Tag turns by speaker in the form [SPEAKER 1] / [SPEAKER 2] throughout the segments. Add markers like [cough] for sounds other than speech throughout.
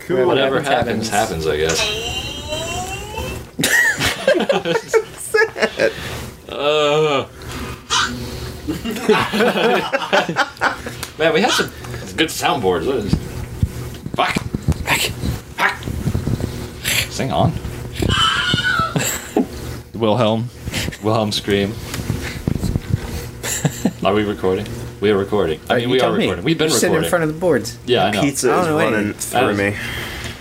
[SPEAKER 1] Cool.
[SPEAKER 2] Whatever happens, happens, I guess. Uh. [laughs] Man, we had some good soundboards. What is- Fuck. Fuck. Fuck. Sing on.
[SPEAKER 3] Wilhelm.
[SPEAKER 2] Wilhelm scream. Are we recording? We are recording. I
[SPEAKER 3] Uh,
[SPEAKER 2] mean,
[SPEAKER 3] you
[SPEAKER 2] we
[SPEAKER 3] tell
[SPEAKER 2] are
[SPEAKER 3] me.
[SPEAKER 2] recording. We've been
[SPEAKER 4] Just sit
[SPEAKER 2] recording.
[SPEAKER 4] in front of the boards.
[SPEAKER 2] yeah, I know.
[SPEAKER 1] Pizza
[SPEAKER 4] I
[SPEAKER 1] is
[SPEAKER 4] don't know
[SPEAKER 1] running
[SPEAKER 4] any-
[SPEAKER 1] through me.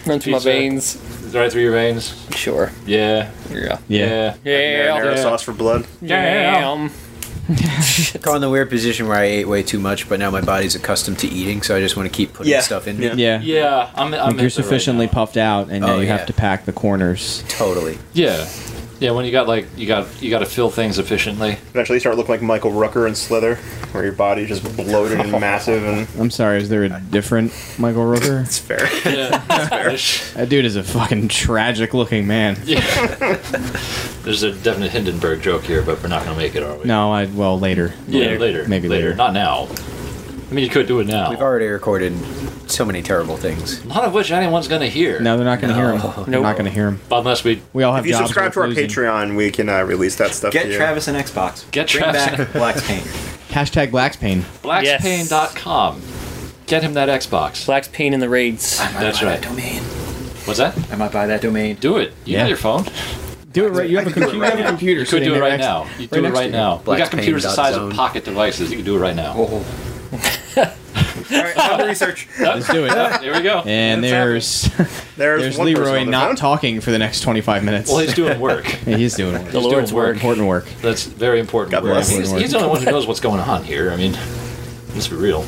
[SPEAKER 4] Run through my
[SPEAKER 2] Pizza.
[SPEAKER 4] veins.
[SPEAKER 2] Is that right through your veins?
[SPEAKER 4] Sure.
[SPEAKER 2] Yeah.
[SPEAKER 4] Yeah.
[SPEAKER 2] Yeah.
[SPEAKER 4] Yeah.
[SPEAKER 1] Marinara sauce for blood.
[SPEAKER 4] Damn.
[SPEAKER 5] Caught in the weird position where I ate way too much, but now my body's accustomed to eating, so I just want to keep putting
[SPEAKER 1] Yeah.
[SPEAKER 5] stuff in.
[SPEAKER 1] Yeah.
[SPEAKER 6] Yeah.
[SPEAKER 2] Yeah. I'm. I'm
[SPEAKER 6] Like you're
[SPEAKER 2] hit there right
[SPEAKER 6] sufficiently
[SPEAKER 2] now.
[SPEAKER 6] puffed out, and
[SPEAKER 5] Oh,
[SPEAKER 6] now you
[SPEAKER 5] yeah.
[SPEAKER 6] have to pack the corners.
[SPEAKER 5] Totally.
[SPEAKER 2] yeah. Yeah. When you got like you got you got to fill things efficiently.
[SPEAKER 1] Eventually, you start looking like Michael Rucker in Slither, where your body's just bloated and massive, and
[SPEAKER 6] I'm sorry, is there a different Michael
[SPEAKER 2] [laughs]
[SPEAKER 6] Rooker?
[SPEAKER 1] it's fair.
[SPEAKER 2] Yeah. [laughs] There's,
[SPEAKER 6] that dude is a fucking tragic looking man.
[SPEAKER 2] there's a definite Hindenburg joke here, but we're not gonna make it, are we?
[SPEAKER 6] No, I well later.
[SPEAKER 2] Yeah. Later.
[SPEAKER 6] Maybe later.
[SPEAKER 2] Not now. I mean, you could do it now.
[SPEAKER 5] We've already recorded so many terrible things.
[SPEAKER 2] None of which anyone's gonna hear.
[SPEAKER 6] No, they're not going to hear him. They're not going to hear him.
[SPEAKER 2] Unless we
[SPEAKER 6] We all
[SPEAKER 1] [laughs]
[SPEAKER 6] have
[SPEAKER 1] If you
[SPEAKER 6] jobs
[SPEAKER 1] subscribe to our
[SPEAKER 6] worth losing.
[SPEAKER 1] Patreon, we can uh, release that stuff to
[SPEAKER 7] Get
[SPEAKER 1] you.
[SPEAKER 7] Travis an Xbox.
[SPEAKER 2] Get
[SPEAKER 7] Bring
[SPEAKER 2] Travis
[SPEAKER 7] back Black Paint.
[SPEAKER 6] Hashtag Blackspain.
[SPEAKER 4] Yes.
[SPEAKER 2] blackspain.com. Get him that Xbox.
[SPEAKER 4] Black's pain in the raids.
[SPEAKER 7] I might
[SPEAKER 2] That's
[SPEAKER 7] buy
[SPEAKER 2] right.
[SPEAKER 7] That domain.
[SPEAKER 2] What's that?
[SPEAKER 7] I might buy that domain.
[SPEAKER 2] Do it. You
[SPEAKER 6] Yeah.
[SPEAKER 2] got your phone.
[SPEAKER 6] Do it right. You have a computer. You have a computer.
[SPEAKER 2] You could do it right now. You do it right now. We got
[SPEAKER 5] Blackspain
[SPEAKER 2] computers the
[SPEAKER 5] dot
[SPEAKER 2] size
[SPEAKER 5] zone.
[SPEAKER 2] of pocket devices. You can do it right
[SPEAKER 8] [laughs]
[SPEAKER 2] now.
[SPEAKER 7] Oh,
[SPEAKER 1] All right, time to
[SPEAKER 2] [laughs]
[SPEAKER 1] research.
[SPEAKER 6] Let's do it.
[SPEAKER 2] There we go.
[SPEAKER 6] And
[SPEAKER 1] It's
[SPEAKER 6] there's
[SPEAKER 1] There's,
[SPEAKER 6] there's
[SPEAKER 1] one person
[SPEAKER 6] Leroy
[SPEAKER 1] on the
[SPEAKER 6] not
[SPEAKER 1] phone.
[SPEAKER 6] talking for the next 25 minutes.
[SPEAKER 2] Well, he's doing [laughs] work.
[SPEAKER 6] [laughs] Yeah, he's doing work.
[SPEAKER 4] The
[SPEAKER 6] He's
[SPEAKER 4] Lord's
[SPEAKER 6] doing
[SPEAKER 4] work.
[SPEAKER 6] Important work.
[SPEAKER 2] That's very important.
[SPEAKER 1] God
[SPEAKER 2] work.
[SPEAKER 1] bless.
[SPEAKER 2] He's, he's the only one who knows what's going on here. I mean, let's be real.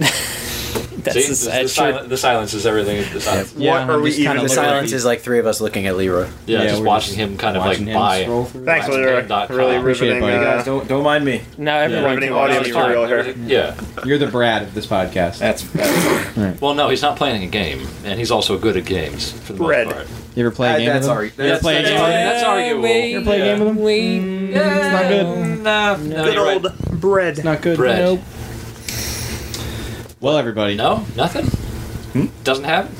[SPEAKER 4] That's
[SPEAKER 2] See,
[SPEAKER 4] his,
[SPEAKER 2] the,
[SPEAKER 4] that's your-
[SPEAKER 2] silence, the silence is everything. The silence.
[SPEAKER 1] What
[SPEAKER 6] Yeah, I'm
[SPEAKER 1] are we
[SPEAKER 6] just kinda
[SPEAKER 1] even?
[SPEAKER 5] The
[SPEAKER 6] looking-
[SPEAKER 5] silence is like three of us looking at Leroy.
[SPEAKER 2] Yeah,
[SPEAKER 6] Yeah,
[SPEAKER 2] just
[SPEAKER 6] we're
[SPEAKER 2] watching
[SPEAKER 6] just
[SPEAKER 2] him kind of like
[SPEAKER 6] watching him
[SPEAKER 2] buy.
[SPEAKER 6] scroll through.
[SPEAKER 1] Thanks, Leroy.
[SPEAKER 2] Blackspain.com.
[SPEAKER 1] Really
[SPEAKER 6] Appreciate it,
[SPEAKER 1] riveting.
[SPEAKER 6] buddy.
[SPEAKER 1] uh,
[SPEAKER 7] guys, don't don't mind me.
[SPEAKER 4] now everyone
[SPEAKER 1] Riveting
[SPEAKER 4] can
[SPEAKER 1] audio
[SPEAKER 4] audio
[SPEAKER 1] material. here.
[SPEAKER 2] Yeah.
[SPEAKER 6] You're the Brad of this podcast.
[SPEAKER 8] Uh,
[SPEAKER 7] That's, that's [laughs]
[SPEAKER 2] Well, no, he's not playing a game, and he's also good at games for the
[SPEAKER 1] Bread.
[SPEAKER 2] most part.
[SPEAKER 6] You ever play a
[SPEAKER 7] Uh,
[SPEAKER 6] game
[SPEAKER 7] that's
[SPEAKER 6] with
[SPEAKER 7] alright.
[SPEAKER 6] him? You
[SPEAKER 7] That's-
[SPEAKER 6] ever play a
[SPEAKER 2] That's,
[SPEAKER 6] game with him?
[SPEAKER 2] that's arguable.
[SPEAKER 6] You ever play a game with him? It's not good.
[SPEAKER 2] No, no,
[SPEAKER 1] Good
[SPEAKER 2] you're right.
[SPEAKER 1] old bread.
[SPEAKER 6] Not good.
[SPEAKER 2] Bread.
[SPEAKER 6] Nope. Well, everybody.
[SPEAKER 2] No, nothing. Doesn't happen.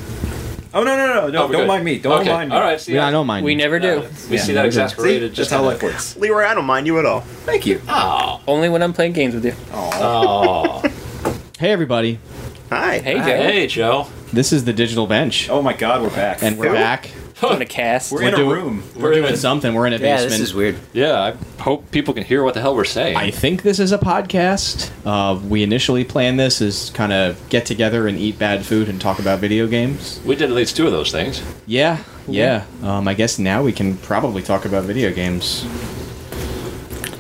[SPEAKER 7] Oh no no no!
[SPEAKER 2] Oh,
[SPEAKER 7] Don't,
[SPEAKER 2] we're
[SPEAKER 7] don't
[SPEAKER 2] good.
[SPEAKER 7] mind me. Don't
[SPEAKER 2] Okay,
[SPEAKER 7] mind me.
[SPEAKER 2] All right, see,
[SPEAKER 6] Yeah,
[SPEAKER 2] I-
[SPEAKER 6] I don't mind.
[SPEAKER 4] Mm, We
[SPEAKER 6] you.
[SPEAKER 4] never do.
[SPEAKER 2] [laughs] We
[SPEAKER 7] Yeah,
[SPEAKER 2] see that
[SPEAKER 6] we're good.
[SPEAKER 7] See,
[SPEAKER 2] exasperated.
[SPEAKER 7] that's
[SPEAKER 2] Just
[SPEAKER 7] how
[SPEAKER 2] like.
[SPEAKER 7] life works.
[SPEAKER 1] Leroy, I don't mind you at all.
[SPEAKER 7] Thank you.
[SPEAKER 2] Oh,
[SPEAKER 4] Only when I'm playing games with you.
[SPEAKER 7] Aw.
[SPEAKER 6] [laughs] Hey, everybody.
[SPEAKER 1] Hi.
[SPEAKER 4] Hey, Joe.
[SPEAKER 2] hey, Joe.
[SPEAKER 6] This is the Digital Bench,
[SPEAKER 7] oh my God, we're back.
[SPEAKER 6] and we're
[SPEAKER 1] Who?
[SPEAKER 6] back.
[SPEAKER 4] Doing a cast.
[SPEAKER 7] we're in a
[SPEAKER 6] doing-
[SPEAKER 7] room.
[SPEAKER 6] We're doing something. We're in a
[SPEAKER 5] Yeah,
[SPEAKER 6] basement.
[SPEAKER 5] this is weird.
[SPEAKER 2] Yeah, I hope people can hear what the hell we're saying.
[SPEAKER 6] I think this is a podcast. Uh, we initially planned this as kind of get together and eat bad food and talk about video games.
[SPEAKER 2] we did at least two of those things.
[SPEAKER 6] Yeah, yeah. Um, I guess now we can probably talk about video games.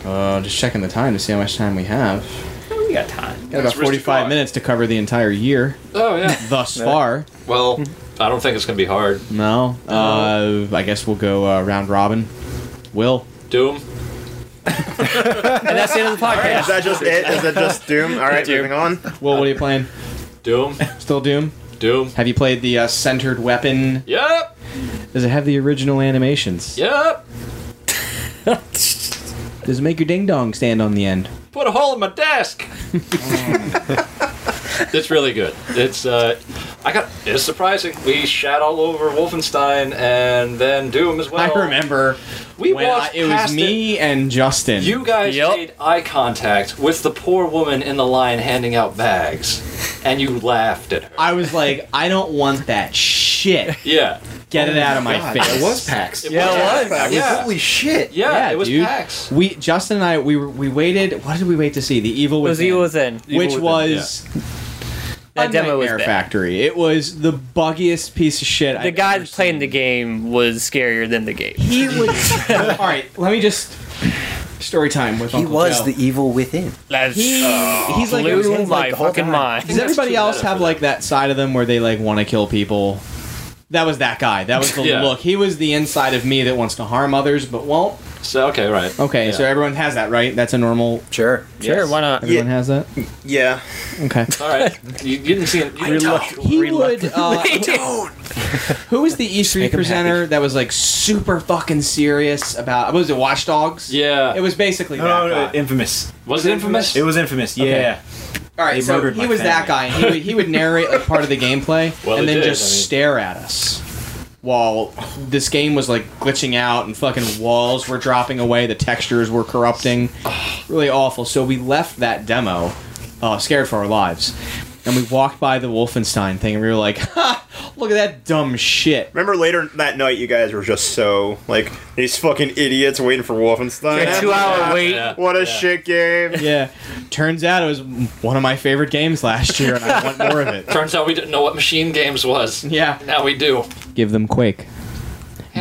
[SPEAKER 6] Uh, just checking the time to see how much time we have.
[SPEAKER 7] We got
[SPEAKER 4] [laughs]
[SPEAKER 7] time.
[SPEAKER 6] Got about
[SPEAKER 2] That's wrist
[SPEAKER 6] 45
[SPEAKER 2] clock.
[SPEAKER 6] minutes to cover the entire year
[SPEAKER 2] Oh
[SPEAKER 6] [laughs]
[SPEAKER 2] yeah.
[SPEAKER 6] thus far.
[SPEAKER 2] well, I don't think it's gonna be hard.
[SPEAKER 6] No. Uh, I guess we'll go uh, round robin. Will.
[SPEAKER 2] Doom.
[SPEAKER 4] And that's the end of the podcast.
[SPEAKER 1] Is that just it? Is that just Doom? All right,
[SPEAKER 4] Doom.
[SPEAKER 1] moving on.
[SPEAKER 6] [laughs] Will, what are you playing?
[SPEAKER 2] Doom.
[SPEAKER 6] Still Doom?
[SPEAKER 2] Doom.
[SPEAKER 6] Have you played the uh, centered weapon?
[SPEAKER 2] Yep.
[SPEAKER 6] Does it have the original animations?
[SPEAKER 2] Yep.
[SPEAKER 6] Does it make your ding dong stand on the end?
[SPEAKER 2] Put a hole in my
[SPEAKER 6] [laughs]
[SPEAKER 2] desk. it's really good. It's uh, I got. It's surprising. We shat all over Wolfenstein and then Doom as well.
[SPEAKER 6] I remember
[SPEAKER 2] We
[SPEAKER 6] when I,
[SPEAKER 2] walked
[SPEAKER 6] it was
[SPEAKER 2] past
[SPEAKER 6] me and Justin.
[SPEAKER 2] You guys
[SPEAKER 4] Yep.
[SPEAKER 2] made eye contact with the poor woman in the line handing out bags, and you laughed at her.
[SPEAKER 6] I was like, I don't want that shit.
[SPEAKER 2] Yeah.
[SPEAKER 6] Get it out
[SPEAKER 2] [laughs]
[SPEAKER 6] of my face.
[SPEAKER 7] That was PAX.
[SPEAKER 2] Yeah, it was.
[SPEAKER 7] That was-
[SPEAKER 2] Yeah.
[SPEAKER 7] Holy shit.
[SPEAKER 2] Yeah,
[SPEAKER 6] Yeah,
[SPEAKER 2] it was
[SPEAKER 6] dude.
[SPEAKER 2] PAX.
[SPEAKER 6] We Justin and I we were- we waited. What did we wait to see? The Evil
[SPEAKER 4] was
[SPEAKER 6] Within,
[SPEAKER 4] Evil Within.
[SPEAKER 6] which
[SPEAKER 2] Within,
[SPEAKER 6] was
[SPEAKER 4] That
[SPEAKER 6] a
[SPEAKER 4] demo was
[SPEAKER 6] nightmare
[SPEAKER 4] bad.
[SPEAKER 6] factory. It was the buggiest piece of shit.
[SPEAKER 4] The guy that's playing the game was scarier than the game.
[SPEAKER 6] He was. [laughs] All right, let me just story time with
[SPEAKER 5] He
[SPEAKER 6] Uncle
[SPEAKER 5] was
[SPEAKER 6] Joe.
[SPEAKER 5] the evil within.
[SPEAKER 4] That's
[SPEAKER 6] He, he's like
[SPEAKER 4] blew
[SPEAKER 6] everyone's
[SPEAKER 4] my
[SPEAKER 6] like the whole
[SPEAKER 4] fucking
[SPEAKER 6] time.
[SPEAKER 4] mind.
[SPEAKER 6] Does everybody
[SPEAKER 2] too
[SPEAKER 6] else
[SPEAKER 2] meta
[SPEAKER 6] have
[SPEAKER 2] for
[SPEAKER 6] like that side of them where they like want to kill people? That was that guy. That was
[SPEAKER 2] [laughs]
[SPEAKER 6] the
[SPEAKER 2] Yeah.
[SPEAKER 6] look. He was the inside of me that wants to harm others but won't.
[SPEAKER 2] So okay, right.
[SPEAKER 6] Okay,
[SPEAKER 2] Yeah.
[SPEAKER 6] so everyone has that, right? That's a normal.
[SPEAKER 5] Sure.
[SPEAKER 4] [laughs] Sure, why [laughs] not?
[SPEAKER 6] Everyone has that.
[SPEAKER 1] Yeah.
[SPEAKER 6] Okay.
[SPEAKER 2] all right. You, you didn't see it. You
[SPEAKER 6] He would.
[SPEAKER 4] [laughs]
[SPEAKER 6] Uh, who was the E3 presenter that was like super fucking serious about? What was it Watch Dogs?
[SPEAKER 2] Yeah.
[SPEAKER 8] [laughs] Oh,
[SPEAKER 6] It was basically
[SPEAKER 7] No,
[SPEAKER 6] that
[SPEAKER 7] no,
[SPEAKER 6] guy.
[SPEAKER 7] infamous.
[SPEAKER 2] was it infamous?
[SPEAKER 7] It was infamous. Yeah.
[SPEAKER 6] All right,
[SPEAKER 5] They
[SPEAKER 6] so
[SPEAKER 5] murdered
[SPEAKER 6] he
[SPEAKER 5] my
[SPEAKER 6] was that
[SPEAKER 5] family.
[SPEAKER 6] guy, and he would, he would narrate like part of the gameplay,
[SPEAKER 2] [laughs] Well,
[SPEAKER 6] and
[SPEAKER 2] it
[SPEAKER 6] then
[SPEAKER 2] did,
[SPEAKER 6] just
[SPEAKER 2] I mean-
[SPEAKER 6] stare at us while this game was like glitching out and fucking walls were dropping away, the textures
[SPEAKER 2] [sighs]
[SPEAKER 6] were corrupting, really awful. So we left that demo, uh, scared for our lives, and we walked by the Wolfenstein thing, and we were like, [laughs] "Ha! Look at that
[SPEAKER 2] [laughs]
[SPEAKER 6] dumb shit."
[SPEAKER 1] Remember later that night, you guys were just so like these fucking idiots waiting for Wolfenstein.
[SPEAKER 4] A two hour wait.
[SPEAKER 2] Yeah.
[SPEAKER 1] What a
[SPEAKER 2] Yeah.
[SPEAKER 1] shit game.
[SPEAKER 6] Yeah, turns out it was one of my favorite games last year, and I want more of
[SPEAKER 2] [laughs]
[SPEAKER 6] it.
[SPEAKER 2] Turns out we didn't know what machine games was.
[SPEAKER 6] Yeah,
[SPEAKER 2] Now we do.
[SPEAKER 6] give them Quake.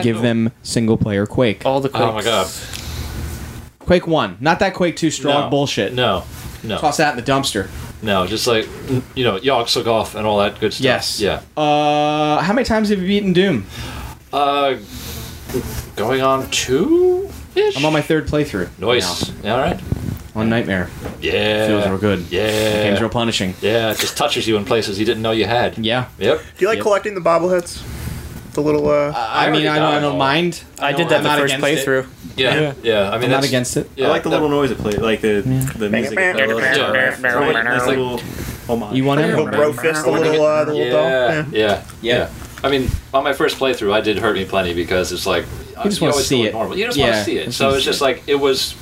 [SPEAKER 6] Give them single player Quake.
[SPEAKER 4] All the
[SPEAKER 2] Oh my god.
[SPEAKER 6] Quake one, not that Quake two strong
[SPEAKER 2] No.
[SPEAKER 6] bullshit.
[SPEAKER 2] No. No.
[SPEAKER 6] Toss that in the dumpster.
[SPEAKER 2] No. Just like you know, Yogg Golf and all that good stuff.
[SPEAKER 6] Yes.
[SPEAKER 2] Yeah.
[SPEAKER 6] Uh, how many times have you beaten Doom?
[SPEAKER 2] Uh, going on two.
[SPEAKER 6] I'm on my third playthrough.
[SPEAKER 2] Noise. Yeah, all right.
[SPEAKER 6] now, on Nightmare.
[SPEAKER 2] Yeah.
[SPEAKER 6] Feels real good. Game's
[SPEAKER 2] Yeah.
[SPEAKER 6] real punishing.
[SPEAKER 2] yeah. It just touches you in places you didn't know you had.
[SPEAKER 6] Yeah.
[SPEAKER 2] Yep.
[SPEAKER 1] Do you like
[SPEAKER 6] Yep.
[SPEAKER 1] collecting the bobbleheads? The little uh,
[SPEAKER 6] I,
[SPEAKER 2] I
[SPEAKER 6] mean,
[SPEAKER 2] already
[SPEAKER 6] I don't,
[SPEAKER 2] got
[SPEAKER 6] I
[SPEAKER 2] it
[SPEAKER 6] don't
[SPEAKER 2] all.
[SPEAKER 6] mind.
[SPEAKER 4] I did
[SPEAKER 6] I'm
[SPEAKER 4] that
[SPEAKER 6] not
[SPEAKER 4] the first
[SPEAKER 6] against it.
[SPEAKER 4] playthrough.
[SPEAKER 2] Yeah.
[SPEAKER 6] Yeah.
[SPEAKER 2] Yeah. I mean,
[SPEAKER 6] I'm not
[SPEAKER 2] that's-
[SPEAKER 6] against it.
[SPEAKER 2] Yeah,
[SPEAKER 7] I like the
[SPEAKER 2] that-
[SPEAKER 7] little noise it plays, like the the music. it plays.
[SPEAKER 2] Yeah.
[SPEAKER 7] Nice little homage.
[SPEAKER 6] You want it?
[SPEAKER 1] little bro fist, the little uh, the little doll?
[SPEAKER 2] Yeah, yeah, yeah,
[SPEAKER 6] Yeah.
[SPEAKER 2] I mean, on my first playthrough, I did hurt me plenty because it's like uh, you
[SPEAKER 6] just wanna
[SPEAKER 2] always
[SPEAKER 6] see
[SPEAKER 2] go
[SPEAKER 6] it.
[SPEAKER 2] Normal. You just want
[SPEAKER 6] Yeah,
[SPEAKER 2] to see it.
[SPEAKER 6] just
[SPEAKER 2] So
[SPEAKER 6] wanna
[SPEAKER 2] it's
[SPEAKER 6] see
[SPEAKER 2] just
[SPEAKER 6] it.
[SPEAKER 2] like it was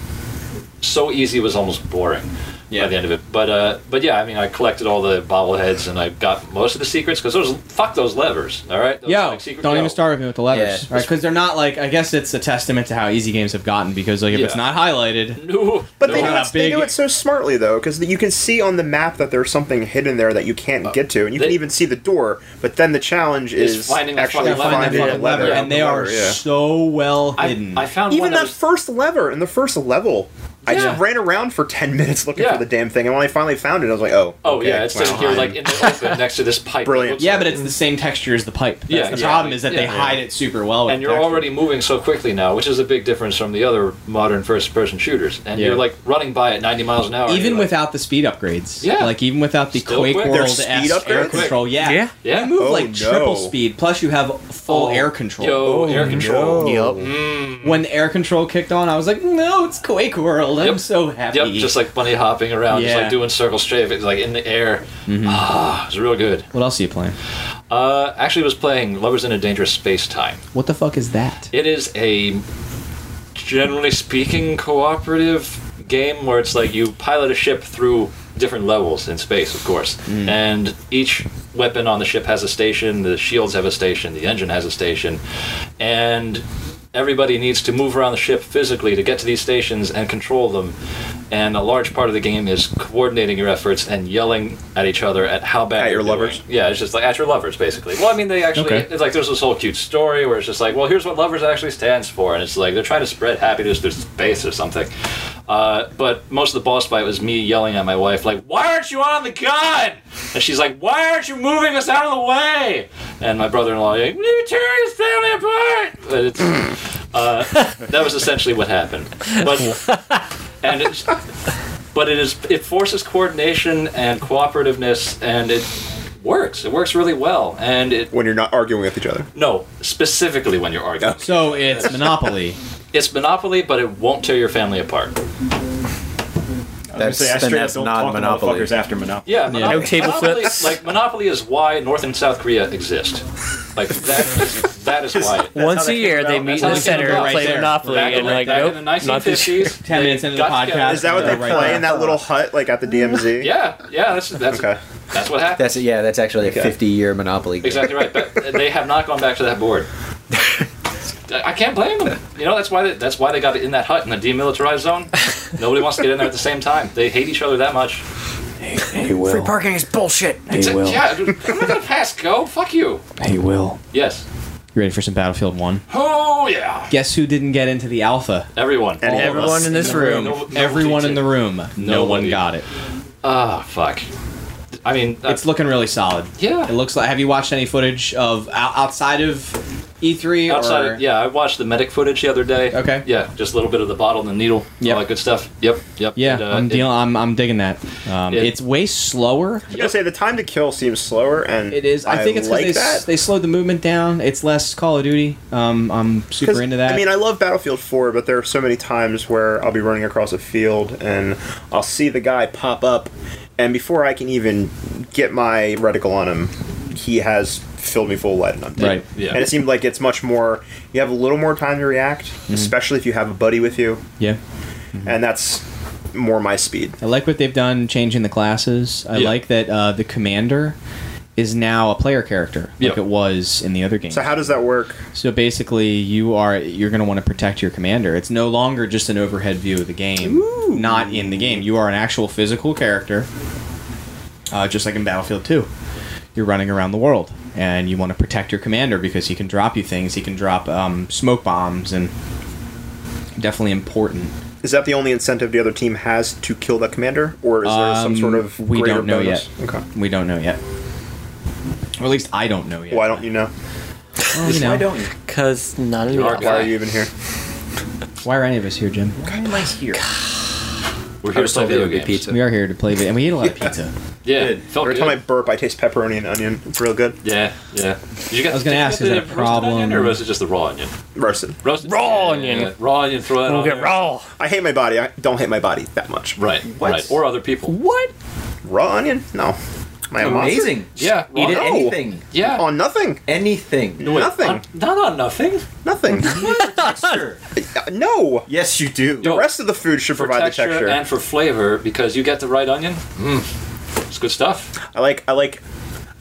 [SPEAKER 2] so easy, it was almost boring by the end of it. But uh, but yeah, I mean, I collected all the bobbleheads and I got most of the secrets because those fuck those levers. All right, Those,
[SPEAKER 6] Yo,
[SPEAKER 2] like, secret-
[SPEAKER 6] don't
[SPEAKER 2] yo.
[SPEAKER 6] even start with me with the letters.
[SPEAKER 5] Yeah.
[SPEAKER 6] Right? Because they're not like, I guess it's a testament to how easy games have gotten because, like, if it's
[SPEAKER 2] Yeah.
[SPEAKER 6] not highlighted,
[SPEAKER 2] No,
[SPEAKER 1] But
[SPEAKER 2] no,
[SPEAKER 1] they, do
[SPEAKER 6] Yeah,
[SPEAKER 1] it, they
[SPEAKER 6] big-
[SPEAKER 1] do it so smartly though, because you can see on the map that there's something hidden there that you can't get to, and you can
[SPEAKER 2] Uh, they-
[SPEAKER 1] even see the door. But then the challenge
[SPEAKER 2] Is
[SPEAKER 1] is
[SPEAKER 2] finding the
[SPEAKER 1] actually
[SPEAKER 2] fucking lever.
[SPEAKER 1] finding
[SPEAKER 2] Find
[SPEAKER 1] the
[SPEAKER 2] that
[SPEAKER 1] lever,
[SPEAKER 2] fucking lever,
[SPEAKER 1] yeah,
[SPEAKER 6] and they
[SPEAKER 1] the
[SPEAKER 6] are
[SPEAKER 1] lever, yeah.
[SPEAKER 6] so well
[SPEAKER 2] I,
[SPEAKER 6] hidden.
[SPEAKER 2] I found
[SPEAKER 1] even
[SPEAKER 2] one
[SPEAKER 1] that
[SPEAKER 2] was,
[SPEAKER 1] first lever in the first level. I
[SPEAKER 2] Yeah.
[SPEAKER 1] just ran around for ten [laughs] minutes looking
[SPEAKER 2] Yeah.
[SPEAKER 1] for the damn thing, and when I finally found it, I was like, "Oh,
[SPEAKER 2] Oh
[SPEAKER 1] okay,
[SPEAKER 2] yeah, it's
[SPEAKER 1] wow.
[SPEAKER 2] sitting here like in the
[SPEAKER 1] [laughs]
[SPEAKER 2] open next to this pipe.
[SPEAKER 1] Brilliant.
[SPEAKER 2] It looks
[SPEAKER 6] yeah,
[SPEAKER 2] like-
[SPEAKER 6] but it's the same texture as the pipe. That's
[SPEAKER 2] Yeah,
[SPEAKER 6] the
[SPEAKER 2] yeah,
[SPEAKER 6] problem is that they
[SPEAKER 2] yeah.
[SPEAKER 6] hide it super well. with
[SPEAKER 2] and
[SPEAKER 6] the
[SPEAKER 2] you're
[SPEAKER 6] texture.
[SPEAKER 2] already moving so quickly now, which is a big difference from the other modern first-person shooters. And
[SPEAKER 6] Yeah.
[SPEAKER 2] you're like running by at 90 miles an hour. and
[SPEAKER 6] even
[SPEAKER 2] you're like,
[SPEAKER 6] without the speed upgrades.
[SPEAKER 2] Yeah.
[SPEAKER 6] Like even without the
[SPEAKER 2] Still
[SPEAKER 6] Quake
[SPEAKER 2] quick.
[SPEAKER 6] World
[SPEAKER 1] There's
[SPEAKER 6] S
[SPEAKER 1] speed
[SPEAKER 6] air
[SPEAKER 1] upgrades?
[SPEAKER 6] control. Yeah.
[SPEAKER 4] Yeah.
[SPEAKER 2] Yeah.
[SPEAKER 6] You move
[SPEAKER 1] Oh,
[SPEAKER 6] like
[SPEAKER 1] no.
[SPEAKER 6] triple speed. Plus you have full
[SPEAKER 2] Oh.
[SPEAKER 6] air control.
[SPEAKER 2] Yo,
[SPEAKER 6] Oh,
[SPEAKER 2] air control. Mm,
[SPEAKER 1] Yep.
[SPEAKER 6] When air control kicked on, I was like, no, it's Quake World. I'm
[SPEAKER 2] Yep.
[SPEAKER 6] so happy.
[SPEAKER 2] Yep, just like bunny hopping around, just
[SPEAKER 6] Yeah. Mm-hmm.
[SPEAKER 2] like doing circle strafe, it's like in the air. Ah, it's real good.
[SPEAKER 6] what else are you playing?
[SPEAKER 2] Uh, actually, was playing Lovers in a Dangerous Space Time.
[SPEAKER 6] What the fuck is that?
[SPEAKER 2] It is a, generally speaking, cooperative game where it's like you pilot a ship through different levels in space, of course. And each weapon on the ship has a station, the shields have a station, the engine has a station. And everybody needs to move around the ship physically to get to these stations and control them. And a large part of the game is coordinating your efforts and yelling at each other at how bad
[SPEAKER 1] At your
[SPEAKER 2] you're doing.
[SPEAKER 1] lovers?
[SPEAKER 2] Yeah, it's just like at your lovers, basically. Well, I mean, they actually,
[SPEAKER 6] Okay.
[SPEAKER 2] it's like there's this whole cute story where it's just like, well, here's what lovers actually stands for, and it's like they're trying to spread happiness through space or something. Uh, but most of the boss fight was me yelling at my wife, like, why aren't you on the gun? And she's like, why aren't you moving us out of the way? And my brother-in-law, like, you're tearing his family apart. But it's, uh, that was essentially what happened. But and it's, but it is it forces coordination and cooperativeness, and it works. It works really well, and it
[SPEAKER 1] When you're not arguing with each other,
[SPEAKER 2] no, specifically when you're arguing.
[SPEAKER 6] So
[SPEAKER 2] [laughs]
[SPEAKER 6] it's Monopoly.
[SPEAKER 2] It's Monopoly, but it won't tear your family apart.
[SPEAKER 5] That's-
[SPEAKER 7] say, I
[SPEAKER 5] then
[SPEAKER 7] straight
[SPEAKER 5] that's
[SPEAKER 7] up don't
[SPEAKER 5] not
[SPEAKER 7] talk to
[SPEAKER 5] Monopoly.
[SPEAKER 7] motherfuckers after Monopoly.
[SPEAKER 2] Yeah, Monopoly,
[SPEAKER 4] No table
[SPEAKER 2] Monopoly-
[SPEAKER 4] flips.
[SPEAKER 2] Like Monopoly is why North and South Korea exist. Like that, that is why. It,
[SPEAKER 4] Once a
[SPEAKER 7] they
[SPEAKER 4] year,
[SPEAKER 7] figure
[SPEAKER 4] they
[SPEAKER 7] out-
[SPEAKER 2] that's
[SPEAKER 4] meet in
[SPEAKER 2] how
[SPEAKER 4] the
[SPEAKER 2] they
[SPEAKER 4] center
[SPEAKER 2] figure
[SPEAKER 4] and
[SPEAKER 2] out
[SPEAKER 4] play
[SPEAKER 2] right
[SPEAKER 6] there.
[SPEAKER 4] Monopoly,
[SPEAKER 2] back
[SPEAKER 4] and
[SPEAKER 2] in,
[SPEAKER 4] like,
[SPEAKER 2] back
[SPEAKER 4] nope,
[SPEAKER 2] in the
[SPEAKER 4] not this year.
[SPEAKER 2] 1950s.
[SPEAKER 6] Ten
[SPEAKER 2] they
[SPEAKER 6] minutes into the
[SPEAKER 2] got together.
[SPEAKER 6] podcast.
[SPEAKER 1] is that what
[SPEAKER 6] Yeah,
[SPEAKER 1] they
[SPEAKER 6] right
[SPEAKER 1] play
[SPEAKER 6] there.
[SPEAKER 1] in that little hut, like at the DMZ?
[SPEAKER 2] Yeah, yeah, that's that's
[SPEAKER 1] Okay.
[SPEAKER 2] that's what happened.
[SPEAKER 5] That's yeah. That's actually a
[SPEAKER 1] Okay.
[SPEAKER 5] 50 year Monopoly. Game.
[SPEAKER 2] Exactly right. But they have not gone back to that
[SPEAKER 6] [laughs]
[SPEAKER 2] board. I can't blame them. You know that's why they, that's why they got in that hut in the demilitarized zone. Nobody wants to get in there at the same time. They hate each other that much.
[SPEAKER 3] He will.
[SPEAKER 5] Parking is bullshit.
[SPEAKER 3] He
[SPEAKER 2] It's-
[SPEAKER 3] will.
[SPEAKER 2] Yeah, dude, I'm not gonna pass go. Fuck you.
[SPEAKER 3] He will.
[SPEAKER 2] Yes.
[SPEAKER 6] You ready for some Battlefield One?
[SPEAKER 2] Oh yeah.
[SPEAKER 6] Guess who didn't get into the alpha?
[SPEAKER 2] Everyone.
[SPEAKER 1] And
[SPEAKER 2] All of
[SPEAKER 1] everyone
[SPEAKER 2] us
[SPEAKER 4] in this room.
[SPEAKER 2] No- no
[SPEAKER 6] Everyone in
[SPEAKER 2] cheating.
[SPEAKER 6] the room. No,
[SPEAKER 2] No
[SPEAKER 6] one
[SPEAKER 2] one
[SPEAKER 6] got it.
[SPEAKER 2] Ah fuck. I mean, uh,
[SPEAKER 6] It's looking really solid.
[SPEAKER 2] Yeah.
[SPEAKER 6] It looks like. Have you watched any footage of o- outside of E3
[SPEAKER 2] outside.
[SPEAKER 6] or?
[SPEAKER 2] Of, yeah, I watched the medic footage the other day.
[SPEAKER 6] Okay.
[SPEAKER 2] Yeah, just a little bit of the bottle and the needle.
[SPEAKER 6] Yep.
[SPEAKER 2] All that good stuff. Yep. Yep.
[SPEAKER 6] Yeah,
[SPEAKER 2] And, uh,
[SPEAKER 6] I'm
[SPEAKER 2] it-
[SPEAKER 6] dealing. I'm, I'm digging that. Um,
[SPEAKER 2] it-
[SPEAKER 6] it's way slower.
[SPEAKER 1] I was gonna say the time to kill seems slower, and
[SPEAKER 6] It is. I, think it's
[SPEAKER 1] like
[SPEAKER 6] because they, s-
[SPEAKER 1] that.
[SPEAKER 6] they slowed the movement down. It's less Call of Duty. Um, I'm
[SPEAKER 1] 'Cause,
[SPEAKER 6] super into that.
[SPEAKER 1] I mean, I love Battlefield 4, but there are so many times where I'll be running across a field and I'll see the guy pop up and before I can even get my reticle on him, he has filled me full of light and I'm dead.
[SPEAKER 6] Right.
[SPEAKER 2] Yeah.
[SPEAKER 1] And it seemed like it's much more. You have a little more time to react,
[SPEAKER 6] Mm-hmm.
[SPEAKER 1] especially if you have a buddy with you,
[SPEAKER 6] Yeah.
[SPEAKER 1] and that's more my speed.
[SPEAKER 6] I like what they've done changing the classes. I
[SPEAKER 2] Yeah.
[SPEAKER 6] like that uh, the commander is now a player character like
[SPEAKER 2] Yeah.
[SPEAKER 6] it was in the other game.
[SPEAKER 1] So how does that work?
[SPEAKER 6] So basically, you are you're going to want to protect your commander. It's no longer just an overhead view of the game, not in the game. You are an actual physical character, uh, just like in Battlefield Two. You're running around the world, and you want to protect your commander because he can drop you things. He can drop um, smoke bombs, and definitely important.
[SPEAKER 1] Is that the only incentive the other team has to kill that commander, or is there some
[SPEAKER 6] Um,
[SPEAKER 1] sort of
[SPEAKER 6] we
[SPEAKER 1] greater
[SPEAKER 6] don't know
[SPEAKER 1] bonus?
[SPEAKER 6] yet.
[SPEAKER 1] Okay.
[SPEAKER 6] We don't know yet, or at least I don't know yet.
[SPEAKER 1] Why don't you know?
[SPEAKER 6] Well, you know,
[SPEAKER 7] Why don't you?
[SPEAKER 4] Cause not
[SPEAKER 2] are
[SPEAKER 4] enough.
[SPEAKER 2] good.
[SPEAKER 1] Why are you even here?
[SPEAKER 6] Why are any of us here, Jim?
[SPEAKER 2] We're here to play video games.
[SPEAKER 5] pizza.
[SPEAKER 6] We are here to play, vi- and we ate a lot of pizza.
[SPEAKER 2] Yeah,
[SPEAKER 7] Good.
[SPEAKER 2] felt
[SPEAKER 1] Every
[SPEAKER 2] good.
[SPEAKER 1] time I burp, I taste pepperoni and onion. It's real good.
[SPEAKER 2] yeah, yeah. Did you get,
[SPEAKER 6] I was gonna
[SPEAKER 2] did you
[SPEAKER 6] ask,
[SPEAKER 2] get
[SPEAKER 6] is
[SPEAKER 2] the
[SPEAKER 6] that a
[SPEAKER 2] roasted
[SPEAKER 6] problem?
[SPEAKER 2] Onion or was it just the raw onion?
[SPEAKER 1] Roasted.
[SPEAKER 2] Roasted
[SPEAKER 4] Raw
[SPEAKER 2] yeah,
[SPEAKER 4] onion.
[SPEAKER 2] yeah. raw onion. Throw it
[SPEAKER 4] We'll
[SPEAKER 2] on
[SPEAKER 4] get
[SPEAKER 2] there.
[SPEAKER 4] raw.
[SPEAKER 1] I hate my body. I don't hate my body that much.
[SPEAKER 2] Right, right, or other people.
[SPEAKER 4] What?
[SPEAKER 1] Raw onion? No. Am I a monster?
[SPEAKER 7] Amazing.
[SPEAKER 2] Yeah,
[SPEAKER 7] Eat it
[SPEAKER 1] No.
[SPEAKER 7] anything.
[SPEAKER 2] Yeah,
[SPEAKER 1] On nothing.
[SPEAKER 7] Anything.
[SPEAKER 1] nothing.
[SPEAKER 2] on, not on nothing.
[SPEAKER 1] nothing.
[SPEAKER 7] Texture.
[SPEAKER 1] no.
[SPEAKER 7] yes, you do.
[SPEAKER 1] The
[SPEAKER 2] Yo,
[SPEAKER 1] rest of the food should
[SPEAKER 2] for
[SPEAKER 1] provide
[SPEAKER 2] texture,
[SPEAKER 1] the texture.
[SPEAKER 2] and for flavor because you get the right onion. Mm. It's good stuff.
[SPEAKER 1] I like. I like.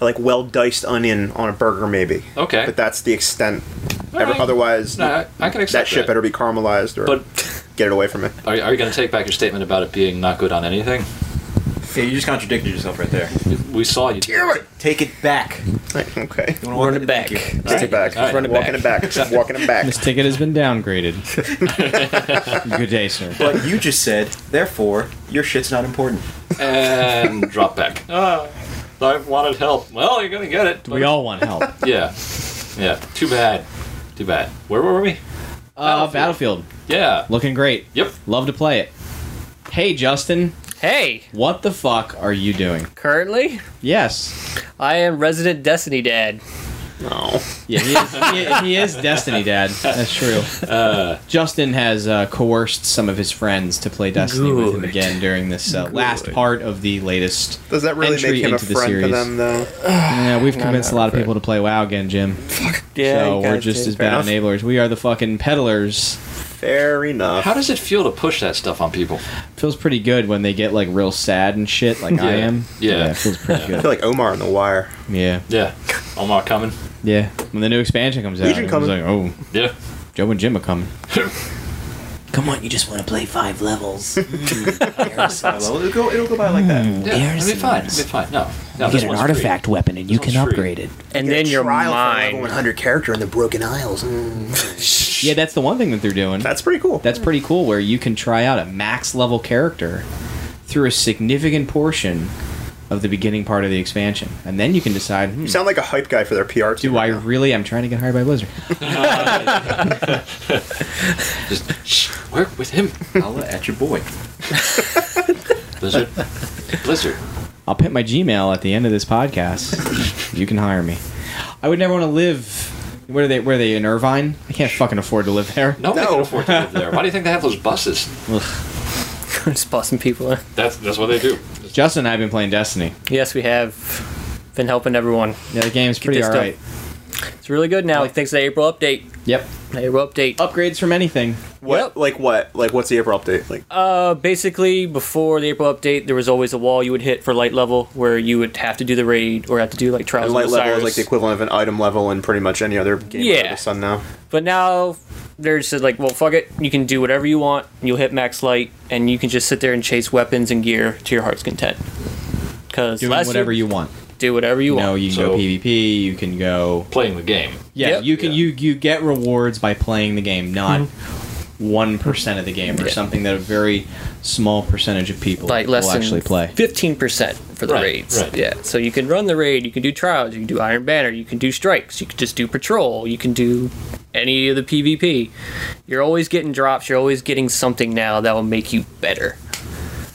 [SPEAKER 1] I like well diced onion on a burger, maybe.
[SPEAKER 2] Okay.
[SPEAKER 1] But that's the extent.
[SPEAKER 2] All
[SPEAKER 1] Ever-
[SPEAKER 2] right.
[SPEAKER 1] Otherwise,
[SPEAKER 2] No, I, I can
[SPEAKER 1] that
[SPEAKER 2] accept
[SPEAKER 1] shit better be caramelized or
[SPEAKER 2] But
[SPEAKER 1] get it away from me.
[SPEAKER 2] are, you- are you going to take back your statement about it being not good on anything?
[SPEAKER 7] Yeah, you just contradicted yourself right there.
[SPEAKER 2] We saw you. do it.
[SPEAKER 7] Take it back.
[SPEAKER 1] Like, Okay.
[SPEAKER 7] You wanna walk
[SPEAKER 4] Run it back.
[SPEAKER 7] Thank you.
[SPEAKER 1] Take it back.
[SPEAKER 2] All right.
[SPEAKER 4] Run it
[SPEAKER 1] Walking it back. Just Walking it back.
[SPEAKER 6] [laughs] This ticket has been [laughs] downgraded. Good day, sir.
[SPEAKER 7] But you just said, therefore, your shit's not important.
[SPEAKER 1] [laughs]
[SPEAKER 2] and drop back. Ah, I wanted help. Well, you're going to get it.
[SPEAKER 6] We all want help.
[SPEAKER 2] Yeah, yeah. Too bad. Too bad. Where were we?
[SPEAKER 6] Uh, Battlefield,
[SPEAKER 2] Yeah.
[SPEAKER 6] looking great.
[SPEAKER 2] Yep.
[SPEAKER 6] Love to play it. Hey, Justin,
[SPEAKER 4] Hey,
[SPEAKER 6] what the fuck are you doing?
[SPEAKER 4] currently
[SPEAKER 6] Yes.
[SPEAKER 4] I am resident Destiny dad.
[SPEAKER 1] No.
[SPEAKER 6] Yeah, he is, he, he is Destiny Dad. That's true. Justin has uh, coerced some of his friends to play Destiny with him
[SPEAKER 4] Good.
[SPEAKER 6] again during this uh, last part of the latest.
[SPEAKER 1] Does that really
[SPEAKER 6] Entry
[SPEAKER 1] make him a
[SPEAKER 6] into the
[SPEAKER 1] friend to
[SPEAKER 6] series.
[SPEAKER 1] them, though?
[SPEAKER 6] Yeah, we've convinced a lot of people to play WoW again, Jim.
[SPEAKER 4] Yeah,
[SPEAKER 6] so
[SPEAKER 4] you
[SPEAKER 6] we're
[SPEAKER 4] guys
[SPEAKER 6] just
[SPEAKER 4] did.
[SPEAKER 6] as bad
[SPEAKER 1] enough.
[SPEAKER 6] enablers. We are the fucking peddlers.
[SPEAKER 1] Fair enough.
[SPEAKER 2] How does it feel to push that stuff on people?
[SPEAKER 6] feels pretty good when they get like real sad and shit like I
[SPEAKER 2] Yeah.
[SPEAKER 6] am.
[SPEAKER 2] Yeah.
[SPEAKER 6] it feels pretty
[SPEAKER 1] I
[SPEAKER 6] good.
[SPEAKER 1] [laughs] feel like Omar on The Wire.
[SPEAKER 6] Yeah.
[SPEAKER 2] Yeah. Omar coming.
[SPEAKER 6] Yeah. When the new expansion comes out,
[SPEAKER 1] Legion
[SPEAKER 6] it's
[SPEAKER 1] coming.
[SPEAKER 6] like, oh,
[SPEAKER 2] Yeah. [laughs]
[SPEAKER 6] Joe and Jim are coming.
[SPEAKER 9] Come on, you just want to play five
[SPEAKER 5] [laughs]
[SPEAKER 9] levels.
[SPEAKER 2] [laughs]
[SPEAKER 7] Well, it'll go, it'll go by like that.
[SPEAKER 2] Yeah. It'll be fine. It'll be fine. No. No.
[SPEAKER 9] You
[SPEAKER 2] this
[SPEAKER 9] get an
[SPEAKER 2] one's
[SPEAKER 9] artifact weapon and you
[SPEAKER 2] This
[SPEAKER 9] can
[SPEAKER 2] one's free.
[SPEAKER 9] upgrade it.
[SPEAKER 4] And then you're
[SPEAKER 1] mine.
[SPEAKER 4] mine.
[SPEAKER 9] 100 character in the Broken Isles. Mm.
[SPEAKER 6] Yeah, that's the one thing that they're
[SPEAKER 1] [laughs]
[SPEAKER 6] doing.
[SPEAKER 1] That's pretty cool.
[SPEAKER 6] That's pretty cool where you can try out a max level character through a significant portion of the beginning part of the expansion. And then you can decide, hmm,
[SPEAKER 1] you sound like a hype guy for their PR team.
[SPEAKER 6] do I
[SPEAKER 1] right now.
[SPEAKER 6] really I'm trying to get hired by Blizzard.
[SPEAKER 2] free. Just shh, work with him.
[SPEAKER 6] Hmm.
[SPEAKER 7] Holla at your boy.
[SPEAKER 2] Blizzard. Blizzard.
[SPEAKER 6] I'll put my Gmail at the end of
[SPEAKER 1] [laughs]
[SPEAKER 6] this podcast. you can hire me. I would never want to live. Where are they? Where are they in Irvine? I can't fucking afford to live there.
[SPEAKER 2] No, one
[SPEAKER 1] No.
[SPEAKER 2] can afford to live there. Why do you think they have those buses?
[SPEAKER 4] [laughs] just busting people in.
[SPEAKER 2] That's that's what they do.
[SPEAKER 6] Justin and I have been playing Destiny.
[SPEAKER 4] Yes, we have been helping everyone.
[SPEAKER 6] Yeah, the game's pretty
[SPEAKER 4] this
[SPEAKER 6] all right.
[SPEAKER 4] It's really good now. Thanks to the April update.
[SPEAKER 6] Yep.
[SPEAKER 4] The April update. Uh,
[SPEAKER 6] Upgrades from anything.
[SPEAKER 1] What?
[SPEAKER 4] Yep.
[SPEAKER 1] Like what? Like what's the April update? Like
[SPEAKER 4] Uh, basically, before the April update, there was always a wall you would hit for light level where you would have to do the raid or have to do like trials.
[SPEAKER 1] and
[SPEAKER 4] of
[SPEAKER 1] light level is
[SPEAKER 4] Osiris.
[SPEAKER 1] like the equivalent of an item level in pretty much any other game under
[SPEAKER 4] Yeah.
[SPEAKER 1] the sun now.
[SPEAKER 4] But now they're just like, well, fuck it. You can do whatever you want. You'll hit max light, and you can just sit there and chase weapons and gear to your heart's content. Because
[SPEAKER 6] Doing whatever you want.
[SPEAKER 4] do whatever you
[SPEAKER 6] You
[SPEAKER 4] want.
[SPEAKER 6] know, you can
[SPEAKER 2] So-
[SPEAKER 6] go PvP. You can go.
[SPEAKER 2] Playing the game.
[SPEAKER 4] Yep.
[SPEAKER 6] Yeah,
[SPEAKER 4] Mhm.
[SPEAKER 6] you can.
[SPEAKER 2] Yeah.
[SPEAKER 6] You you get rewards by playing the game, not one percent of the game or something that a very small percentage of people
[SPEAKER 4] like less
[SPEAKER 6] will
[SPEAKER 4] than
[SPEAKER 6] actually play.
[SPEAKER 4] fifteen percent for the
[SPEAKER 2] Right,
[SPEAKER 4] raids.
[SPEAKER 2] right.
[SPEAKER 4] Yeah, so you can run the raid, you can do trials, you can do Iron Banner, you can do strikes, you can just do patrol, you can do any of the PvP. You're always getting drops. You're always getting something now that will make you better.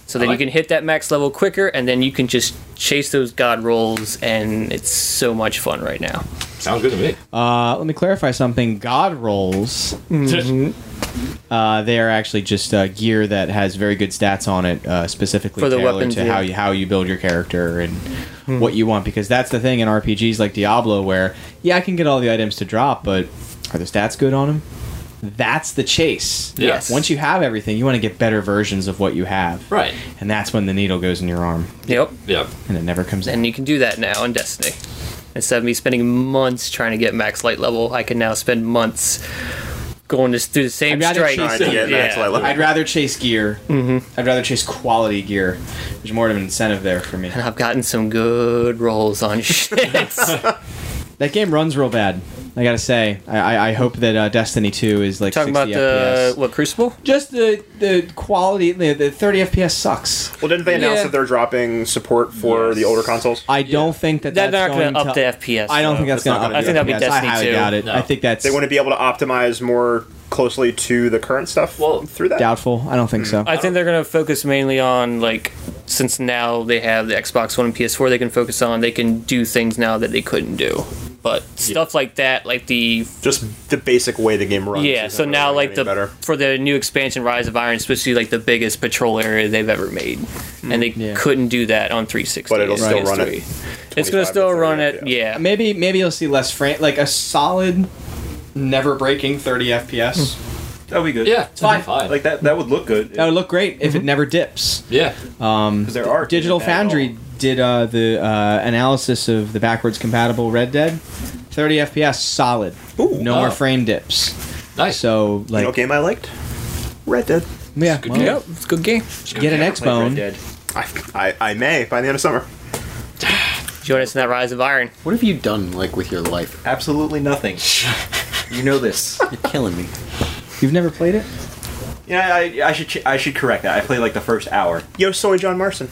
[SPEAKER 4] So then
[SPEAKER 2] like-
[SPEAKER 4] you can hit that max level quicker, and then you can just chase those god rolls, and it's so much fun right now.
[SPEAKER 2] Sounds good to me.
[SPEAKER 6] Uh, let me clarify something. God rolls Uh, they are actually just uh, gear that has very good stats on it, uh, specifically
[SPEAKER 4] For the
[SPEAKER 6] tailored
[SPEAKER 4] weapons,
[SPEAKER 6] to
[SPEAKER 4] yeah. Hmm.
[SPEAKER 6] how you how you build your character and what you want. Because that's the thing in RPGs like Diablo, where yeah, I can get all the items to drop, but are the stats good on them? That's the chase.
[SPEAKER 2] Yes.
[SPEAKER 6] Once you have everything, you want to get better versions of what you have.
[SPEAKER 2] Right.
[SPEAKER 6] And that's when the needle goes in your arm,
[SPEAKER 4] Yep.
[SPEAKER 2] Yeah.
[SPEAKER 6] and it never comes in.
[SPEAKER 4] And you can do that now in Destiny. Instead of me spending months trying to get max light level, I can now spend months going to through the same
[SPEAKER 6] I'd rather
[SPEAKER 4] strike.
[SPEAKER 6] choose-
[SPEAKER 1] Trying to get max
[SPEAKER 4] Yeah.
[SPEAKER 1] light level.
[SPEAKER 6] I'd rather chase gear. Mm-hmm. I'd rather chase quality gear. There's more of an incentive there for me.
[SPEAKER 4] And I've gotten some good rolls on [laughs]
[SPEAKER 6] [laughs]
[SPEAKER 4] shit.
[SPEAKER 6] That game runs real bad. I gotta say, I, I, I hope that uh, Destiny Two is like
[SPEAKER 4] Talking
[SPEAKER 6] 60
[SPEAKER 4] about the
[SPEAKER 6] FPS.
[SPEAKER 4] what Crucible?
[SPEAKER 6] Just the the quality, the, the 30 FPS sucks.
[SPEAKER 1] Well, didn't they announce
[SPEAKER 6] Yeah.
[SPEAKER 1] that they're dropping support for the older consoles?
[SPEAKER 6] I don't think that
[SPEAKER 4] They're
[SPEAKER 6] that's
[SPEAKER 4] not going to up
[SPEAKER 6] to
[SPEAKER 4] the FPS.
[SPEAKER 6] I don't think that's
[SPEAKER 1] not
[SPEAKER 6] going to up.
[SPEAKER 1] gonna
[SPEAKER 4] I think that'd be
[SPEAKER 6] FPS. I
[SPEAKER 4] Destiny
[SPEAKER 6] highly
[SPEAKER 4] 2.
[SPEAKER 6] doubt it.
[SPEAKER 2] No.
[SPEAKER 6] I think that's
[SPEAKER 1] They want to be able to optimize more closely to the current stuff
[SPEAKER 2] Well,
[SPEAKER 1] through that.
[SPEAKER 6] doubtful. I don't think so.
[SPEAKER 4] Mm. I think they're going to focus mainly on like since now they have the Xbox One and PS4 they can focus on they can do things now that they couldn't do. But stuff like that, like the
[SPEAKER 1] Just the basic way the game runs.
[SPEAKER 4] yeah,
[SPEAKER 1] isn't
[SPEAKER 4] so now
[SPEAKER 1] really
[SPEAKER 4] like
[SPEAKER 1] any
[SPEAKER 4] the
[SPEAKER 1] better.
[SPEAKER 4] for the new expansion Rise of Iron, especially like the biggest patrol area they've ever made, and they
[SPEAKER 6] Mm, Yeah.
[SPEAKER 4] couldn't do that on 360.
[SPEAKER 1] But it'll
[SPEAKER 4] and
[SPEAKER 1] still run at
[SPEAKER 4] PS3. It's
[SPEAKER 1] 25
[SPEAKER 4] gonna
[SPEAKER 1] to
[SPEAKER 4] still
[SPEAKER 1] 30,
[SPEAKER 4] run it.
[SPEAKER 1] yeah.
[SPEAKER 4] Yeah,
[SPEAKER 6] maybe maybe you'll see less frame, like a solid, never breaking 30 FPS.
[SPEAKER 7] That would be good.
[SPEAKER 2] Yeah. It's
[SPEAKER 6] fine.
[SPEAKER 2] Fine.
[SPEAKER 7] Like that. That would look good.
[SPEAKER 6] That would look great if it never dips.
[SPEAKER 2] yeah.
[SPEAKER 7] because there are
[SPEAKER 6] Digital Foundry did uh, the uh, analysis of the backwards compatible Red Dead. 30 FPS, solid. no
[SPEAKER 2] Oh.
[SPEAKER 6] more frame dips.
[SPEAKER 2] Nice.
[SPEAKER 6] So
[SPEAKER 1] you know,
[SPEAKER 6] like,
[SPEAKER 1] what game I liked. Red Dead.
[SPEAKER 6] yeah,
[SPEAKER 2] good
[SPEAKER 6] well,
[SPEAKER 2] game.
[SPEAKER 4] Yep, it's a good game.
[SPEAKER 6] get an X Bone.
[SPEAKER 1] I, I, I may by the end of summer.
[SPEAKER 4] Join us in that Rise of Iron.
[SPEAKER 5] What have you done like with your life?
[SPEAKER 7] Absolutely
[SPEAKER 6] [laughs]
[SPEAKER 7] nothing. you know this.
[SPEAKER 5] You're killing me.
[SPEAKER 6] You've never played it?
[SPEAKER 7] Yeah, I, I should ch- I should correct that. I played like the first hour.
[SPEAKER 1] Yo, soy John Marston.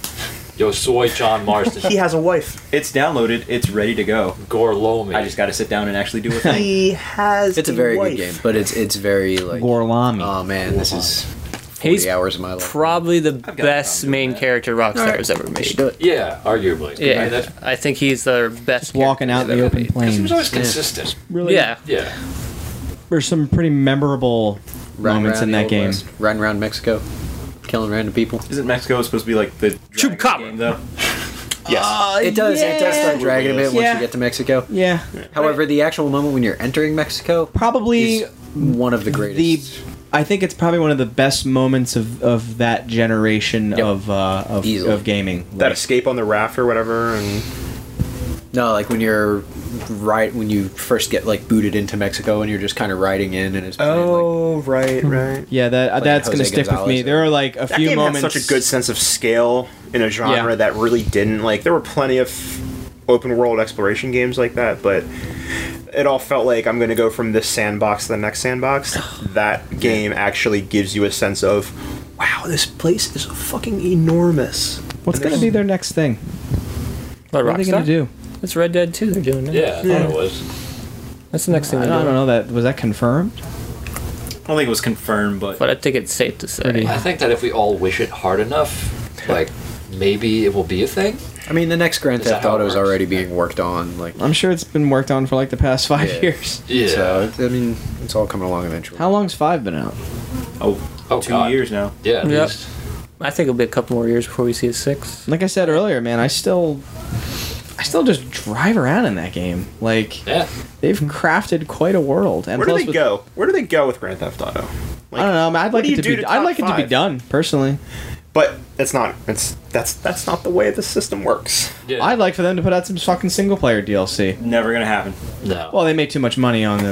[SPEAKER 2] Yo, soy John
[SPEAKER 1] He
[SPEAKER 2] Marston.
[SPEAKER 1] has a [laughs] wife.
[SPEAKER 7] It's downloaded. It's ready to go.
[SPEAKER 2] Gorlomi.
[SPEAKER 7] I just got to sit down and actually do a thing.
[SPEAKER 6] [laughs]
[SPEAKER 1] He has.
[SPEAKER 5] It's a very
[SPEAKER 1] wife.
[SPEAKER 5] good game, but it's it's very like
[SPEAKER 6] Gorlami.
[SPEAKER 5] oh man, this is
[SPEAKER 4] He's
[SPEAKER 5] 40 hours of my life.
[SPEAKER 4] probably the
[SPEAKER 7] got no
[SPEAKER 4] best
[SPEAKER 7] problem doing
[SPEAKER 4] main
[SPEAKER 7] that.
[SPEAKER 4] character Rockstar
[SPEAKER 5] Alright.
[SPEAKER 4] has ever
[SPEAKER 5] You
[SPEAKER 4] made.
[SPEAKER 5] should do it.
[SPEAKER 2] yeah, arguably.
[SPEAKER 4] Yeah,
[SPEAKER 2] I mean, that-
[SPEAKER 4] I think he's the best.
[SPEAKER 6] Walking out
[SPEAKER 4] character
[SPEAKER 6] in the
[SPEAKER 4] they've
[SPEAKER 6] open
[SPEAKER 4] ever made.
[SPEAKER 2] 'cause he was
[SPEAKER 6] plains.
[SPEAKER 2] always consistent.
[SPEAKER 6] Really?
[SPEAKER 4] Yeah,
[SPEAKER 2] Yeah.
[SPEAKER 6] There's some pretty memorable
[SPEAKER 5] Riding
[SPEAKER 6] moments
[SPEAKER 5] around
[SPEAKER 6] in
[SPEAKER 5] the
[SPEAKER 6] that
[SPEAKER 5] Old
[SPEAKER 6] game.
[SPEAKER 5] West, riding around Mexico, killing random people.
[SPEAKER 7] Isn't Mexico supposed to be like the dragon
[SPEAKER 4] Chupacabra.
[SPEAKER 7] game though?
[SPEAKER 1] Yes.
[SPEAKER 8] Uh,
[SPEAKER 5] it does. It does start dragging a bit once
[SPEAKER 6] Uh, Yeah.
[SPEAKER 5] you get to Mexico.
[SPEAKER 6] Yeah.
[SPEAKER 5] However, the actual moment when you're entering Mexico
[SPEAKER 6] Probably
[SPEAKER 5] is one of the
[SPEAKER 6] the.
[SPEAKER 5] greatest.
[SPEAKER 6] I think it's probably one of the best moments of, of that generation
[SPEAKER 5] Yep.
[SPEAKER 6] of uh, of,
[SPEAKER 5] Easily.
[SPEAKER 6] of gaming.
[SPEAKER 1] That
[SPEAKER 6] Like,
[SPEAKER 1] escape on the raft or whatever, and
[SPEAKER 5] no, like when you're right when you first get like booted into Mexico and you're just kind of riding in and it's playing, like,
[SPEAKER 6] Oh.
[SPEAKER 1] Oh, right, right.
[SPEAKER 6] yeah, that that's
[SPEAKER 5] Jose
[SPEAKER 6] gonna stick with me.
[SPEAKER 5] Gonzalez.
[SPEAKER 6] There are like a
[SPEAKER 1] That
[SPEAKER 6] few
[SPEAKER 1] game
[SPEAKER 6] moments.
[SPEAKER 1] had such a good sense of scale in a genre
[SPEAKER 6] Yeah.
[SPEAKER 1] that really didn't like. There were plenty of open world exploration games like that, but it all felt like I'm going to go from this sandbox to the next
[SPEAKER 6] [sighs]
[SPEAKER 1] sandbox. that game actually gives you a sense of, wow, this place is fucking enormous.
[SPEAKER 6] What's gonna be their next thing?
[SPEAKER 4] what,
[SPEAKER 6] What are they
[SPEAKER 4] Rockstar.
[SPEAKER 6] gonna do?
[SPEAKER 4] It's Red Dead 2 they're doing now.
[SPEAKER 2] Yeah, I thought it was.
[SPEAKER 4] That's the next thing
[SPEAKER 6] I
[SPEAKER 4] they're
[SPEAKER 6] don't, I
[SPEAKER 4] doing.
[SPEAKER 6] don't know that was that confirmed.
[SPEAKER 7] I don't think it was confirmed, but
[SPEAKER 4] But I think it's safe to say.
[SPEAKER 6] Pretty-
[SPEAKER 2] I think that if we all wish it hard enough, like maybe it will be a thing.
[SPEAKER 5] I mean, the next Grand
[SPEAKER 2] Is that
[SPEAKER 5] Theft
[SPEAKER 2] how it
[SPEAKER 5] Auto is
[SPEAKER 2] works?
[SPEAKER 5] already being worked on. Like,
[SPEAKER 6] I'm sure it's been worked on for like the past five
[SPEAKER 5] Yeah.
[SPEAKER 6] years.
[SPEAKER 2] Yeah.
[SPEAKER 5] so it's- I mean, it's all coming along eventually.
[SPEAKER 6] How long's five been out?
[SPEAKER 7] oh,
[SPEAKER 2] Oh,
[SPEAKER 7] two
[SPEAKER 2] God.
[SPEAKER 7] years now.
[SPEAKER 2] yeah. At
[SPEAKER 4] Yep.
[SPEAKER 2] least.
[SPEAKER 4] I think it'll be a couple more years before we see a 6.
[SPEAKER 6] Like I said earlier, man, I still, I still just drive around in that game. Like
[SPEAKER 2] Yeah.
[SPEAKER 6] they've crafted quite a world. And
[SPEAKER 1] Where do
[SPEAKER 6] plus
[SPEAKER 1] they
[SPEAKER 6] with-
[SPEAKER 1] go? Where do they go with Grand Theft Auto? Like,
[SPEAKER 6] I don't know. Man, I'd
[SPEAKER 1] what
[SPEAKER 6] like
[SPEAKER 1] do
[SPEAKER 6] it
[SPEAKER 1] you
[SPEAKER 6] to
[SPEAKER 1] do
[SPEAKER 6] be.
[SPEAKER 1] to
[SPEAKER 6] I'd
[SPEAKER 1] top
[SPEAKER 6] like it to be
[SPEAKER 1] five?
[SPEAKER 6] done personally.
[SPEAKER 1] But it's not. It's that's that's not the way the system works.
[SPEAKER 2] Yeah.
[SPEAKER 6] I'd like for them to put out some fucking single player DLC.
[SPEAKER 7] Never gonna happen.
[SPEAKER 2] no.
[SPEAKER 6] Well, they make too much money on the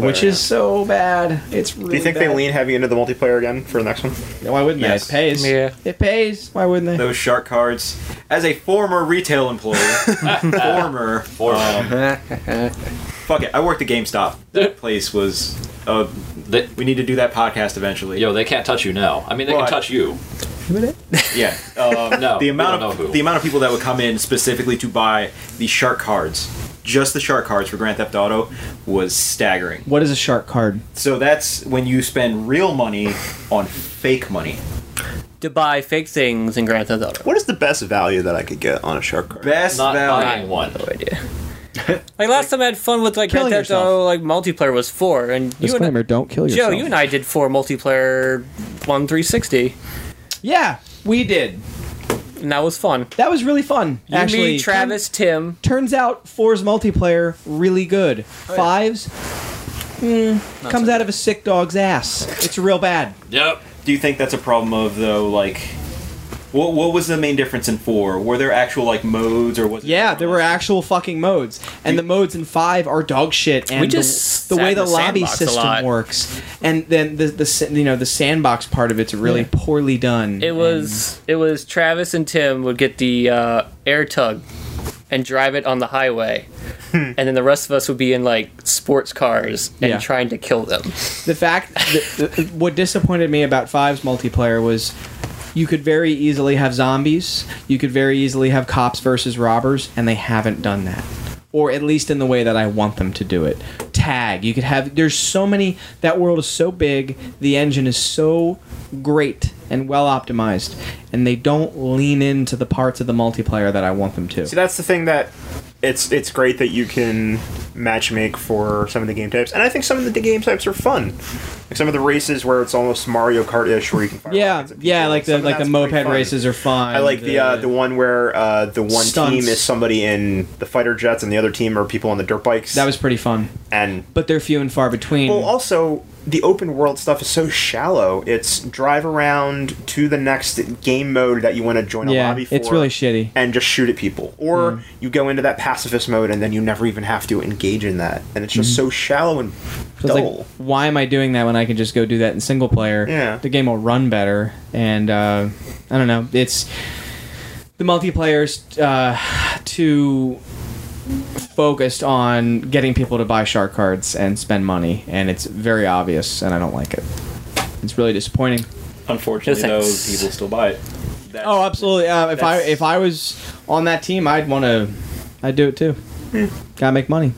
[SPEAKER 1] Multiplayer,
[SPEAKER 6] which
[SPEAKER 1] yeah.
[SPEAKER 6] is so bad. It's really
[SPEAKER 1] Do you think they lean heavy into the multiplayer again for the next one?
[SPEAKER 6] Why wouldn't
[SPEAKER 7] Yes.
[SPEAKER 6] they? It pays.
[SPEAKER 4] Yeah.
[SPEAKER 6] It pays. Why wouldn't they?
[SPEAKER 7] Those shark cards. As a former retail employee,
[SPEAKER 5] [laughs]
[SPEAKER 7] former,
[SPEAKER 2] Former.
[SPEAKER 7] um, fuck it. I worked at GameStop. That place was. Uh,
[SPEAKER 2] They-
[SPEAKER 7] we need to do that podcast eventually.
[SPEAKER 2] yo, they can't touch you now. I mean, they
[SPEAKER 7] Right.
[SPEAKER 2] can touch you.
[SPEAKER 7] Yeah. Um,
[SPEAKER 2] No,
[SPEAKER 7] [laughs] the
[SPEAKER 2] we
[SPEAKER 7] amount
[SPEAKER 2] don't know
[SPEAKER 7] of
[SPEAKER 2] who.
[SPEAKER 7] the amount of people that would come in specifically to buy the shark cards, just the shark cards for Grand Theft Auto, was staggering.
[SPEAKER 6] What is a shark card?
[SPEAKER 7] So that's when you spend real money on fake money.
[SPEAKER 4] To buy fake things in Grand Theft Auto.
[SPEAKER 1] What is the best value that I could get on a shark card?
[SPEAKER 7] Best
[SPEAKER 2] Not
[SPEAKER 7] value.
[SPEAKER 6] [laughs]
[SPEAKER 2] buying one.
[SPEAKER 4] No idea. Like last time I had fun with like Grand
[SPEAKER 6] killing
[SPEAKER 4] Theft
[SPEAKER 6] yourself.
[SPEAKER 4] Auto, like multiplayer was four, and you and
[SPEAKER 8] Disclaimer: Don't kill
[SPEAKER 4] Joe,
[SPEAKER 8] yourself.
[SPEAKER 4] you and I did four multiplayer one three sixty,
[SPEAKER 6] Yeah, we did.
[SPEAKER 4] and that was fun.
[SPEAKER 6] That was really fun.
[SPEAKER 4] You,
[SPEAKER 6] actually,
[SPEAKER 4] me, Travis, Tim.
[SPEAKER 6] turns out four's multiplayer really
[SPEAKER 4] Oh,
[SPEAKER 6] good. Fives mm, comes out of a sick dog's ass. It's real bad.
[SPEAKER 2] Yep.
[SPEAKER 7] Do you think that's a problem of though? Like, what what was the main difference in four? Were there actual like modes or was? it-
[SPEAKER 6] Yeah, there were actual fucking modes, and the modes in five are dog shit. And
[SPEAKER 4] We just
[SPEAKER 6] the, the
[SPEAKER 4] sat
[SPEAKER 6] way
[SPEAKER 4] in
[SPEAKER 6] the,
[SPEAKER 4] the
[SPEAKER 6] lobby
[SPEAKER 4] sandbox a lot.
[SPEAKER 6] system works, and then the the sa- you know the sandbox part of it's really poorly done.
[SPEAKER 4] It was
[SPEAKER 6] Mm-hmm.
[SPEAKER 4] it was Travis and Tim would get the uh, air tug and drive it on the
[SPEAKER 6] [laughs]
[SPEAKER 4] highway, and then the rest of us would be in like sports cars and
[SPEAKER 6] Yeah.
[SPEAKER 4] trying to kill
[SPEAKER 6] [laughs]
[SPEAKER 4] them.
[SPEAKER 6] the fact that the, what disappointed me about five's multiplayer was you could very easily have zombies you could very easily have cops versus robbers and they haven't done that or at least in the way that i want them to do it tag you could have there's so many that world is so big the engine is so great and well optimized and they don't lean into the parts of the multiplayer that i want them to
[SPEAKER 1] See, that's the thing that it's it's great that you can matchmake for some of the game types, and I think some of the game types are fun. Like some of the races where it's almost Mario Kart-ish, where you can fire
[SPEAKER 6] yeah
[SPEAKER 1] rockets at people.
[SPEAKER 6] yeah like the
[SPEAKER 1] Some of
[SPEAKER 6] like the
[SPEAKER 1] that's pretty
[SPEAKER 6] moped
[SPEAKER 1] fun.
[SPEAKER 6] races are fun
[SPEAKER 1] I like the uh, the one where uh, the one
[SPEAKER 6] Stunts.
[SPEAKER 1] team is somebody in the fighter jets, and the other team are people on the dirt bikes.
[SPEAKER 6] that was Mm. pretty fun
[SPEAKER 1] and
[SPEAKER 6] but they're few and far between
[SPEAKER 1] Well, also the open world stuff is so shallow. It's drive around to the next game mode that you want to join a
[SPEAKER 6] Yeah,
[SPEAKER 1] lobby for.
[SPEAKER 6] it's really shitty.
[SPEAKER 1] And just shoot at people, or
[SPEAKER 6] Hmm.
[SPEAKER 1] you go into that pacifist mode and then you never even have to engage in that, and it's just so shallow and
[SPEAKER 6] Hmm. So
[SPEAKER 1] dull.
[SPEAKER 6] it's like, why am I doing that when I can just go do that in single player?
[SPEAKER 1] Yeah.
[SPEAKER 6] The game will run better, and uh, I don't know. It's the multiplayer's uh, too focused on getting people to buy shark cards and spend money, and it's very obvious, and I don't like it. It's really disappointing.
[SPEAKER 7] Unfortunately,
[SPEAKER 4] No
[SPEAKER 7] though,
[SPEAKER 4] thanks.
[SPEAKER 7] people still buy it. That's,
[SPEAKER 6] Oh, absolutely. Uh, if I
[SPEAKER 7] That's-
[SPEAKER 6] if I was on that team, I'd want to. I'd do it too.
[SPEAKER 1] Hmm.
[SPEAKER 6] Gotta make money.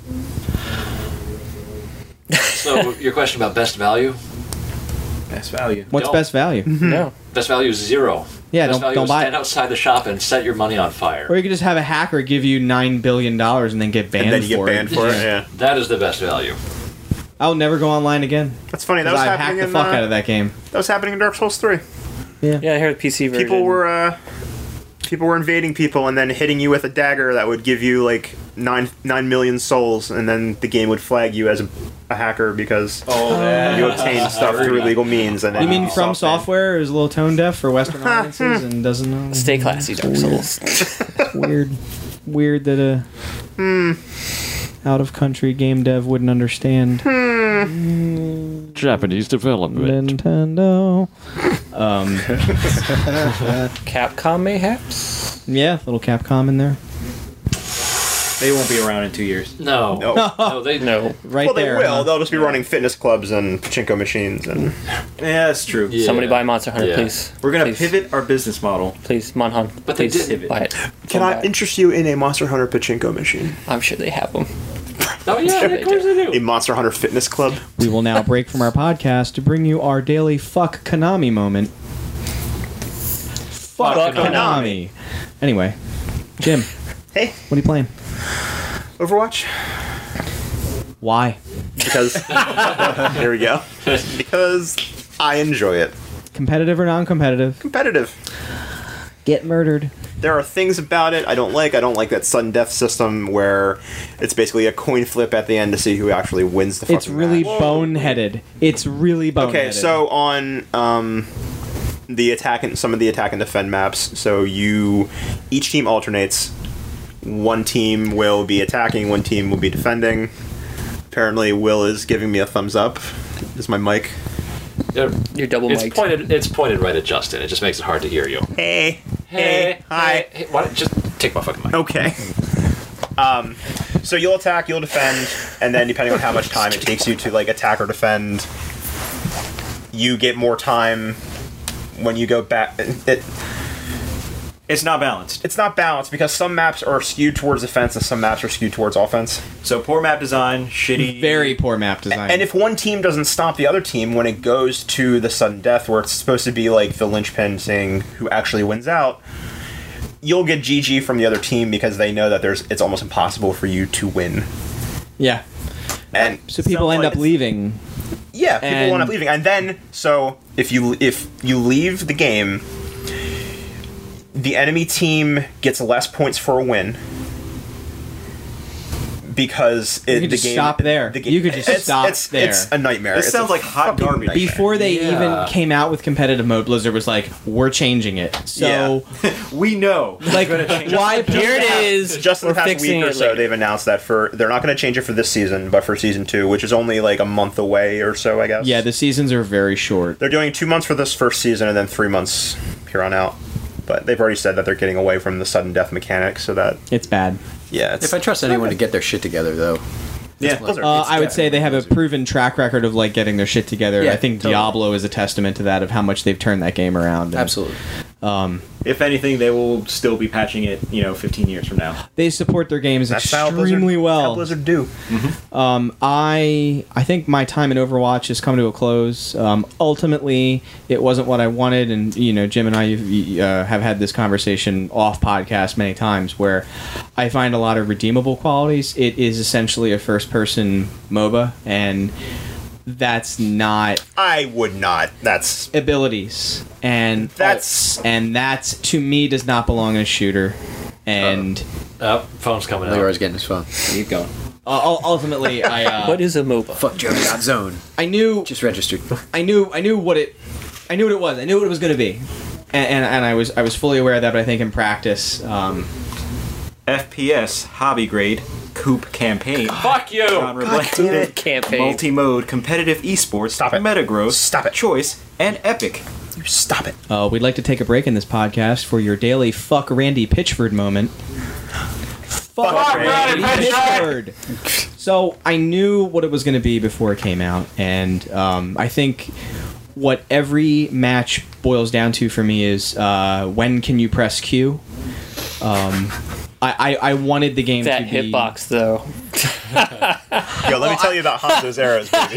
[SPEAKER 2] So your question about best value?
[SPEAKER 7] Best value.
[SPEAKER 6] What's
[SPEAKER 2] Don't-
[SPEAKER 6] best value?
[SPEAKER 4] No,
[SPEAKER 2] Best value is zero.
[SPEAKER 6] Yeah,
[SPEAKER 2] best
[SPEAKER 6] don't-
[SPEAKER 2] value
[SPEAKER 6] don't
[SPEAKER 2] is
[SPEAKER 6] buy it.
[SPEAKER 2] stand outside the shop and set your money on fire.
[SPEAKER 6] Or you could just have a hacker give you nine billion dollars and then get banned
[SPEAKER 1] and then you
[SPEAKER 6] for
[SPEAKER 1] get
[SPEAKER 6] it.
[SPEAKER 1] banned
[SPEAKER 6] [laughs]
[SPEAKER 1] for it. Yeah,
[SPEAKER 2] That is the best value.
[SPEAKER 6] I'll never go online again.
[SPEAKER 1] that's funny. That
[SPEAKER 6] 'cause
[SPEAKER 1] was
[SPEAKER 6] I hacked
[SPEAKER 1] happening
[SPEAKER 6] the
[SPEAKER 1] in
[SPEAKER 6] fuck
[SPEAKER 1] uh,
[SPEAKER 6] out of that game.
[SPEAKER 1] that was happening in Dark Souls three.
[SPEAKER 4] yeah, I heard the PC version.
[SPEAKER 1] People were uh, people were invading people and then hitting you with a dagger that would give you like nine nine million souls, and then the game would flag you as a, a hacker because
[SPEAKER 7] Oh, that-
[SPEAKER 6] [laughs]
[SPEAKER 1] you obtain stuff through legal means. And
[SPEAKER 6] You mean
[SPEAKER 1] Ubisoft
[SPEAKER 6] From
[SPEAKER 1] made-
[SPEAKER 6] Software is a little tone deaf
[SPEAKER 1] [laughs]
[SPEAKER 6] for Western audiences and doesn't know?
[SPEAKER 4] stay classy, Dark
[SPEAKER 8] Oh,
[SPEAKER 4] Souls.
[SPEAKER 6] Weird, weird that a
[SPEAKER 1] Hmm.
[SPEAKER 6] out of country game dev
[SPEAKER 1] [laughs]
[SPEAKER 6] wouldn't understand
[SPEAKER 8] Japanese development.
[SPEAKER 6] Nintendo.
[SPEAKER 7] um,
[SPEAKER 4] Capcom, mayhaps.
[SPEAKER 6] Yeah, little Capcom in there,
[SPEAKER 7] They won't be around in two years.
[SPEAKER 2] No.
[SPEAKER 1] No.
[SPEAKER 2] No,
[SPEAKER 6] [laughs]
[SPEAKER 2] they
[SPEAKER 4] No,
[SPEAKER 6] right
[SPEAKER 1] Well, they
[SPEAKER 6] there.
[SPEAKER 1] will.
[SPEAKER 6] huh?
[SPEAKER 1] They'll just be running fitness clubs and pachinko machines, and
[SPEAKER 7] Yeah, that's true.
[SPEAKER 2] Yeah.
[SPEAKER 4] somebody buy Monster Hunter,
[SPEAKER 2] Yeah.
[SPEAKER 4] please.
[SPEAKER 7] We're gonna
[SPEAKER 4] Please.
[SPEAKER 7] pivot our business model.
[SPEAKER 4] Please, Monhun.
[SPEAKER 2] But they
[SPEAKER 4] please,
[SPEAKER 2] did pivot.
[SPEAKER 4] buy it.
[SPEAKER 1] can
[SPEAKER 4] Don't
[SPEAKER 1] I
[SPEAKER 4] buy it.
[SPEAKER 1] interest you in a Monster Hunter pachinko machine?
[SPEAKER 4] I'm sure they have them.
[SPEAKER 2] Oh yeah, of course they
[SPEAKER 1] A
[SPEAKER 2] do.
[SPEAKER 1] Monster Hunter fitness club?
[SPEAKER 6] We will now break from our podcast to bring you our daily fuck Konami moment. Fuck, Konami. Anyway, Jim.
[SPEAKER 1] Hey.
[SPEAKER 6] What are you playing?
[SPEAKER 1] Overwatch?
[SPEAKER 6] Why?
[SPEAKER 1] [laughs] Because here we go. Because I enjoy it.
[SPEAKER 6] Competitive or non-competitive?
[SPEAKER 1] Competitive.
[SPEAKER 6] Get murdered.
[SPEAKER 1] there are things about it I don't like. I don't like that sudden death system where it's basically a coin flip at the end to see who actually wins the.
[SPEAKER 6] It's
[SPEAKER 1] fucking
[SPEAKER 6] really
[SPEAKER 1] match.
[SPEAKER 6] boneheaded. It's really boneheaded.
[SPEAKER 1] okay. So on um, the attack and some of the attack and defend maps, so you each team alternates. One team will be attacking. One team will be defending. Apparently, Will is giving me a thumbs up. Is my mic?
[SPEAKER 2] They're-
[SPEAKER 4] You're double
[SPEAKER 2] It's
[SPEAKER 4] mic'd.
[SPEAKER 2] pointed. It's pointed right at Justin. It just makes it hard to hear you.
[SPEAKER 1] Hey.
[SPEAKER 2] Hey,
[SPEAKER 1] Hi.
[SPEAKER 2] hey, why don't just take my fucking mic?
[SPEAKER 1] Okay. Um, so you'll attack, you'll defend, and then depending on how much time it takes you to like attack or defend, you get more time when you go back. It,
[SPEAKER 7] It's not balanced.
[SPEAKER 1] it's not balanced because some maps are skewed towards defense and some maps are skewed towards offense.
[SPEAKER 7] So poor map design, shitty.
[SPEAKER 6] very poor map design.
[SPEAKER 1] And if one team doesn't stop the other team when it goes to the sudden death, where it's supposed to be like the linchpin saying who actually wins out, you'll get GG from the other team because they know that there's it's almost impossible for you to win.
[SPEAKER 6] Yeah.
[SPEAKER 1] And
[SPEAKER 6] So people
[SPEAKER 7] Sounds
[SPEAKER 6] end
[SPEAKER 7] like
[SPEAKER 6] up
[SPEAKER 7] it's-
[SPEAKER 6] leaving.
[SPEAKER 1] yeah, people
[SPEAKER 6] And-
[SPEAKER 1] end up leaving. And then so if you if you leave the game, the enemy team gets less points for a win. Because it,
[SPEAKER 6] could
[SPEAKER 1] the
[SPEAKER 6] just
[SPEAKER 1] game,
[SPEAKER 6] stop there.
[SPEAKER 1] The game,
[SPEAKER 6] You could just
[SPEAKER 1] it's-
[SPEAKER 6] stop
[SPEAKER 1] it's,
[SPEAKER 6] there.
[SPEAKER 1] It's a nightmare.
[SPEAKER 7] This
[SPEAKER 1] It's a
[SPEAKER 7] sounds like hot
[SPEAKER 1] fucking
[SPEAKER 7] garbage.
[SPEAKER 1] nightmare.
[SPEAKER 6] Before they
[SPEAKER 2] Yeah.
[SPEAKER 6] even came out with competitive mode, Blizzard was like, "We're changing it." So,
[SPEAKER 7] we know.
[SPEAKER 6] like, why
[SPEAKER 4] Here it is.
[SPEAKER 1] just in the
[SPEAKER 4] We're
[SPEAKER 1] past
[SPEAKER 4] fixing
[SPEAKER 1] week or
[SPEAKER 4] it
[SPEAKER 1] so,
[SPEAKER 4] later.
[SPEAKER 1] they've announced that for they're not going to change it for this season, but for season two, which is only like a month away or so, I guess.
[SPEAKER 6] Yeah, the seasons are very short.
[SPEAKER 1] they're doing two months for this first season and then three months here on out. But they've already said that they're getting away from the sudden death mechanic, so that
[SPEAKER 6] It's bad.
[SPEAKER 1] yeah, it's
[SPEAKER 5] If I trust anyone to get their shit together, though,
[SPEAKER 7] Yeah.
[SPEAKER 1] Blizzard.
[SPEAKER 6] Uh, I would say they have a proven track record of like getting their shit together.
[SPEAKER 5] Yeah,
[SPEAKER 6] I think
[SPEAKER 5] totally.
[SPEAKER 6] Diablo is a testament to that of how much they've turned that game around. and-
[SPEAKER 5] absolutely.
[SPEAKER 7] If anything, they will still be patching it, you know, 15 years from now.
[SPEAKER 6] They support their games
[SPEAKER 1] that's how Blizzard-
[SPEAKER 6] extremely
[SPEAKER 1] How
[SPEAKER 6] well.
[SPEAKER 1] Blizzard do.
[SPEAKER 6] I I think my time in Overwatch has come to a close. Um, ultimately, it wasn't what I wanted, and you know, Jim and I you've, uh, have had this conversation off podcast many times, where I find a lot of redeemable qualities. It is essentially a first-person MOBA, and that's not
[SPEAKER 1] I would not. That's
[SPEAKER 6] abilities, and
[SPEAKER 1] That's-
[SPEAKER 6] and that's to me does not belong in a shooter, and
[SPEAKER 2] Oh, phone's coming out.
[SPEAKER 5] Leroy's getting his phone.
[SPEAKER 2] Keep going.
[SPEAKER 6] uh, ultimately, I
[SPEAKER 4] [laughs]
[SPEAKER 6] uh,
[SPEAKER 4] What is a MOBA?
[SPEAKER 5] Fuck Joe, got zone.
[SPEAKER 6] I knew
[SPEAKER 5] Just registered.
[SPEAKER 6] I knew I knew what it I knew what it was. I knew what it was going to be, and, and and I was I was fully aware of that. But I think in practice, um,
[SPEAKER 7] FPS, hobby grade, coop campaign.
[SPEAKER 2] Fuck you.
[SPEAKER 7] Genre blank,
[SPEAKER 4] Campaign.
[SPEAKER 7] multi-mode competitive esports.
[SPEAKER 1] Stop it.
[SPEAKER 7] Metagross.
[SPEAKER 1] Stop it.
[SPEAKER 7] Choice and epic.
[SPEAKER 1] you stop it.
[SPEAKER 6] uh, we'd like to take a break in this podcast for your daily fuck Randy Pitchford moment. Fuck,
[SPEAKER 2] Randy Pitchford!
[SPEAKER 6] Pitchford! So I knew what it was going to be before it came out, and um, I think what every match boils down to for me is uh, when can you press Q. Um, I, I, I wanted the game
[SPEAKER 4] That
[SPEAKER 6] to be
[SPEAKER 4] hitbox though.
[SPEAKER 1] Yo, let me tell you [laughs] about Hanzo's arrows. Baby.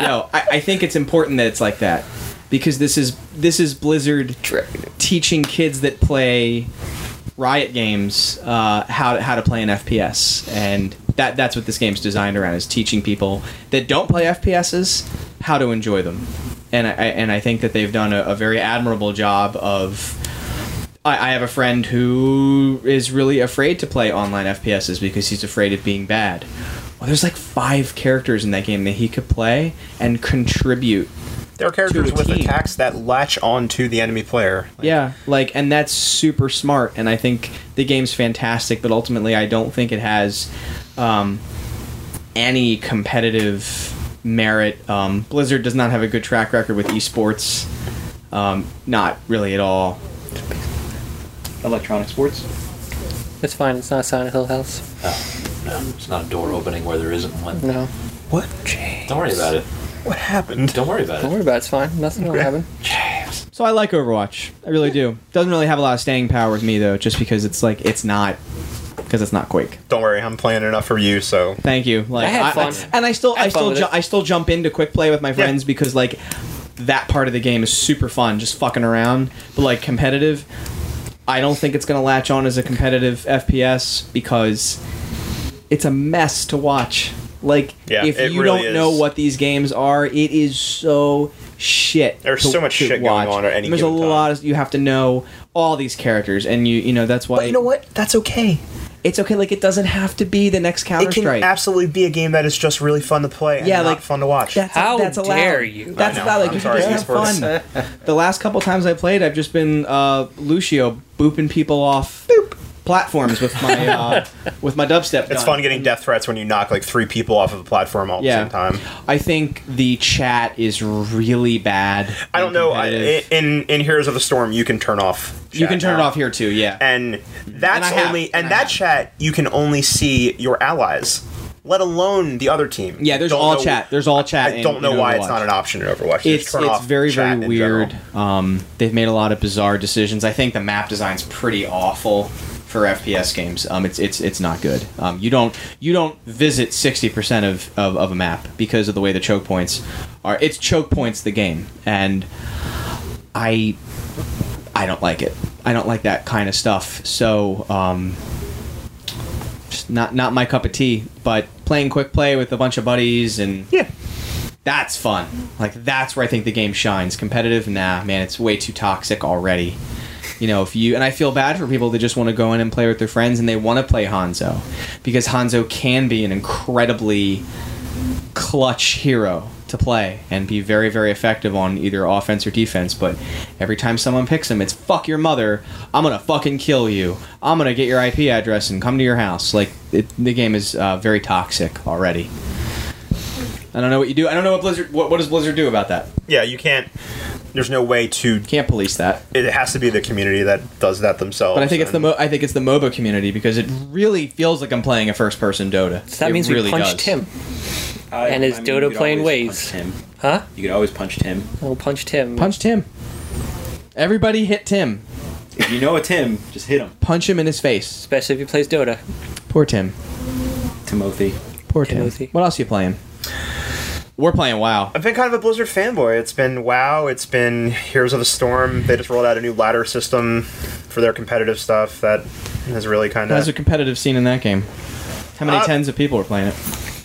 [SPEAKER 6] no, I, I think it's important that it's like that because this is this is Blizzard teaching kids that play Riot games uh, how to, how to play an FPS, and that that's what this game's designed around is teaching people that don't play FPSs how to enjoy them, and I I- and I think that they've done a, a very admirable job of. I I have a friend who is really afraid to play online FPSs because he's afraid of being bad. Well, there's like five characters in that game that he could play and contribute
[SPEAKER 1] There are characters
[SPEAKER 6] To a
[SPEAKER 1] with
[SPEAKER 6] team.
[SPEAKER 1] attacks that latch onto the enemy player. Like,
[SPEAKER 6] yeah like and that's super smart and i think the game's fantastic but ultimately i don't think it has um, any competitive merit um, blizzard does not have a good track record with esports um, not really at all
[SPEAKER 7] Electronic sports.
[SPEAKER 4] It's fine. It's not Silent Hill House.
[SPEAKER 2] No, it's not a door opening where there isn't one.
[SPEAKER 4] No.
[SPEAKER 1] What? James?
[SPEAKER 2] Don't worry about it.
[SPEAKER 1] What happened?
[SPEAKER 2] Don't worry about
[SPEAKER 4] Don't
[SPEAKER 2] it.
[SPEAKER 4] worry about it. It's fine. Nothing will happen.
[SPEAKER 6] so i like overwatch i really do doesn't really have a lot of staying power with me though just because it's like it's not because it's not quake
[SPEAKER 1] Don't worry, I'm playing enough for you. So
[SPEAKER 6] Thank you. Like,
[SPEAKER 4] I had fun.
[SPEAKER 6] and I still,
[SPEAKER 4] Had fun
[SPEAKER 6] I still,
[SPEAKER 4] with
[SPEAKER 6] ju-
[SPEAKER 4] it.
[SPEAKER 6] I still jump into quick play with my friends because like that part of the game is super fun, just fucking around. But like competitive, I don't think it's gonna latch on as a competitive FPS because it's a mess to watch. Like,
[SPEAKER 1] Yeah,
[SPEAKER 6] if
[SPEAKER 1] it
[SPEAKER 6] you
[SPEAKER 1] really
[SPEAKER 6] don't know
[SPEAKER 1] is.
[SPEAKER 6] what these games are, it is so shit.
[SPEAKER 1] There's
[SPEAKER 6] to-
[SPEAKER 1] so much
[SPEAKER 6] to
[SPEAKER 1] shit going
[SPEAKER 6] watch.
[SPEAKER 1] on at any
[SPEAKER 6] There's
[SPEAKER 1] given
[SPEAKER 6] a
[SPEAKER 1] time.
[SPEAKER 6] lot of you have to know all these characters, and you you know that's why
[SPEAKER 1] But you know what? That's okay.
[SPEAKER 6] it's okay. Like, it doesn't have to be the next Counter
[SPEAKER 1] It can
[SPEAKER 6] Strike.
[SPEAKER 1] absolutely be a game that is just really fun to play and
[SPEAKER 6] Yeah,
[SPEAKER 1] not
[SPEAKER 6] like-
[SPEAKER 1] fun to watch.
[SPEAKER 6] That's
[SPEAKER 4] How
[SPEAKER 6] that's allowed.
[SPEAKER 4] dare you.
[SPEAKER 6] That's
[SPEAKER 1] I know.
[SPEAKER 6] allowed. Like,
[SPEAKER 1] I'm
[SPEAKER 6] you
[SPEAKER 1] sorry,
[SPEAKER 6] can just have fun. [laughs] the last couple times I played, I've just been uh, Lucio booping people off platforms with
[SPEAKER 1] [laughs]
[SPEAKER 6] my uh, with my dubstep.
[SPEAKER 1] It's
[SPEAKER 6] gun.
[SPEAKER 1] fun getting death threats when you knock like three people off of a platform all at the
[SPEAKER 6] Yeah.
[SPEAKER 1] same time.
[SPEAKER 6] I think the chat is really bad.
[SPEAKER 1] I don't
[SPEAKER 6] and
[SPEAKER 1] know. I,
[SPEAKER 6] competitive.
[SPEAKER 1] in in Heroes of the Storm, you can turn off.
[SPEAKER 6] you
[SPEAKER 1] chat
[SPEAKER 6] can turn it
[SPEAKER 1] now.
[SPEAKER 6] off here too. Yeah.
[SPEAKER 1] and that's
[SPEAKER 6] And I have,
[SPEAKER 1] only and,
[SPEAKER 6] and I
[SPEAKER 1] that
[SPEAKER 6] have.
[SPEAKER 1] chat you can only see your allies, let alone the other team.
[SPEAKER 6] yeah, there's
[SPEAKER 1] Don't
[SPEAKER 6] all
[SPEAKER 1] know-
[SPEAKER 6] chat. There's all chat.
[SPEAKER 1] I
[SPEAKER 6] in-
[SPEAKER 1] don't know
[SPEAKER 6] in
[SPEAKER 1] why it's
[SPEAKER 6] Overwatch.
[SPEAKER 1] not an option in Overwatch. You
[SPEAKER 6] It's
[SPEAKER 1] just turn
[SPEAKER 6] it's
[SPEAKER 1] off
[SPEAKER 6] very
[SPEAKER 1] chat
[SPEAKER 6] very
[SPEAKER 1] in general.
[SPEAKER 6] weird. Um, they've made a lot of bizarre decisions. I think the map design's pretty awful for FPS games. Um, it's it's it's not good. Um, you don't you don't visit sixty percent of, of of a map because of the way the choke points are. It's choke points the game, and I I don't like it. I- I don't like that kind of stuff. So, um, just not not my cup of tea. But playing quick play with a bunch of buddies and
[SPEAKER 1] Yeah.
[SPEAKER 6] that's fun. Like that's where I think the game shines. Competitive, nah, man, it's way too toxic already. You know, if you and I feel bad for people that just want to go in and play with their friends and they want to play Hanzo because Hanzo can be an incredibly clutch hero to play and be very very effective on either offense or defense but every time someone picks him it's fuck your mother i'm gonna fucking kill you i'm gonna get your ip address and come to your house like it, the game is uh, very toxic already I don't know what you do. I don't know what Blizzard. What, what does Blizzard do about that?
[SPEAKER 1] Yeah, you can't. There's no way to.
[SPEAKER 6] Can't police that.
[SPEAKER 1] It has to be the community that does that themselves.
[SPEAKER 6] But I think it's the
[SPEAKER 1] and-
[SPEAKER 6] mo- I think it's the MOBA community because it really feels like I'm playing a first person Dota.
[SPEAKER 4] So that
[SPEAKER 6] It
[SPEAKER 4] means we
[SPEAKER 6] really
[SPEAKER 4] punched
[SPEAKER 6] does.
[SPEAKER 4] him.
[SPEAKER 7] I,
[SPEAKER 4] And is
[SPEAKER 7] I mean,
[SPEAKER 4] Dodo
[SPEAKER 7] you could
[SPEAKER 4] playing
[SPEAKER 7] always
[SPEAKER 4] waves?
[SPEAKER 7] punch Tim.
[SPEAKER 4] Huh?
[SPEAKER 7] You could always punch Tim.
[SPEAKER 4] Well, punch Tim.
[SPEAKER 6] Punched him. Everybody hit Tim.
[SPEAKER 7] If you know a Tim, just hit him.
[SPEAKER 6] Punch him in his face.
[SPEAKER 4] Especially if he plays Dota.
[SPEAKER 6] Poor Tim.
[SPEAKER 7] Timothy.
[SPEAKER 6] Poor Tim.
[SPEAKER 4] Timothy.
[SPEAKER 6] What else are you playing? We're playing WoW.
[SPEAKER 1] I've been kind of a Blizzard fanboy. It's been WoW. It's been Heroes of the Storm. They just rolled out a new ladder system for their competitive stuff that has really kind
[SPEAKER 6] How's
[SPEAKER 1] of.
[SPEAKER 6] the competitive scene in that game? How many
[SPEAKER 1] Uh,
[SPEAKER 6] tens of people are playing it?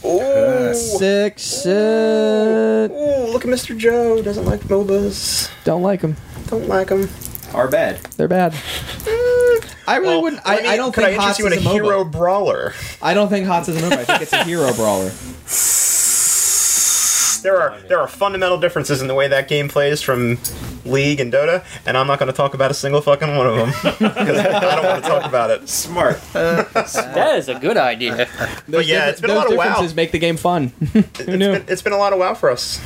[SPEAKER 1] Ooh,
[SPEAKER 6] Six. Uh,
[SPEAKER 1] ooh, look at Mr. Joe. Doesn't like MOBAs.
[SPEAKER 6] don't like them.
[SPEAKER 1] Don't like them.
[SPEAKER 7] Our bad.
[SPEAKER 6] They're bad. I really wouldn't. I, I don't
[SPEAKER 1] could
[SPEAKER 6] think
[SPEAKER 1] Mm, I interest
[SPEAKER 6] HOTS
[SPEAKER 1] you in
[SPEAKER 6] is
[SPEAKER 1] a
[SPEAKER 6] a MOBA.
[SPEAKER 1] hero brawler?
[SPEAKER 6] I don't think Hots is a MOBA. I think it's [laughs] a hero brawler.
[SPEAKER 1] There are there are fundamental differences in the way that game plays from League and Dota, and I'm not going to talk about a single fucking one of [laughs] them because I don't want to talk about it.
[SPEAKER 4] [laughs]
[SPEAKER 7] Smart.
[SPEAKER 4] That is a good idea.
[SPEAKER 1] But yeah, it's been a
[SPEAKER 6] Those
[SPEAKER 1] lot of WoW.
[SPEAKER 6] differences make the game fun. [laughs] Who knew?
[SPEAKER 1] [laughs] It's been a lot of WoW for us.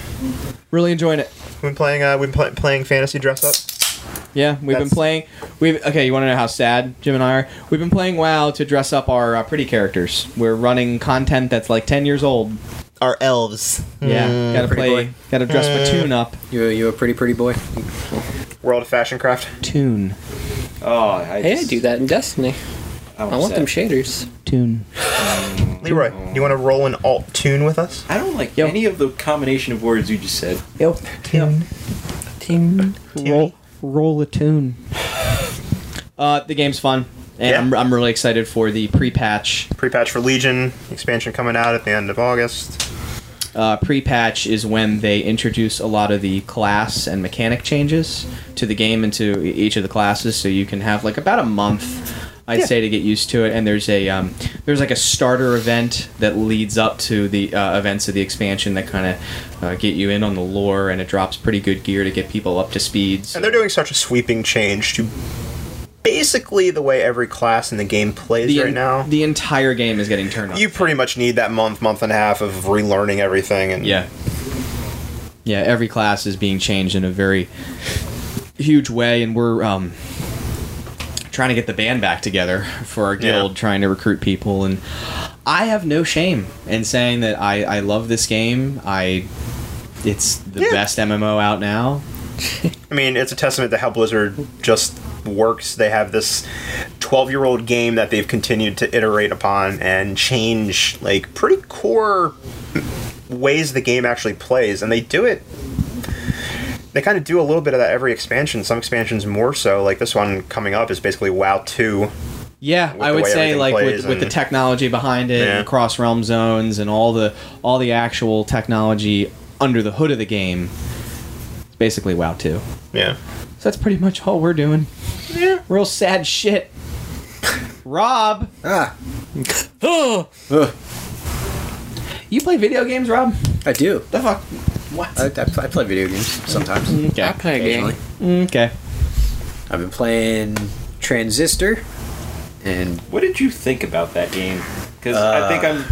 [SPEAKER 6] really enjoying it.
[SPEAKER 1] We've been playing uh, we've been pl- playing fantasy dress up.
[SPEAKER 6] Yeah, we've been
[SPEAKER 1] That's-
[SPEAKER 6] playing. We've okay. You want to know how sad Jim and I are? We've been playing WoW to dress up our uh, pretty characters. We're running content that's like ten years old.
[SPEAKER 1] Our elves.
[SPEAKER 6] Yeah, gotta
[SPEAKER 5] pretty
[SPEAKER 6] play.
[SPEAKER 5] boy.
[SPEAKER 6] Gotta dress
[SPEAKER 1] Hmm.
[SPEAKER 6] Platoon up.
[SPEAKER 5] [laughs] You you a pretty pretty boy.
[SPEAKER 1] World of Fashion Craft.
[SPEAKER 6] Tune,
[SPEAKER 7] Oh, I
[SPEAKER 4] Hey, I
[SPEAKER 7] just-
[SPEAKER 4] do that in Destiny.
[SPEAKER 7] I'm
[SPEAKER 4] I want them
[SPEAKER 7] upset.
[SPEAKER 4] shaders. [laughs]
[SPEAKER 6] tune.
[SPEAKER 1] Leroy, you want to roll an alt tune with us?
[SPEAKER 7] I don't like
[SPEAKER 6] Yo.
[SPEAKER 7] any of the combination of words you just said.
[SPEAKER 6] Yep.
[SPEAKER 4] Ting.
[SPEAKER 6] Roll, roll a tune.
[SPEAKER 1] [laughs]
[SPEAKER 6] Uh, the game's fun, and
[SPEAKER 1] Yeah.
[SPEAKER 6] I'm, I'm really excited for the pre-patch.
[SPEAKER 1] Pre-patch for Legion expansion coming out at the end of August.
[SPEAKER 6] uh, pre-patch is when they introduce a lot of the class and mechanic changes to the game and to e- each of the classes so you can have like about a month i'd say to get used to it and there's a um, there's like a starter event that leads up to the uh, events of the expansion that kind of uh, get you in on the lore and it drops pretty good gear to get people up to speed so-
[SPEAKER 1] And they're doing such a sweeping change to basically the way every class in the game plays
[SPEAKER 6] the,
[SPEAKER 1] right
[SPEAKER 6] en-
[SPEAKER 1] now.
[SPEAKER 6] the entire game is getting turned on
[SPEAKER 1] you pretty much need that month, month and a half of relearning everything and
[SPEAKER 6] Yeah. Yeah, every class is being changed in a very huge way, and we're um, trying to get the band back together for our
[SPEAKER 1] Yeah.
[SPEAKER 6] guild, trying to recruit people. And I have no shame in saying that I, I love this game. I It's the
[SPEAKER 1] Yeah.
[SPEAKER 6] best MMO out now.
[SPEAKER 1] I mean, it's a testament to how Blizzard just works. They have this 12 year old game that they've continued to iterate upon and change, like, pretty core ways the game actually plays. And they do it. They kind of do a little bit of that every expansion. Some expansions more so. Like, this one coming up is basically WoW 2.
[SPEAKER 6] Yeah,
[SPEAKER 1] with
[SPEAKER 6] I
[SPEAKER 1] the
[SPEAKER 6] would
[SPEAKER 1] way
[SPEAKER 6] say
[SPEAKER 1] everything
[SPEAKER 6] like
[SPEAKER 1] plays
[SPEAKER 6] with, with the
[SPEAKER 1] and-
[SPEAKER 6] technology behind it,
[SPEAKER 1] Yeah.
[SPEAKER 6] and cross realm zones, and all the all the actual technology under the hood of the game. It's basically WoW two.
[SPEAKER 1] Yeah.
[SPEAKER 6] So that's pretty much all we're doing. Yeah. Real sad shit. Rob,
[SPEAKER 5] Ah,
[SPEAKER 4] Oh,
[SPEAKER 6] you play video games, Rob?
[SPEAKER 5] I do.
[SPEAKER 6] The fuck?
[SPEAKER 5] I, I, pl- I play video games
[SPEAKER 1] Mm-hmm.
[SPEAKER 5] sometimes.
[SPEAKER 4] I
[SPEAKER 6] Okay.
[SPEAKER 4] play a game.
[SPEAKER 5] Occasionally.
[SPEAKER 6] Okay.
[SPEAKER 5] I've been playing Transistor, and
[SPEAKER 7] What did you think about that game? Because I
[SPEAKER 5] Uh.
[SPEAKER 7] think I'm.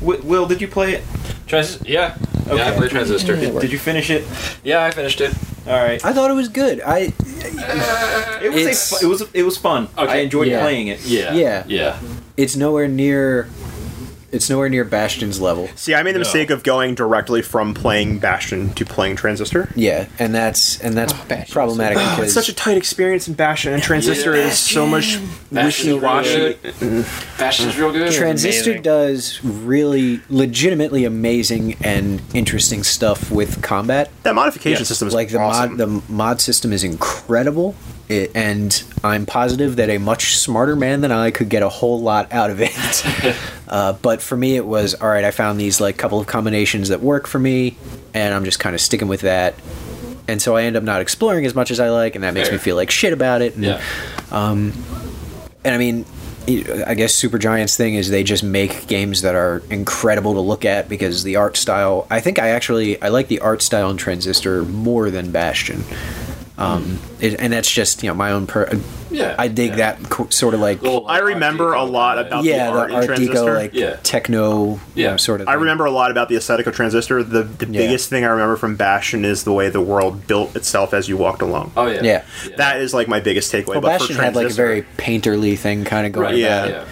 [SPEAKER 7] Wi- Will, did you play it?
[SPEAKER 2] Trans- yeah. Yeah, I
[SPEAKER 7] Okay.
[SPEAKER 2] played Transistor.
[SPEAKER 7] Did, did you finish it?
[SPEAKER 2] Yeah, I finished it.
[SPEAKER 7] All right.
[SPEAKER 5] I thought it was good. I
[SPEAKER 7] It was a
[SPEAKER 5] Uh, It's-
[SPEAKER 7] fu- it was it was fun. I
[SPEAKER 2] Okay.
[SPEAKER 7] enjoyed
[SPEAKER 5] Yeah.
[SPEAKER 7] playing it.
[SPEAKER 2] Yeah.
[SPEAKER 5] Yeah.
[SPEAKER 2] Yeah.
[SPEAKER 5] it's nowhere near. It's nowhere near Bastion's level.
[SPEAKER 1] See, I made the
[SPEAKER 2] No.
[SPEAKER 1] mistake of going directly from playing Bastion to playing Transistor.
[SPEAKER 5] Yeah, and that's and that's
[SPEAKER 4] Bastion's
[SPEAKER 5] problematic
[SPEAKER 1] Oh, Ah, it's
[SPEAKER 5] because
[SPEAKER 1] such a tight experience in Bastion, and Transistor is so much
[SPEAKER 2] Bastion's real
[SPEAKER 1] wishy-washy.
[SPEAKER 2] good. Bastion's real good.
[SPEAKER 5] Transistor
[SPEAKER 4] Amazing.
[SPEAKER 5] does really legitimately amazing and interesting stuff with combat.
[SPEAKER 1] That modification system is
[SPEAKER 5] like the
[SPEAKER 1] awesome.
[SPEAKER 5] mod the mod system is incredible it, and I'm positive that a much smarter man than I could get a whole lot out of it. uh, but for me, it was all right. I found these like couple of combinations that work for me, and I'm just kind of sticking with that. And so I end up not exploring as much as I like, and that makes
[SPEAKER 2] Fair.
[SPEAKER 5] me feel like shit about it. And
[SPEAKER 2] Yeah.
[SPEAKER 5] and I mean, I guess Super Giant's thing is they just make games that are incredible to look at because the art style. I think I actually I like the art style in Transistor more than Bastion. Um, it, and that's just you know my own. Per-
[SPEAKER 2] Hmm. Yeah,
[SPEAKER 5] I dig
[SPEAKER 2] yeah.
[SPEAKER 5] that co- sort of like
[SPEAKER 2] Little,
[SPEAKER 1] I
[SPEAKER 2] like,
[SPEAKER 1] remember a
[SPEAKER 2] RGB
[SPEAKER 1] lot
[SPEAKER 2] component.
[SPEAKER 1] about
[SPEAKER 5] yeah
[SPEAKER 1] the art,
[SPEAKER 5] the art
[SPEAKER 1] in
[SPEAKER 5] deco
[SPEAKER 1] Transistor.
[SPEAKER 5] like
[SPEAKER 2] Yeah.
[SPEAKER 5] techno you
[SPEAKER 2] Yeah.
[SPEAKER 5] know, sort of.
[SPEAKER 1] I
[SPEAKER 5] thing.
[SPEAKER 1] remember a lot about the aesthetic of Transistor. The, the
[SPEAKER 5] Yeah.
[SPEAKER 1] biggest thing I remember from Bastion is the way the world built itself as you walked along.
[SPEAKER 2] Oh yeah.
[SPEAKER 5] Yeah.
[SPEAKER 1] That is like my biggest takeaway.
[SPEAKER 5] Well,
[SPEAKER 1] but
[SPEAKER 5] Bastion
[SPEAKER 1] for
[SPEAKER 5] had like a
[SPEAKER 1] Transistor-
[SPEAKER 5] very painterly thing kind of going.
[SPEAKER 2] Right.
[SPEAKER 5] on.
[SPEAKER 1] yeah.
[SPEAKER 2] Yeah.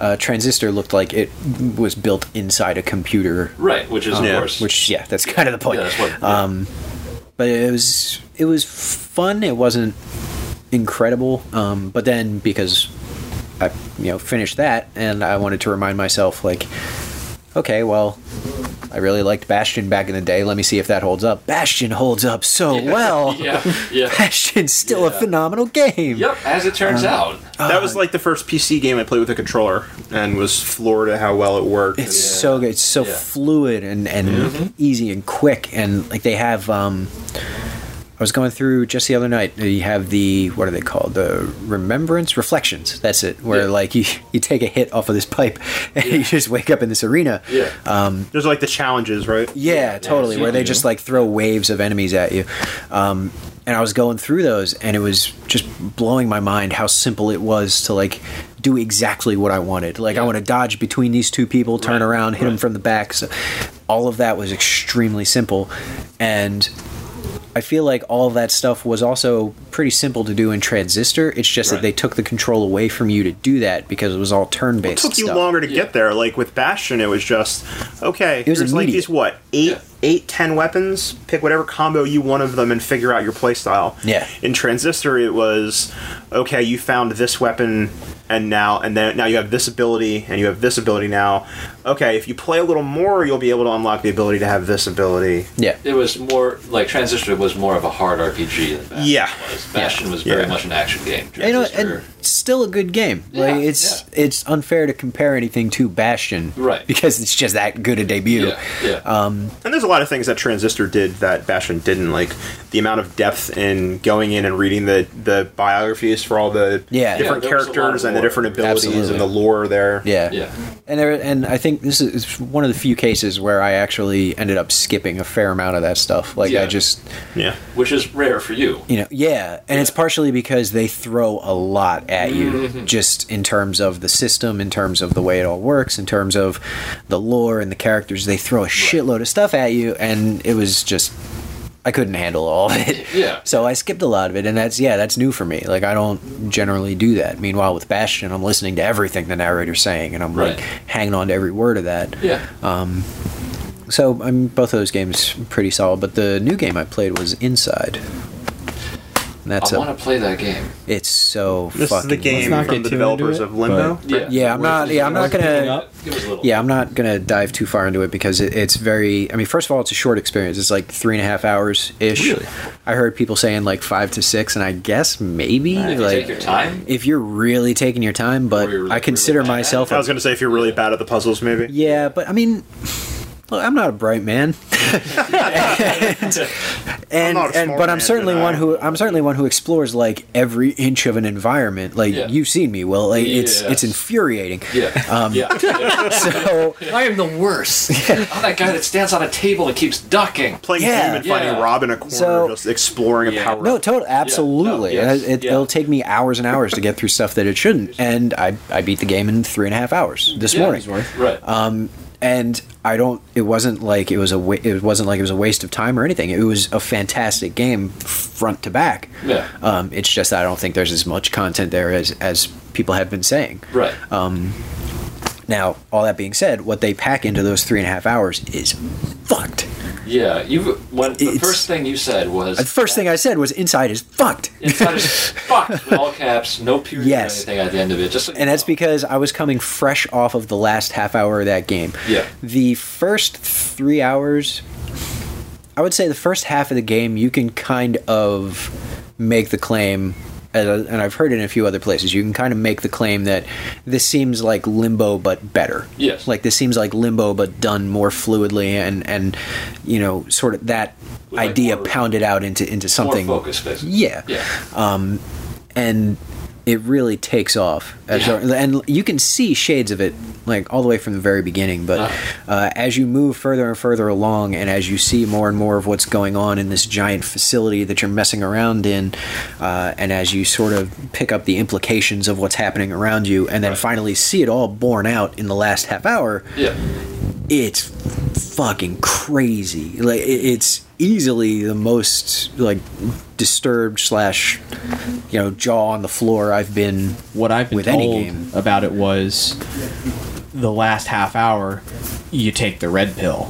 [SPEAKER 5] Uh, Transistor looked like it was built inside a computer
[SPEAKER 2] Right, which is of
[SPEAKER 1] Yeah.
[SPEAKER 2] course.
[SPEAKER 5] which yeah that's kind of the point
[SPEAKER 2] Yeah, that's
[SPEAKER 5] [laughs]
[SPEAKER 2] what-
[SPEAKER 5] um but it was it was fun it wasn't incredible um but then because i you know finished that and i wanted to remind myself like okay well i really liked bastion back in the day let me see if that holds up bastion holds up so well
[SPEAKER 2] [laughs] yeah.
[SPEAKER 5] [laughs]
[SPEAKER 2] Yeah.
[SPEAKER 5] bastion's still a
[SPEAKER 2] Yeah.
[SPEAKER 5] phenomenal game
[SPEAKER 2] yep. As it turns out.
[SPEAKER 1] That
[SPEAKER 5] uh,
[SPEAKER 1] was like the first PC game I played with a controller, and was floored at how well it worked.
[SPEAKER 5] It's so good. It's so
[SPEAKER 2] Yeah. Mm-hmm.
[SPEAKER 5] fluid and and easy and quick and like they have. um I was going through just the other night. You have the what are they called? The remembrance reflections. That's it. Where
[SPEAKER 2] Yeah.
[SPEAKER 5] like [laughs] you you take a hit off of this pipe and you just wake up in this arena.
[SPEAKER 2] Yeah.
[SPEAKER 1] There's like the challenges, right?
[SPEAKER 5] Yeah, totally.
[SPEAKER 2] yeah,
[SPEAKER 5] where they
[SPEAKER 2] yeah.
[SPEAKER 5] just like throw waves of enemies at you. Um, and I was going through those, and it was just blowing my mind how simple it was to like do exactly what I wanted. Like I want to dodge between these two people, turn
[SPEAKER 2] Right,
[SPEAKER 5] around, hit them
[SPEAKER 2] right.
[SPEAKER 5] from the back. So all of that was extremely simple, and. I feel like all of that stuff was also pretty simple to do in Transistor. It's just
[SPEAKER 2] Right.
[SPEAKER 5] that they took the control away from you to do that because it was all turn-based.
[SPEAKER 1] took you
[SPEAKER 5] stuff.
[SPEAKER 1] longer to get there. Like with Bastion, it was just okay.
[SPEAKER 5] was
[SPEAKER 1] there's like
[SPEAKER 5] immediate.
[SPEAKER 1] these what eight, eight, ten weapons. Pick whatever combo you want of them and figure out your playstyle.
[SPEAKER 5] Yeah.
[SPEAKER 1] In Transistor, it was okay. You found this weapon, and now and then now you have this ability, and you have this ability now. Okay, if you play a little more, you'll be able to unlock the ability to have this ability.
[SPEAKER 5] Yeah.
[SPEAKER 2] it was more like Transistor was more of a hard RPG than Bastion
[SPEAKER 1] Yeah.
[SPEAKER 2] was. Bastion was very
[SPEAKER 1] Yeah.
[SPEAKER 2] much an action game.
[SPEAKER 5] you know,
[SPEAKER 2] Transistor,
[SPEAKER 5] and it's still a good game.
[SPEAKER 2] Yeah,
[SPEAKER 5] like it's it's unfair to compare anything to Bastion,
[SPEAKER 2] Right.
[SPEAKER 5] Because it's just that good a debut.
[SPEAKER 2] yeah, yeah,
[SPEAKER 5] Uh,
[SPEAKER 1] And there's a lot of things that Transistor did that Bastion didn't, like the amount of depth in going in and reading the, the biographies for all the different
[SPEAKER 2] Yeah, there
[SPEAKER 5] Yeah.
[SPEAKER 2] was a lot of
[SPEAKER 1] characters and the
[SPEAKER 2] lore.
[SPEAKER 1] different abilities
[SPEAKER 5] Absolutely.
[SPEAKER 1] and the lore there.
[SPEAKER 5] Yeah.
[SPEAKER 2] yeah.
[SPEAKER 5] And there, and I think this is one of the few cases where I actually ended up skipping a fair amount of that stuff. Like I
[SPEAKER 2] Yeah.
[SPEAKER 5] just,
[SPEAKER 1] Yeah.
[SPEAKER 2] Which is rare for you.
[SPEAKER 5] you know, yeah, and it's partially because they throw a lot at you,
[SPEAKER 2] Mm-hmm.
[SPEAKER 5] just in terms of the system, in terms of the way it all works, in terms of the lore and the characters. They throw a shitload of stuff at you, and it was just. I couldn't handle all of it.
[SPEAKER 2] Yeah.
[SPEAKER 5] [laughs] So I skipped a lot of it, and that's yeah, that's new for me. Like I don't generally do that. Meanwhile, with Bastion, I'm listening to everything the narrator's saying, and I'm like
[SPEAKER 2] Right.
[SPEAKER 5] hanging on to every word of that.
[SPEAKER 2] Yeah.
[SPEAKER 5] So I'm both of those games pretty solid. But the new game I played was Inside. And that's
[SPEAKER 2] I
[SPEAKER 5] a
[SPEAKER 2] want to play that game.
[SPEAKER 5] it's so
[SPEAKER 1] This is
[SPEAKER 5] fucking.
[SPEAKER 1] the game
[SPEAKER 6] not
[SPEAKER 1] from
[SPEAKER 6] get
[SPEAKER 1] the
[SPEAKER 6] too
[SPEAKER 1] developers
[SPEAKER 6] into it,
[SPEAKER 1] of Limbo.
[SPEAKER 2] Yeah.
[SPEAKER 5] Yeah, I'm not. Yeah, I'm not
[SPEAKER 6] Picking
[SPEAKER 5] gonna.
[SPEAKER 6] up.
[SPEAKER 2] Give us a little.
[SPEAKER 5] Yeah, I'm not gonna dive too far into it because it, it's very. I mean, first of all, it's a short experience. It's like three and a half hours ish.
[SPEAKER 2] Really?
[SPEAKER 5] I heard people saying like five to six, and I guess maybe
[SPEAKER 2] If you
[SPEAKER 5] like
[SPEAKER 2] take your time.
[SPEAKER 5] if you're really taking your time. But
[SPEAKER 2] Or you're
[SPEAKER 5] I
[SPEAKER 2] really
[SPEAKER 5] consider
[SPEAKER 2] bad at it.
[SPEAKER 5] myself.
[SPEAKER 1] I
[SPEAKER 5] A,
[SPEAKER 1] was gonna say if you're really bad at the puzzles, maybe.
[SPEAKER 5] yeah, but I mean, look, I'm not a
[SPEAKER 1] [laughs]
[SPEAKER 5] bright man. [laughs] and,
[SPEAKER 1] not a
[SPEAKER 5] and
[SPEAKER 1] smart
[SPEAKER 5] but I'm
[SPEAKER 1] man,
[SPEAKER 5] certainly
[SPEAKER 1] and
[SPEAKER 5] one
[SPEAKER 1] I-
[SPEAKER 5] who I'm certainly one who explores like every inch of an environment. Like
[SPEAKER 2] Yeah.
[SPEAKER 5] you've seen me, well, like it's
[SPEAKER 2] Yes.
[SPEAKER 5] it's infuriating.
[SPEAKER 2] Yeah.
[SPEAKER 5] Um, [laughs]
[SPEAKER 2] yeah. yeah.
[SPEAKER 5] So
[SPEAKER 4] I am the worst.
[SPEAKER 2] I'm that guy that stands on a table and keeps ducking.
[SPEAKER 1] Playing
[SPEAKER 5] Yeah.
[SPEAKER 1] Doom and finding
[SPEAKER 2] Yeah.
[SPEAKER 1] Rob in a corner,
[SPEAKER 5] So-
[SPEAKER 1] just exploring a
[SPEAKER 2] Yeah.
[SPEAKER 1] power.
[SPEAKER 5] no, totally, absolutely.
[SPEAKER 2] no, yes,
[SPEAKER 5] it, it,
[SPEAKER 2] yeah.
[SPEAKER 5] will take me hours and hours to get through stuff that it shouldn't, and I I beat the game in three and a half hours this
[SPEAKER 2] Yeah.
[SPEAKER 5] morning. Uh,
[SPEAKER 2] Right.
[SPEAKER 5] and I don't. It wasn't like it was a. Wa- it wasn't like it was a waste of time or anything. It was a fantastic game, front to back.
[SPEAKER 2] Yeah.
[SPEAKER 5] Um, it's just I don't think there's as much content there as as people have been saying. Um,
[SPEAKER 2] right.
[SPEAKER 5] Now, all that being said, what they pack into those three and a half hours is fucked.
[SPEAKER 2] yeah. You. When the
[SPEAKER 5] it's-
[SPEAKER 2] first thing you said was
[SPEAKER 5] The first thing I said was inside is fucked.
[SPEAKER 2] Inside is fucked with all caps, no period
[SPEAKER 5] Yes.
[SPEAKER 2] or anything at the end of it. Just so you
[SPEAKER 5] and that's
[SPEAKER 2] know.
[SPEAKER 5] because I was coming fresh off of the last half hour of that game.
[SPEAKER 2] Yeah.
[SPEAKER 5] The first three hours, I would say the first half of the game, you can kind of make the claim and and I've heard it in a few other places, you can kind of make the claim that this seems like Limbo but better.
[SPEAKER 2] Yes.
[SPEAKER 5] like this seems like Limbo but done more fluidly and and you know sort of that
[SPEAKER 2] With, like,
[SPEAKER 5] idea
[SPEAKER 2] more-
[SPEAKER 5] pounded out into into something
[SPEAKER 2] More focus, basically.
[SPEAKER 5] Yeah.
[SPEAKER 2] Yeah.
[SPEAKER 5] and it really takes off as and you can see shades of it like all the way from the very beginning but uh. as you move further and further along and as you see more and more of what's going on in this giant facility that you're messing around in uh, and as you sort of pick up the implications of what's happening around you and then finally see it all borne out in the last half hour
[SPEAKER 2] yeah.
[SPEAKER 5] it's fucking crazy. Like it- it's easily the most like disturbed slash you know jaw on the floor I've been.
[SPEAKER 6] what I've been
[SPEAKER 5] With
[SPEAKER 6] told
[SPEAKER 5] any game.
[SPEAKER 6] about it was the last half hour, you take the red pill,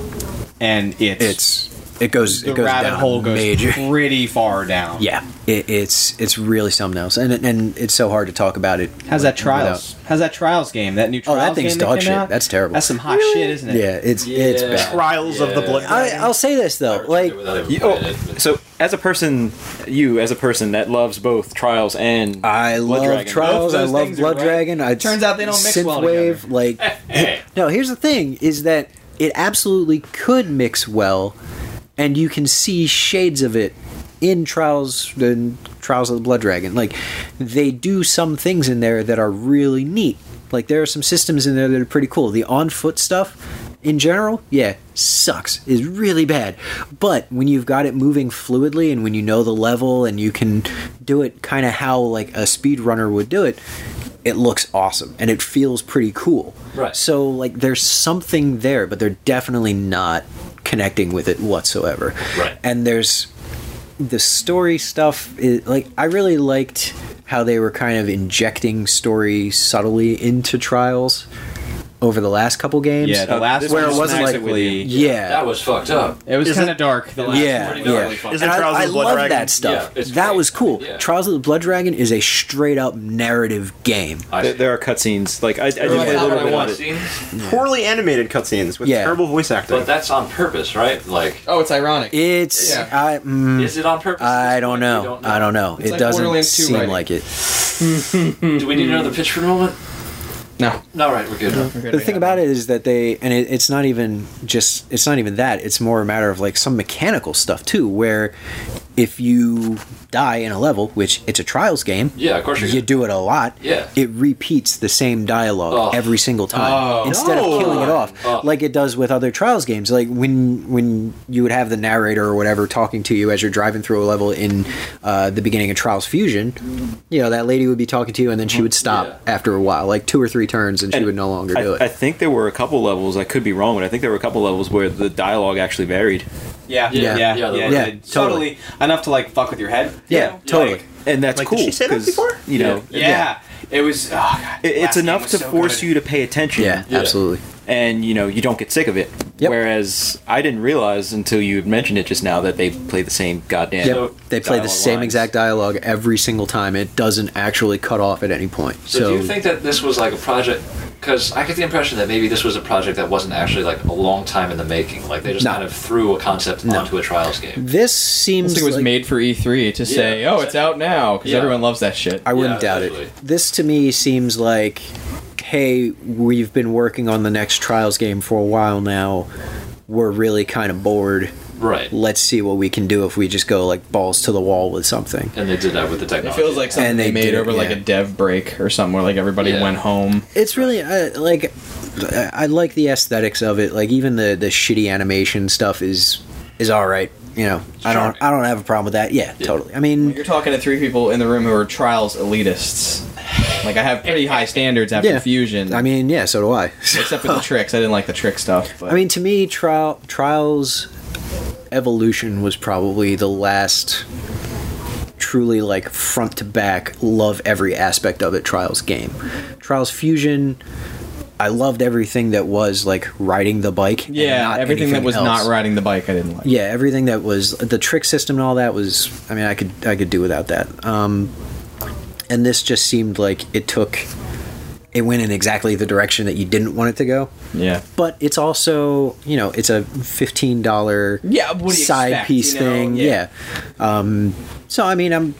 [SPEAKER 6] and it's,
[SPEAKER 5] It's it goes
[SPEAKER 6] the
[SPEAKER 5] it goes
[SPEAKER 6] rabbit
[SPEAKER 5] down
[SPEAKER 6] hole
[SPEAKER 5] a
[SPEAKER 6] goes
[SPEAKER 5] major.
[SPEAKER 6] [laughs] pretty far down.
[SPEAKER 5] Yeah, it, it's it's really something else, and and it's so hard to talk about it.
[SPEAKER 6] How's that trials? How's that trials game? That new
[SPEAKER 5] Oh,
[SPEAKER 6] trials
[SPEAKER 5] that thing's
[SPEAKER 6] game that
[SPEAKER 5] dog
[SPEAKER 6] came
[SPEAKER 5] shit.
[SPEAKER 6] out?
[SPEAKER 5] That's terrible.
[SPEAKER 6] That's some hot shit, isn't it?
[SPEAKER 5] Yeah, it's it's
[SPEAKER 2] Yeah.
[SPEAKER 5] bad.
[SPEAKER 7] Trials of the Blood.
[SPEAKER 5] I, I'll say this though, like
[SPEAKER 2] you,
[SPEAKER 8] You- oh, so as a person, you as a person that loves both trials and
[SPEAKER 6] Uh,
[SPEAKER 5] I
[SPEAKER 8] Blood
[SPEAKER 5] love
[SPEAKER 8] Dragon.
[SPEAKER 5] Trials.
[SPEAKER 6] Both
[SPEAKER 5] I
[SPEAKER 6] those
[SPEAKER 5] love
[SPEAKER 6] things are
[SPEAKER 5] Blood
[SPEAKER 6] right.
[SPEAKER 5] Dragon. I
[SPEAKER 6] Turns out they don't mix well
[SPEAKER 5] Synthwave, Like, [laughs] no. Here's the thing: is that it absolutely could mix well, and you can see shades of it in Trials and Trials of the Blood Dragon. Like, they do some things in there that are really neat. Like, there are some systems in there that are pretty cool. The on foot stuff. In general, yeah, sucks. Is really bad. But when you've got it moving fluidly and when you know the level and you can do it kind of how like a speedrunner would do it, it looks awesome and it feels pretty cool.
[SPEAKER 2] Right.
[SPEAKER 5] So like there's something there, but they're definitely not connecting with it whatsoever.
[SPEAKER 2] Right.
[SPEAKER 5] And there's the story stuff is like I really liked how they were kind of injecting story subtly into trials over the last couple games.
[SPEAKER 8] uh,
[SPEAKER 6] Yeah, the last
[SPEAKER 5] where
[SPEAKER 6] one
[SPEAKER 5] it wasn't like
[SPEAKER 6] specifically-
[SPEAKER 5] yeah.
[SPEAKER 2] oh, That was fucked up.
[SPEAKER 6] It was kind of dark. The last
[SPEAKER 5] yeah,
[SPEAKER 2] pretty gnarly
[SPEAKER 5] yeah.
[SPEAKER 2] fucking-
[SPEAKER 5] And
[SPEAKER 1] Isn't
[SPEAKER 5] I,
[SPEAKER 1] Trials of
[SPEAKER 5] I
[SPEAKER 1] the Blood
[SPEAKER 5] love
[SPEAKER 1] Dragon-
[SPEAKER 5] that stuff.
[SPEAKER 2] Yeah, it's
[SPEAKER 5] that
[SPEAKER 2] great.
[SPEAKER 5] was cool.
[SPEAKER 2] Yeah.
[SPEAKER 5] Trials of the Blood Dragon is a straight up narrative game.
[SPEAKER 2] I,
[SPEAKER 8] there, there are cutscenes. Like I, I did play a little bit of it.
[SPEAKER 1] Poorly animated cutscenes with
[SPEAKER 5] Yeah.
[SPEAKER 1] terrible voice acting.
[SPEAKER 2] But that's on purpose, right? Like,
[SPEAKER 6] Oh, it's ironic.
[SPEAKER 5] It's
[SPEAKER 6] Yeah.
[SPEAKER 5] I mm,
[SPEAKER 2] is it on purpose?
[SPEAKER 5] I don't know. I don't know. it
[SPEAKER 6] like
[SPEAKER 5] doesn't
[SPEAKER 6] Borderlands 2
[SPEAKER 5] seem
[SPEAKER 6] writing.
[SPEAKER 5] like it.
[SPEAKER 2] know. Do we
[SPEAKER 5] Hmm.
[SPEAKER 2] need another pitch for a moment?
[SPEAKER 6] no.
[SPEAKER 2] No, right, we're good.
[SPEAKER 5] The thing about it is that they and it, it's not even just it's not even that. It's more a matter of like some mechanical stuff too where if you die in a level, which it's a trials game,
[SPEAKER 2] Yeah, of course you're
[SPEAKER 5] you
[SPEAKER 2] good.
[SPEAKER 5] do it a lot.
[SPEAKER 2] Yeah.
[SPEAKER 5] It repeats the same dialogue
[SPEAKER 2] Oh.
[SPEAKER 5] every single time
[SPEAKER 6] Oh.
[SPEAKER 5] instead of killing it off,
[SPEAKER 2] Oh.
[SPEAKER 5] like it does with other trials games. Like when when you would have the narrator or whatever talking to you as you're driving through a level in uh, the beginning of Trials Fusion, you know that lady would be talking to you and then she would stop
[SPEAKER 2] Mm-hmm. Yeah.
[SPEAKER 5] after a while, like two or three turns, and, she
[SPEAKER 8] And
[SPEAKER 5] would no longer
[SPEAKER 8] I,
[SPEAKER 5] do it.
[SPEAKER 8] I think there were a couple levels. I could be wrong, but I think there were a couple levels where the dialogue actually varied,
[SPEAKER 6] Yeah,
[SPEAKER 2] Yeah.
[SPEAKER 6] yeah, yeah,
[SPEAKER 2] Yeah,
[SPEAKER 6] yeah,
[SPEAKER 2] yeah,
[SPEAKER 5] yeah,
[SPEAKER 6] totally.
[SPEAKER 5] totally.
[SPEAKER 6] enough to like fuck with your head. you
[SPEAKER 5] yeah,
[SPEAKER 6] know?
[SPEAKER 5] totally.
[SPEAKER 6] Like,
[SPEAKER 8] and that's
[SPEAKER 1] Like, did
[SPEAKER 8] cool.
[SPEAKER 1] she say that
[SPEAKER 8] 'cause,
[SPEAKER 1] before?
[SPEAKER 8] You know,
[SPEAKER 6] yeah. it was. Oh, God.
[SPEAKER 8] it-
[SPEAKER 6] Last
[SPEAKER 8] it's
[SPEAKER 6] game
[SPEAKER 8] enough
[SPEAKER 6] was
[SPEAKER 8] to
[SPEAKER 6] so
[SPEAKER 8] force
[SPEAKER 6] good.
[SPEAKER 8] you to pay attention.
[SPEAKER 5] yeah,
[SPEAKER 2] Yeah.
[SPEAKER 5] absolutely.
[SPEAKER 8] and you know you don't get sick of it.
[SPEAKER 5] Yep.
[SPEAKER 8] Whereas I didn't realize until you had mentioned it just now that they play the same goddamn.
[SPEAKER 5] Yep.
[SPEAKER 2] So-
[SPEAKER 5] they play the
[SPEAKER 8] dialogue
[SPEAKER 5] same
[SPEAKER 8] lines.
[SPEAKER 5] exact dialogue every single time. It doesn't actually cut off at any point.
[SPEAKER 2] So,
[SPEAKER 5] So,
[SPEAKER 2] do you think that this was like a project? Because I get the impression that maybe this was a project that wasn't actually like a long time in the making. Like they just
[SPEAKER 5] No.
[SPEAKER 2] kind of threw a concept onto a trials game.
[SPEAKER 5] this
[SPEAKER 6] I
[SPEAKER 5] seems
[SPEAKER 6] think it was
[SPEAKER 5] like-
[SPEAKER 6] made for E3 to say,
[SPEAKER 2] Yeah.
[SPEAKER 6] "Oh, it's out now," because
[SPEAKER 2] Yeah.
[SPEAKER 6] everyone loves that shit.
[SPEAKER 5] I wouldn't
[SPEAKER 2] Yeah,
[SPEAKER 5] doubt
[SPEAKER 2] definitely.
[SPEAKER 5] it. This to me seems like, hey, we've been working on the next Trials game for a while now. We're really kind of bored.
[SPEAKER 2] Right.
[SPEAKER 5] Let's see what we can do if we just go like balls to the wall with something.
[SPEAKER 2] And they did that with the
[SPEAKER 6] It
[SPEAKER 2] technology.
[SPEAKER 6] feels like something
[SPEAKER 5] And
[SPEAKER 6] they,
[SPEAKER 5] they
[SPEAKER 6] made
[SPEAKER 5] did,
[SPEAKER 6] over like
[SPEAKER 5] yeah.
[SPEAKER 6] a dev break or something where like everybody
[SPEAKER 2] Yeah.
[SPEAKER 6] went home.
[SPEAKER 5] It's really uh, like I I like the aesthetics of it. Like even the the shitty animation stuff is is all right. You know, I don't I don't have a problem with that. Yeah, totally. I mean,
[SPEAKER 6] You're talking to three people in the room who are trials elitists. Like I have pretty high standards after
[SPEAKER 5] Yeah.
[SPEAKER 6] Fusion.
[SPEAKER 5] I mean, yeah. So do I.
[SPEAKER 6] except
[SPEAKER 5] [laughs]
[SPEAKER 6] for the tricks. I didn't like the trick stuff. But
[SPEAKER 5] I mean, to me, trial, Trials Evolution was probably the last truly like front to back love every aspect of it Trials game. Trials Fusion, I loved everything that was like riding the bike. and
[SPEAKER 6] yeah,
[SPEAKER 5] not
[SPEAKER 6] everything that
[SPEAKER 5] anything
[SPEAKER 6] was
[SPEAKER 5] else.
[SPEAKER 6] not riding the bike, I didn't like.
[SPEAKER 5] Yeah, everything that was the trick system and all that was. I mean, I could I could do without that. Um, and this just seemed like it took. It went in exactly the direction that you didn't want it to go
[SPEAKER 6] Yeah.
[SPEAKER 5] but it's also you know it's a fifteen dollar
[SPEAKER 6] Yeah, what do you
[SPEAKER 5] side
[SPEAKER 6] expect,
[SPEAKER 5] piece
[SPEAKER 6] you know?
[SPEAKER 5] thing.
[SPEAKER 6] Yeah.
[SPEAKER 5] Yeah. Um, so I mean, I'm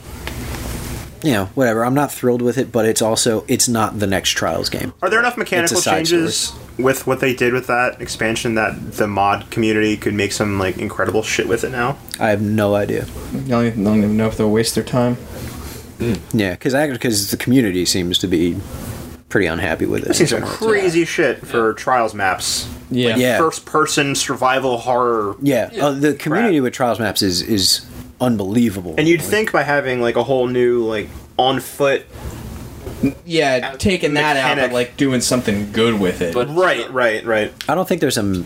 [SPEAKER 5] you know, whatever. I'm not thrilled with it, but it's also it's not the next Trials game.
[SPEAKER 1] Are there enough mechanical
[SPEAKER 5] It's a side
[SPEAKER 1] changes with what they did with that expansion that the mod community could make some like incredible shit with it now?
[SPEAKER 5] I have no idea.
[SPEAKER 10] I don't even I don't even know if they'll waste their time.
[SPEAKER 5] Yeah, because because the community seems to be pretty unhappy with it.
[SPEAKER 1] I've seen some
[SPEAKER 5] in general.
[SPEAKER 1] crazy shit for trials maps.
[SPEAKER 10] Yeah.
[SPEAKER 5] Yeah.
[SPEAKER 1] First person survival horror.
[SPEAKER 5] Yeah, Uh, the community with Trials maps is is unbelievable.
[SPEAKER 1] And you'd think by having like a whole new like on foot
[SPEAKER 10] Yeah,
[SPEAKER 6] taking that out,
[SPEAKER 1] mechanic.
[SPEAKER 6] but like doing something good with it.
[SPEAKER 2] But
[SPEAKER 1] Right, right, right.
[SPEAKER 5] I don't think there's some.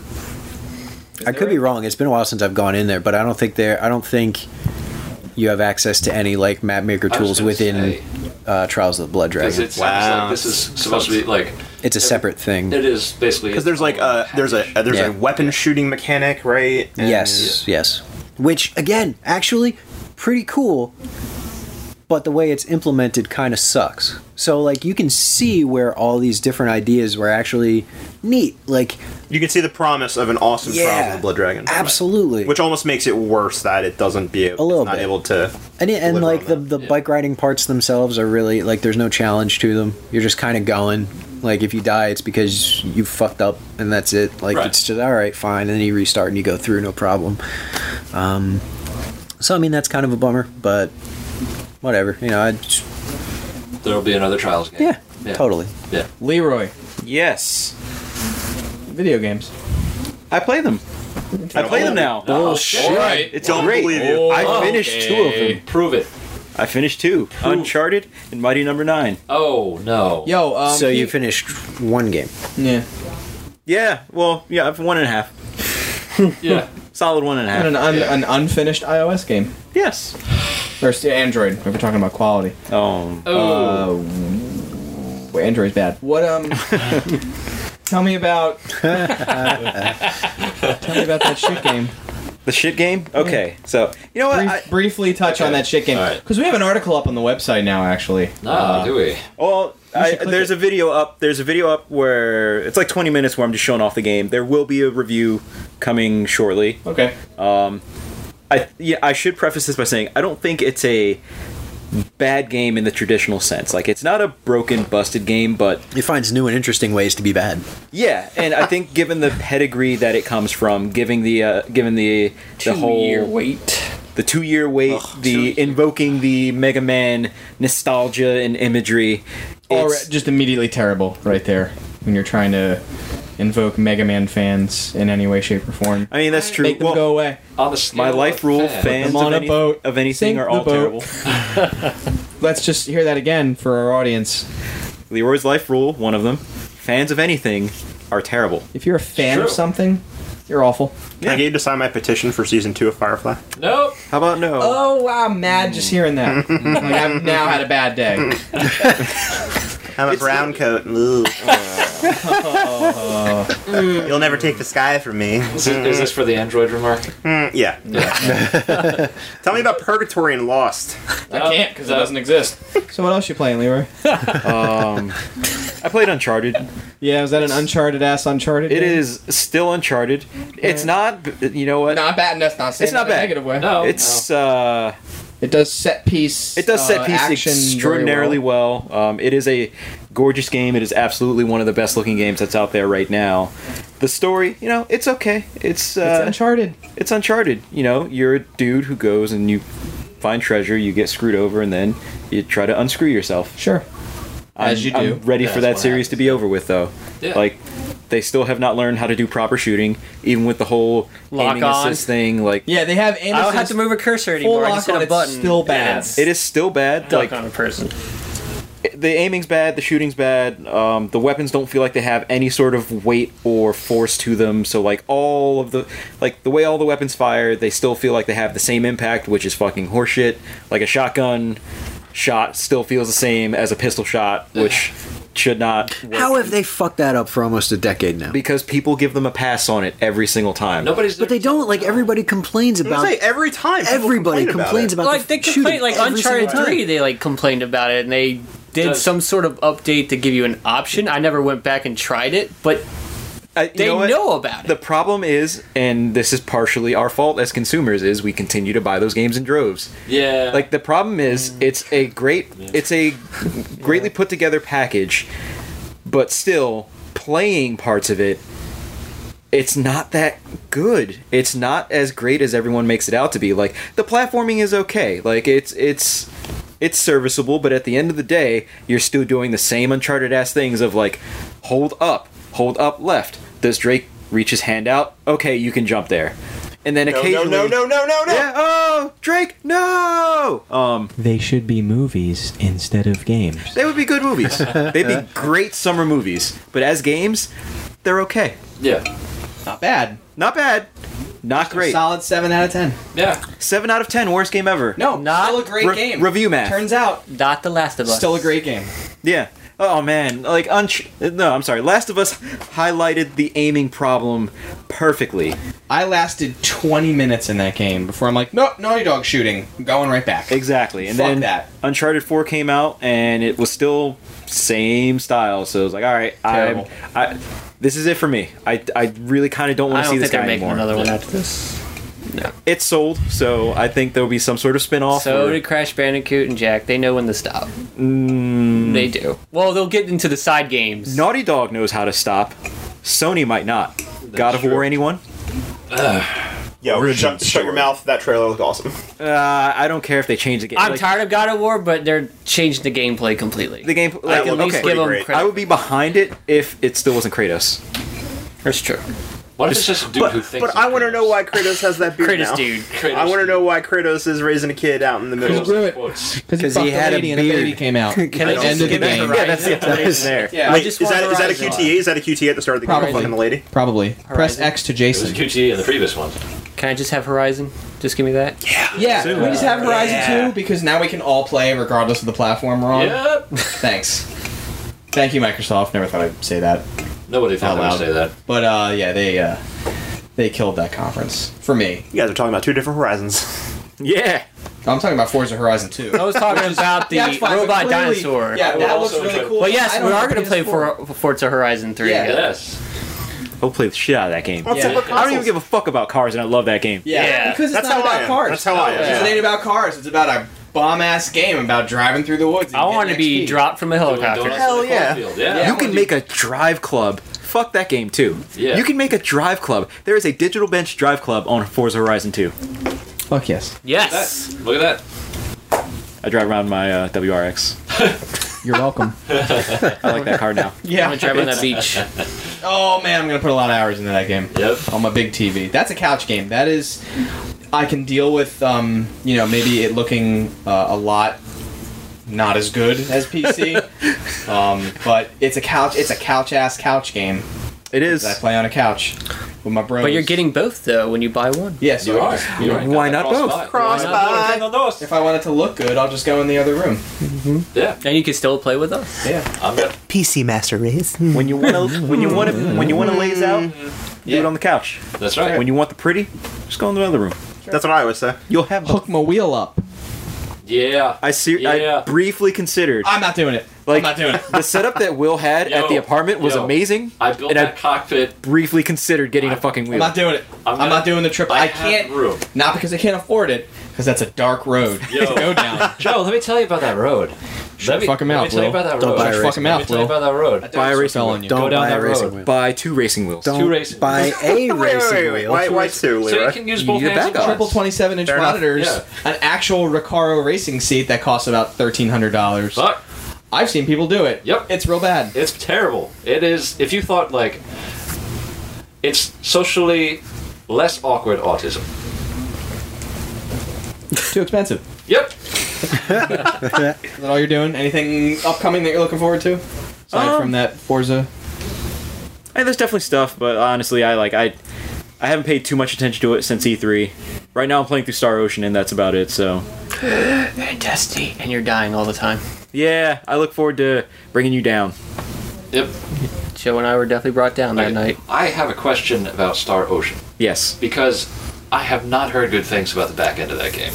[SPEAKER 5] I could be wrong. It's been a while since I've gone in there, but I don't think there. I don't think you have access to any like map maker
[SPEAKER 2] was
[SPEAKER 5] tools
[SPEAKER 2] gonna
[SPEAKER 5] within
[SPEAKER 2] say.
[SPEAKER 5] uh, Trials of the Blood
[SPEAKER 2] because
[SPEAKER 5] Dragon.
[SPEAKER 2] it
[SPEAKER 5] It's,
[SPEAKER 2] sounds like this is supposed to be like
[SPEAKER 5] a separate thing.
[SPEAKER 2] it is basically
[SPEAKER 1] Because there's like a there's a there's
[SPEAKER 5] Yeah.
[SPEAKER 1] a weapon shooting mechanic, right? And-
[SPEAKER 5] yes, yes. Which again, actually, pretty cool. But the way it's implemented kind of sucks. So like you can see where all these different ideas were actually neat. Like
[SPEAKER 1] You can see the promise of an awesome trials of
[SPEAKER 5] yeah,
[SPEAKER 1] the Blood Dragon.
[SPEAKER 5] Absolutely.
[SPEAKER 1] Which almost makes it worse that it doesn't be a
[SPEAKER 5] little
[SPEAKER 1] it's not
[SPEAKER 5] bit.
[SPEAKER 1] able to
[SPEAKER 5] And, it- and
[SPEAKER 1] deliver
[SPEAKER 5] like
[SPEAKER 1] on
[SPEAKER 5] the,
[SPEAKER 1] that.
[SPEAKER 5] the bike riding parts themselves are really like there's no challenge to them. You're just kind of going. Like if you die, it's because you fucked up and that's it. Like
[SPEAKER 2] Right.
[SPEAKER 5] it's just all right, fine, and then you restart and you go through, no problem. Um, so I mean that's kind of a bummer, but whatever. You know, I just,
[SPEAKER 2] there'll be another trials game
[SPEAKER 5] yeah, Oh, totally.
[SPEAKER 2] yeah
[SPEAKER 6] Leroy,
[SPEAKER 8] Yes,
[SPEAKER 6] video games.
[SPEAKER 8] I play them. I play them now.
[SPEAKER 2] bullshit all right
[SPEAKER 8] It's all great.
[SPEAKER 1] believe
[SPEAKER 6] Oh,
[SPEAKER 1] you.
[SPEAKER 8] I finished two of them.
[SPEAKER 2] Oh. prove it
[SPEAKER 8] I finished two: Uncharted and Mighty Number Nine.
[SPEAKER 2] oh no
[SPEAKER 6] Yo, um,
[SPEAKER 5] so you
[SPEAKER 6] Pete-
[SPEAKER 5] finished one game.
[SPEAKER 6] yeah.
[SPEAKER 8] Yeah, well, yeah, I've one and a half,
[SPEAKER 2] yeah
[SPEAKER 8] solid one and a half.
[SPEAKER 6] And an, un- an unfinished iOS game
[SPEAKER 8] Yes.
[SPEAKER 6] or s- Android. If we're talking about quality,
[SPEAKER 8] Um,
[SPEAKER 6] Uh,
[SPEAKER 2] oh
[SPEAKER 6] Well, Android's bad. What
[SPEAKER 5] [laughs]
[SPEAKER 6] um? tell me about. [laughs] tell me about that shit game.
[SPEAKER 8] the shit game. Okay, so you know what?
[SPEAKER 6] Brief,
[SPEAKER 8] I,
[SPEAKER 6] briefly touch on that shit game
[SPEAKER 2] Alright.
[SPEAKER 6] because we have an article up on the website now. Actually,
[SPEAKER 2] no do we
[SPEAKER 8] Well, I,
[SPEAKER 6] should click
[SPEAKER 8] there's
[SPEAKER 6] it.
[SPEAKER 8] a video up. There's a video up where it's like 20 minutes where I'm just showing off the game. There will be a review coming shortly.
[SPEAKER 6] okay.
[SPEAKER 8] I yeah, I should preface this by saying I don't think it's a bad game in the traditional sense. Like it's not a broken, busted game, but
[SPEAKER 5] It finds new and interesting ways to be bad.
[SPEAKER 8] yeah. And I think given the pedigree that it comes from, giving the uh, given the the whole
[SPEAKER 4] year wait.
[SPEAKER 8] the two year wait, the invoking the Mega Man nostalgia and imagery.
[SPEAKER 6] Alri-
[SPEAKER 8] it's-
[SPEAKER 6] just immediately terrible right there when you're trying to invoke Mega Man fans in any way, shape, or form.
[SPEAKER 8] I mean that's true.
[SPEAKER 6] Make them
[SPEAKER 8] Well,
[SPEAKER 6] go away.
[SPEAKER 2] on the scale
[SPEAKER 8] My life
[SPEAKER 2] of
[SPEAKER 8] rule
[SPEAKER 2] fan,
[SPEAKER 8] fans
[SPEAKER 6] them on
[SPEAKER 8] of,
[SPEAKER 6] a
[SPEAKER 8] any-
[SPEAKER 6] boat.
[SPEAKER 8] of anything
[SPEAKER 6] Sink
[SPEAKER 8] are
[SPEAKER 6] the
[SPEAKER 8] all
[SPEAKER 6] boat.
[SPEAKER 8] terrible.
[SPEAKER 6] Let's just hear that again for our audience.
[SPEAKER 8] Leroy's life rule, one of them. Fans of anything are terrible.
[SPEAKER 6] If you're a fan of
[SPEAKER 2] True.
[SPEAKER 6] something, you're awful.
[SPEAKER 1] Can I get you to sign my petition for season two of Firefly?
[SPEAKER 2] nope
[SPEAKER 8] How about no?
[SPEAKER 6] Oh, I'm mad just hearing that. [laughs] like I've now had a bad day.
[SPEAKER 1] I'm a brown coat.
[SPEAKER 5] [laughs]
[SPEAKER 1] Ooh. You'll never take the sky from me.
[SPEAKER 2] is, it, is this for the android remark
[SPEAKER 1] Yeah. [laughs] Tell me about Purgatory and Lost.
[SPEAKER 6] I can't because it doesn't exist. So what else you playing, Leroy?
[SPEAKER 8] I played Uncharted.
[SPEAKER 6] Yeah, is that an uncharted ass uncharted?
[SPEAKER 8] It is still Uncharted. It's not, you know what?
[SPEAKER 6] not bad. and That's not saying
[SPEAKER 8] It's not
[SPEAKER 6] that in a
[SPEAKER 8] bad.
[SPEAKER 6] negative way.
[SPEAKER 2] no
[SPEAKER 8] It's uh,
[SPEAKER 6] It does set piece.
[SPEAKER 8] it does set
[SPEAKER 6] uh,
[SPEAKER 8] piece
[SPEAKER 6] action very
[SPEAKER 8] extraordinarily
[SPEAKER 6] well.
[SPEAKER 8] well. Um, it is a gorgeous game. It is absolutely one of the best looking games that's out there right now. The story, you know, it's okay. It's uh,
[SPEAKER 6] It's uncharted.
[SPEAKER 8] it's Uncharted. You know, you're a dude who goes and you find treasure, you get screwed over, and then you try to unscrew yourself.
[SPEAKER 6] Sure.
[SPEAKER 8] I'm-
[SPEAKER 6] As you do.
[SPEAKER 8] I'm ready for
[SPEAKER 2] That's
[SPEAKER 8] that
[SPEAKER 2] what
[SPEAKER 8] series to be over with, though.
[SPEAKER 2] Yeah.
[SPEAKER 8] Like, they still have not learned how to do proper shooting, even with the whole
[SPEAKER 4] Lock
[SPEAKER 8] aiming
[SPEAKER 4] on.
[SPEAKER 8] assist thing. Like,
[SPEAKER 6] Yeah, they have. Aim
[SPEAKER 4] I don't
[SPEAKER 6] assist,
[SPEAKER 4] have to move a cursor
[SPEAKER 6] Full
[SPEAKER 4] anymore. I
[SPEAKER 6] lock
[SPEAKER 4] just hit
[SPEAKER 6] on.
[SPEAKER 4] a
[SPEAKER 6] It's
[SPEAKER 4] button.
[SPEAKER 6] still bad.
[SPEAKER 8] it is still bad. Like,
[SPEAKER 4] Duck on a person.
[SPEAKER 8] the aiming's bad, the shooting's bad. Um, the weapons don't feel like they have any sort of weight or force to them. So, like, all of the like the way all the weapons fire, they still feel like they have the same impact, which is fucking horseshit. Like a shotgun shot still feels the same as a pistol shot, which should not work.
[SPEAKER 5] How have they fucked that up for almost a decade now?
[SPEAKER 8] because people give them a pass on it every single time.
[SPEAKER 2] nobody's
[SPEAKER 5] But they don't like everybody complains about.
[SPEAKER 1] Say every time. people
[SPEAKER 5] Everybody
[SPEAKER 1] complain about
[SPEAKER 5] complains
[SPEAKER 1] it.
[SPEAKER 5] about,
[SPEAKER 4] Like they
[SPEAKER 5] the shooting
[SPEAKER 4] complained, like
[SPEAKER 5] every
[SPEAKER 4] Uncharted
[SPEAKER 5] single time.
[SPEAKER 4] Three, they like complained about it, and they did
[SPEAKER 2] Does-
[SPEAKER 4] some sort of update to give you an option. I never went back and tried it, but
[SPEAKER 7] I, you
[SPEAKER 4] They
[SPEAKER 7] know, what?
[SPEAKER 4] know about it.
[SPEAKER 7] The
[SPEAKER 8] problem is, and this is partially our fault as consumers, is we continue to buy those games in droves.
[SPEAKER 2] Yeah.
[SPEAKER 8] Like the problem
[SPEAKER 1] Mm.
[SPEAKER 8] is, it's a great, it's a greatly put together package, but still playing parts of it, it's not that good. It's not as great as everyone makes it out to be. Like the platforming is okay. Like it's it's it's serviceable, but at the end of the day, you're still doing the same uncharted ass things of like hold up, hold up left. Does Drake reach his hand out? Okay, you can jump there. And then occasionally
[SPEAKER 1] no, no, no, no, no.
[SPEAKER 8] Yeah, oh, Drake, no. Um
[SPEAKER 10] They should be movies instead of games.
[SPEAKER 8] they would be good
[SPEAKER 6] [laughs]
[SPEAKER 8] movies. They'd be great summer movies, but as games, they're okay.
[SPEAKER 2] Yeah.
[SPEAKER 6] Not bad.
[SPEAKER 8] Not bad. Not great.
[SPEAKER 6] Solid seven out of ten.
[SPEAKER 2] Yeah.
[SPEAKER 8] Seven out of ten. Worst game ever.
[SPEAKER 6] No,
[SPEAKER 4] Not
[SPEAKER 6] still a great
[SPEAKER 8] re-
[SPEAKER 6] game.
[SPEAKER 8] review math.
[SPEAKER 6] Turns out,
[SPEAKER 4] Not The Last of Us.
[SPEAKER 6] still a great game.
[SPEAKER 8] Yeah. Oh man. Like unch. No, I'm sorry. Last of Us highlighted the aiming problem perfectly.
[SPEAKER 6] I lasted 20 minutes in that game before I'm like, no, Naughty Dog shooting. I'm going right back.
[SPEAKER 8] Exactly. And
[SPEAKER 6] Fuck
[SPEAKER 8] then
[SPEAKER 6] that.
[SPEAKER 8] Uncharted 4 came out, and it was still same style. So it was like, all right, I,
[SPEAKER 6] Terrible.
[SPEAKER 8] I, this is it for me. I, I really kind of don't
[SPEAKER 4] I
[SPEAKER 8] want to
[SPEAKER 4] don't
[SPEAKER 8] see
[SPEAKER 4] think
[SPEAKER 8] this
[SPEAKER 4] they're
[SPEAKER 8] guy
[SPEAKER 4] making
[SPEAKER 8] anymore.
[SPEAKER 4] another one after this.
[SPEAKER 8] It's sold, so I think there will be some sort of spin-off.
[SPEAKER 4] So
[SPEAKER 8] or-
[SPEAKER 4] did Crash Bandicoot and Jack. They know when to stop. They do. Well, they'll get into the side games.
[SPEAKER 8] Mm, Naughty Dog knows how to stop. Sony might not. God of
[SPEAKER 2] true.
[SPEAKER 8] War, anyone?
[SPEAKER 1] Yo, shut, shut your mouth. That trailer looked awesome.
[SPEAKER 8] Uh, I don't care if they change the game.
[SPEAKER 4] I'm
[SPEAKER 8] Like,
[SPEAKER 4] tired of God of War, but they're changing the gameplay completely.
[SPEAKER 8] The game, like,
[SPEAKER 4] I can at least
[SPEAKER 8] okay.
[SPEAKER 4] give them
[SPEAKER 1] pretty great.
[SPEAKER 4] credit.
[SPEAKER 8] I would be behind it if it still wasn't Kratos.
[SPEAKER 4] That's true.
[SPEAKER 2] What if it's just a dude who thinks?
[SPEAKER 1] [laughs] But I want to know why Kratos has that beard
[SPEAKER 4] Kratos
[SPEAKER 1] now.
[SPEAKER 4] dude.
[SPEAKER 1] I want to know why Kratos is raising a kid out in the middle.
[SPEAKER 6] grew it.
[SPEAKER 2] Quotes.
[SPEAKER 6] Because he, had a baby and the baby came out.
[SPEAKER 4] Can I
[SPEAKER 1] don't
[SPEAKER 4] just
[SPEAKER 6] End of the
[SPEAKER 4] give me
[SPEAKER 6] game.
[SPEAKER 4] Horizon?
[SPEAKER 1] there.
[SPEAKER 6] Yeah,
[SPEAKER 1] Wait,
[SPEAKER 4] I just
[SPEAKER 1] is
[SPEAKER 4] want
[SPEAKER 1] that is that a
[SPEAKER 4] Horizon.
[SPEAKER 1] QTA? Is that a QTA at the start of the game?
[SPEAKER 6] Probably.
[SPEAKER 1] And the lady.
[SPEAKER 6] Probably. Press
[SPEAKER 4] Horizon.
[SPEAKER 6] X to
[SPEAKER 2] It was
[SPEAKER 6] Jason.
[SPEAKER 2] QT in the previous one.
[SPEAKER 4] Can I just have Horizon? Just give me that.
[SPEAKER 6] Yeah, can we just have Horizon 2 because now we can all play regardless of the platform we're on.
[SPEAKER 2] Yep.
[SPEAKER 6] Thanks. Thank you, Microsoft. Never thought I'd say that.
[SPEAKER 2] Nobody thought
[SPEAKER 6] Out
[SPEAKER 2] I would
[SPEAKER 6] loud.
[SPEAKER 2] say that.
[SPEAKER 6] But uh, yeah, they uh, they killed that conference for me.
[SPEAKER 1] You guys are talking about two different horizons.
[SPEAKER 8] Yeah.
[SPEAKER 6] I'm talking about Forza Horizon 2.
[SPEAKER 4] I was talking about Oh, the
[SPEAKER 6] [laughs] Yeah, it's fine, but
[SPEAKER 4] robot
[SPEAKER 6] clearly-
[SPEAKER 4] dinosaur.
[SPEAKER 6] Yeah, that looks
[SPEAKER 2] also
[SPEAKER 6] really
[SPEAKER 2] enjoy-
[SPEAKER 6] cool.
[SPEAKER 4] But yes,
[SPEAKER 6] I
[SPEAKER 4] we
[SPEAKER 6] don't
[SPEAKER 4] are
[SPEAKER 6] have
[SPEAKER 4] going to play
[SPEAKER 6] PS4.
[SPEAKER 4] For, Forza Horizon 3.
[SPEAKER 6] Yeah.
[SPEAKER 2] Yes.
[SPEAKER 8] I'll play the shit out of that game.
[SPEAKER 1] What's
[SPEAKER 6] Yeah.
[SPEAKER 1] up with
[SPEAKER 8] I don't even
[SPEAKER 1] consoles?
[SPEAKER 8] give a fuck about cars, and I love that game.
[SPEAKER 6] Yeah,
[SPEAKER 4] Yeah.
[SPEAKER 6] because it's
[SPEAKER 1] That's
[SPEAKER 6] not
[SPEAKER 1] how I
[SPEAKER 6] about
[SPEAKER 1] am.
[SPEAKER 6] cars.
[SPEAKER 1] That's how I am.
[SPEAKER 6] Because
[SPEAKER 1] Yeah.
[SPEAKER 6] It ain't about cars. It's about a bomb ass game about driving through the woods. and
[SPEAKER 4] I want to
[SPEAKER 6] getting
[SPEAKER 4] be
[SPEAKER 6] XP.
[SPEAKER 4] dropped from a helicopter.
[SPEAKER 2] Hell
[SPEAKER 8] yeah.
[SPEAKER 2] Yeah.
[SPEAKER 8] you can make a drive club. Fuck that game too.
[SPEAKER 2] Yeah.
[SPEAKER 8] You can make a drive club. There is a digital bench drive club on Forza Horizon 2.
[SPEAKER 6] Fuck yes.
[SPEAKER 4] Yes.
[SPEAKER 2] Look at that.
[SPEAKER 8] I drive around my uh, WRX.
[SPEAKER 10] [laughs] You're welcome.
[SPEAKER 8] I like that car now.
[SPEAKER 4] I'm
[SPEAKER 6] Yeah.
[SPEAKER 4] going to drive on
[SPEAKER 6] [laughs]
[SPEAKER 4] that beach.
[SPEAKER 6] Oh man, I'm gonna put a lot of hours into that game.
[SPEAKER 2] Yep.
[SPEAKER 6] On my big TV. That's a couch game. That is. I can deal with, um, you know, maybe it looking uh, a lot not as good
[SPEAKER 8] [laughs]
[SPEAKER 6] as PC, um, but it's a couch. It's a couch ass couch game.
[SPEAKER 8] It is.
[SPEAKER 6] 'cause I play on a couch with my bros.
[SPEAKER 4] But you're getting both, though, when you buy one.
[SPEAKER 6] yes.
[SPEAKER 2] You are. You are.
[SPEAKER 8] Why not both?
[SPEAKER 1] Crossbuy.
[SPEAKER 2] Crossbuy.
[SPEAKER 6] If I want it to look good, I'll just go in the other room.
[SPEAKER 2] Yeah.
[SPEAKER 4] And you can still play with us.
[SPEAKER 6] Yeah.
[SPEAKER 2] I'm gonna.
[SPEAKER 9] PC Master Race.
[SPEAKER 8] When you want to, when you want to, when you want to lays out, do it on the couch.
[SPEAKER 2] That's right.
[SPEAKER 8] When you want the pretty, just go in the other room.
[SPEAKER 1] That's what I always say.
[SPEAKER 8] You'll have.
[SPEAKER 6] Hook my wheel up.
[SPEAKER 2] yeah.
[SPEAKER 8] I see. I
[SPEAKER 2] Yeah.
[SPEAKER 8] briefly considered
[SPEAKER 6] I'm not doing it.
[SPEAKER 8] Like-
[SPEAKER 6] I'm not doing it.
[SPEAKER 8] the setup that Will had
[SPEAKER 2] Yo,
[SPEAKER 8] at the apartment was
[SPEAKER 2] yo.
[SPEAKER 8] amazing.
[SPEAKER 2] I built
[SPEAKER 8] and
[SPEAKER 2] that
[SPEAKER 8] I
[SPEAKER 2] cockpit.
[SPEAKER 8] briefly considered getting a fucking
[SPEAKER 6] I'm
[SPEAKER 8] wheel.
[SPEAKER 6] not doing it. I'm,
[SPEAKER 2] I'm not-
[SPEAKER 6] not doing the trip. I,
[SPEAKER 2] I
[SPEAKER 6] can't.
[SPEAKER 2] have room.
[SPEAKER 6] Not because I can't afford it. Because that's a dark road.
[SPEAKER 2] Yo.
[SPEAKER 6] to go down.
[SPEAKER 2] Joe, let me tell you about that road. Let me,
[SPEAKER 6] fuck him
[SPEAKER 2] let
[SPEAKER 6] out,
[SPEAKER 2] me tell you
[SPEAKER 6] Will.
[SPEAKER 2] about that
[SPEAKER 5] Don't
[SPEAKER 2] road.
[SPEAKER 5] buy a
[SPEAKER 2] Let me
[SPEAKER 5] race
[SPEAKER 6] fucking mouth,
[SPEAKER 2] tell you
[SPEAKER 6] Will.
[SPEAKER 2] about that road.
[SPEAKER 6] Buy
[SPEAKER 8] a racing
[SPEAKER 6] on you.
[SPEAKER 5] Don't
[SPEAKER 2] Go down
[SPEAKER 5] buy
[SPEAKER 2] that
[SPEAKER 5] a racing
[SPEAKER 2] road.
[SPEAKER 5] wheel.
[SPEAKER 8] Buy two racing wheels.
[SPEAKER 5] Don't
[SPEAKER 2] Two racing
[SPEAKER 5] buy
[SPEAKER 2] wheels.
[SPEAKER 5] a
[SPEAKER 1] [laughs] Wait,
[SPEAKER 5] racing
[SPEAKER 1] wait, wait.
[SPEAKER 5] wheel.
[SPEAKER 1] Why, why two,
[SPEAKER 2] So you
[SPEAKER 1] Leroy?
[SPEAKER 2] can use
[SPEAKER 8] You
[SPEAKER 2] both
[SPEAKER 8] need a
[SPEAKER 2] hands. and
[SPEAKER 8] backup.
[SPEAKER 2] arms.
[SPEAKER 6] Triple twenty-seven inch
[SPEAKER 1] Fair enough.
[SPEAKER 6] monitors,
[SPEAKER 2] Yeah.
[SPEAKER 6] an actual Recaro racing seat that costs about thirteen hundred dollars.
[SPEAKER 2] Fuck.
[SPEAKER 6] I've seen people do it.
[SPEAKER 2] Yep.
[SPEAKER 6] it's real bad.
[SPEAKER 2] It's terrible. It is. If you thought like, it's socially less awkward autism.
[SPEAKER 6] It's too expensive.
[SPEAKER 2] Yep.
[SPEAKER 6] Is that all you're doing? Anything upcoming that you're looking forward to? Aside
[SPEAKER 8] Um,
[SPEAKER 6] from that Forza.
[SPEAKER 8] Hey, there's definitely stuff, but honestly, I like I, I haven't paid too much attention to it since E3. Right now, I'm playing through Star Ocean, and that's about it. So,
[SPEAKER 4] And Destiny. And you're dying all the time.
[SPEAKER 8] yeah, I look forward to bringing you down.
[SPEAKER 2] Yep.
[SPEAKER 4] Joe and I were definitely brought down that
[SPEAKER 2] I-
[SPEAKER 4] night.
[SPEAKER 2] I have a question about Star Ocean
[SPEAKER 8] Yes,
[SPEAKER 2] because I have not heard good things about the back end of that game.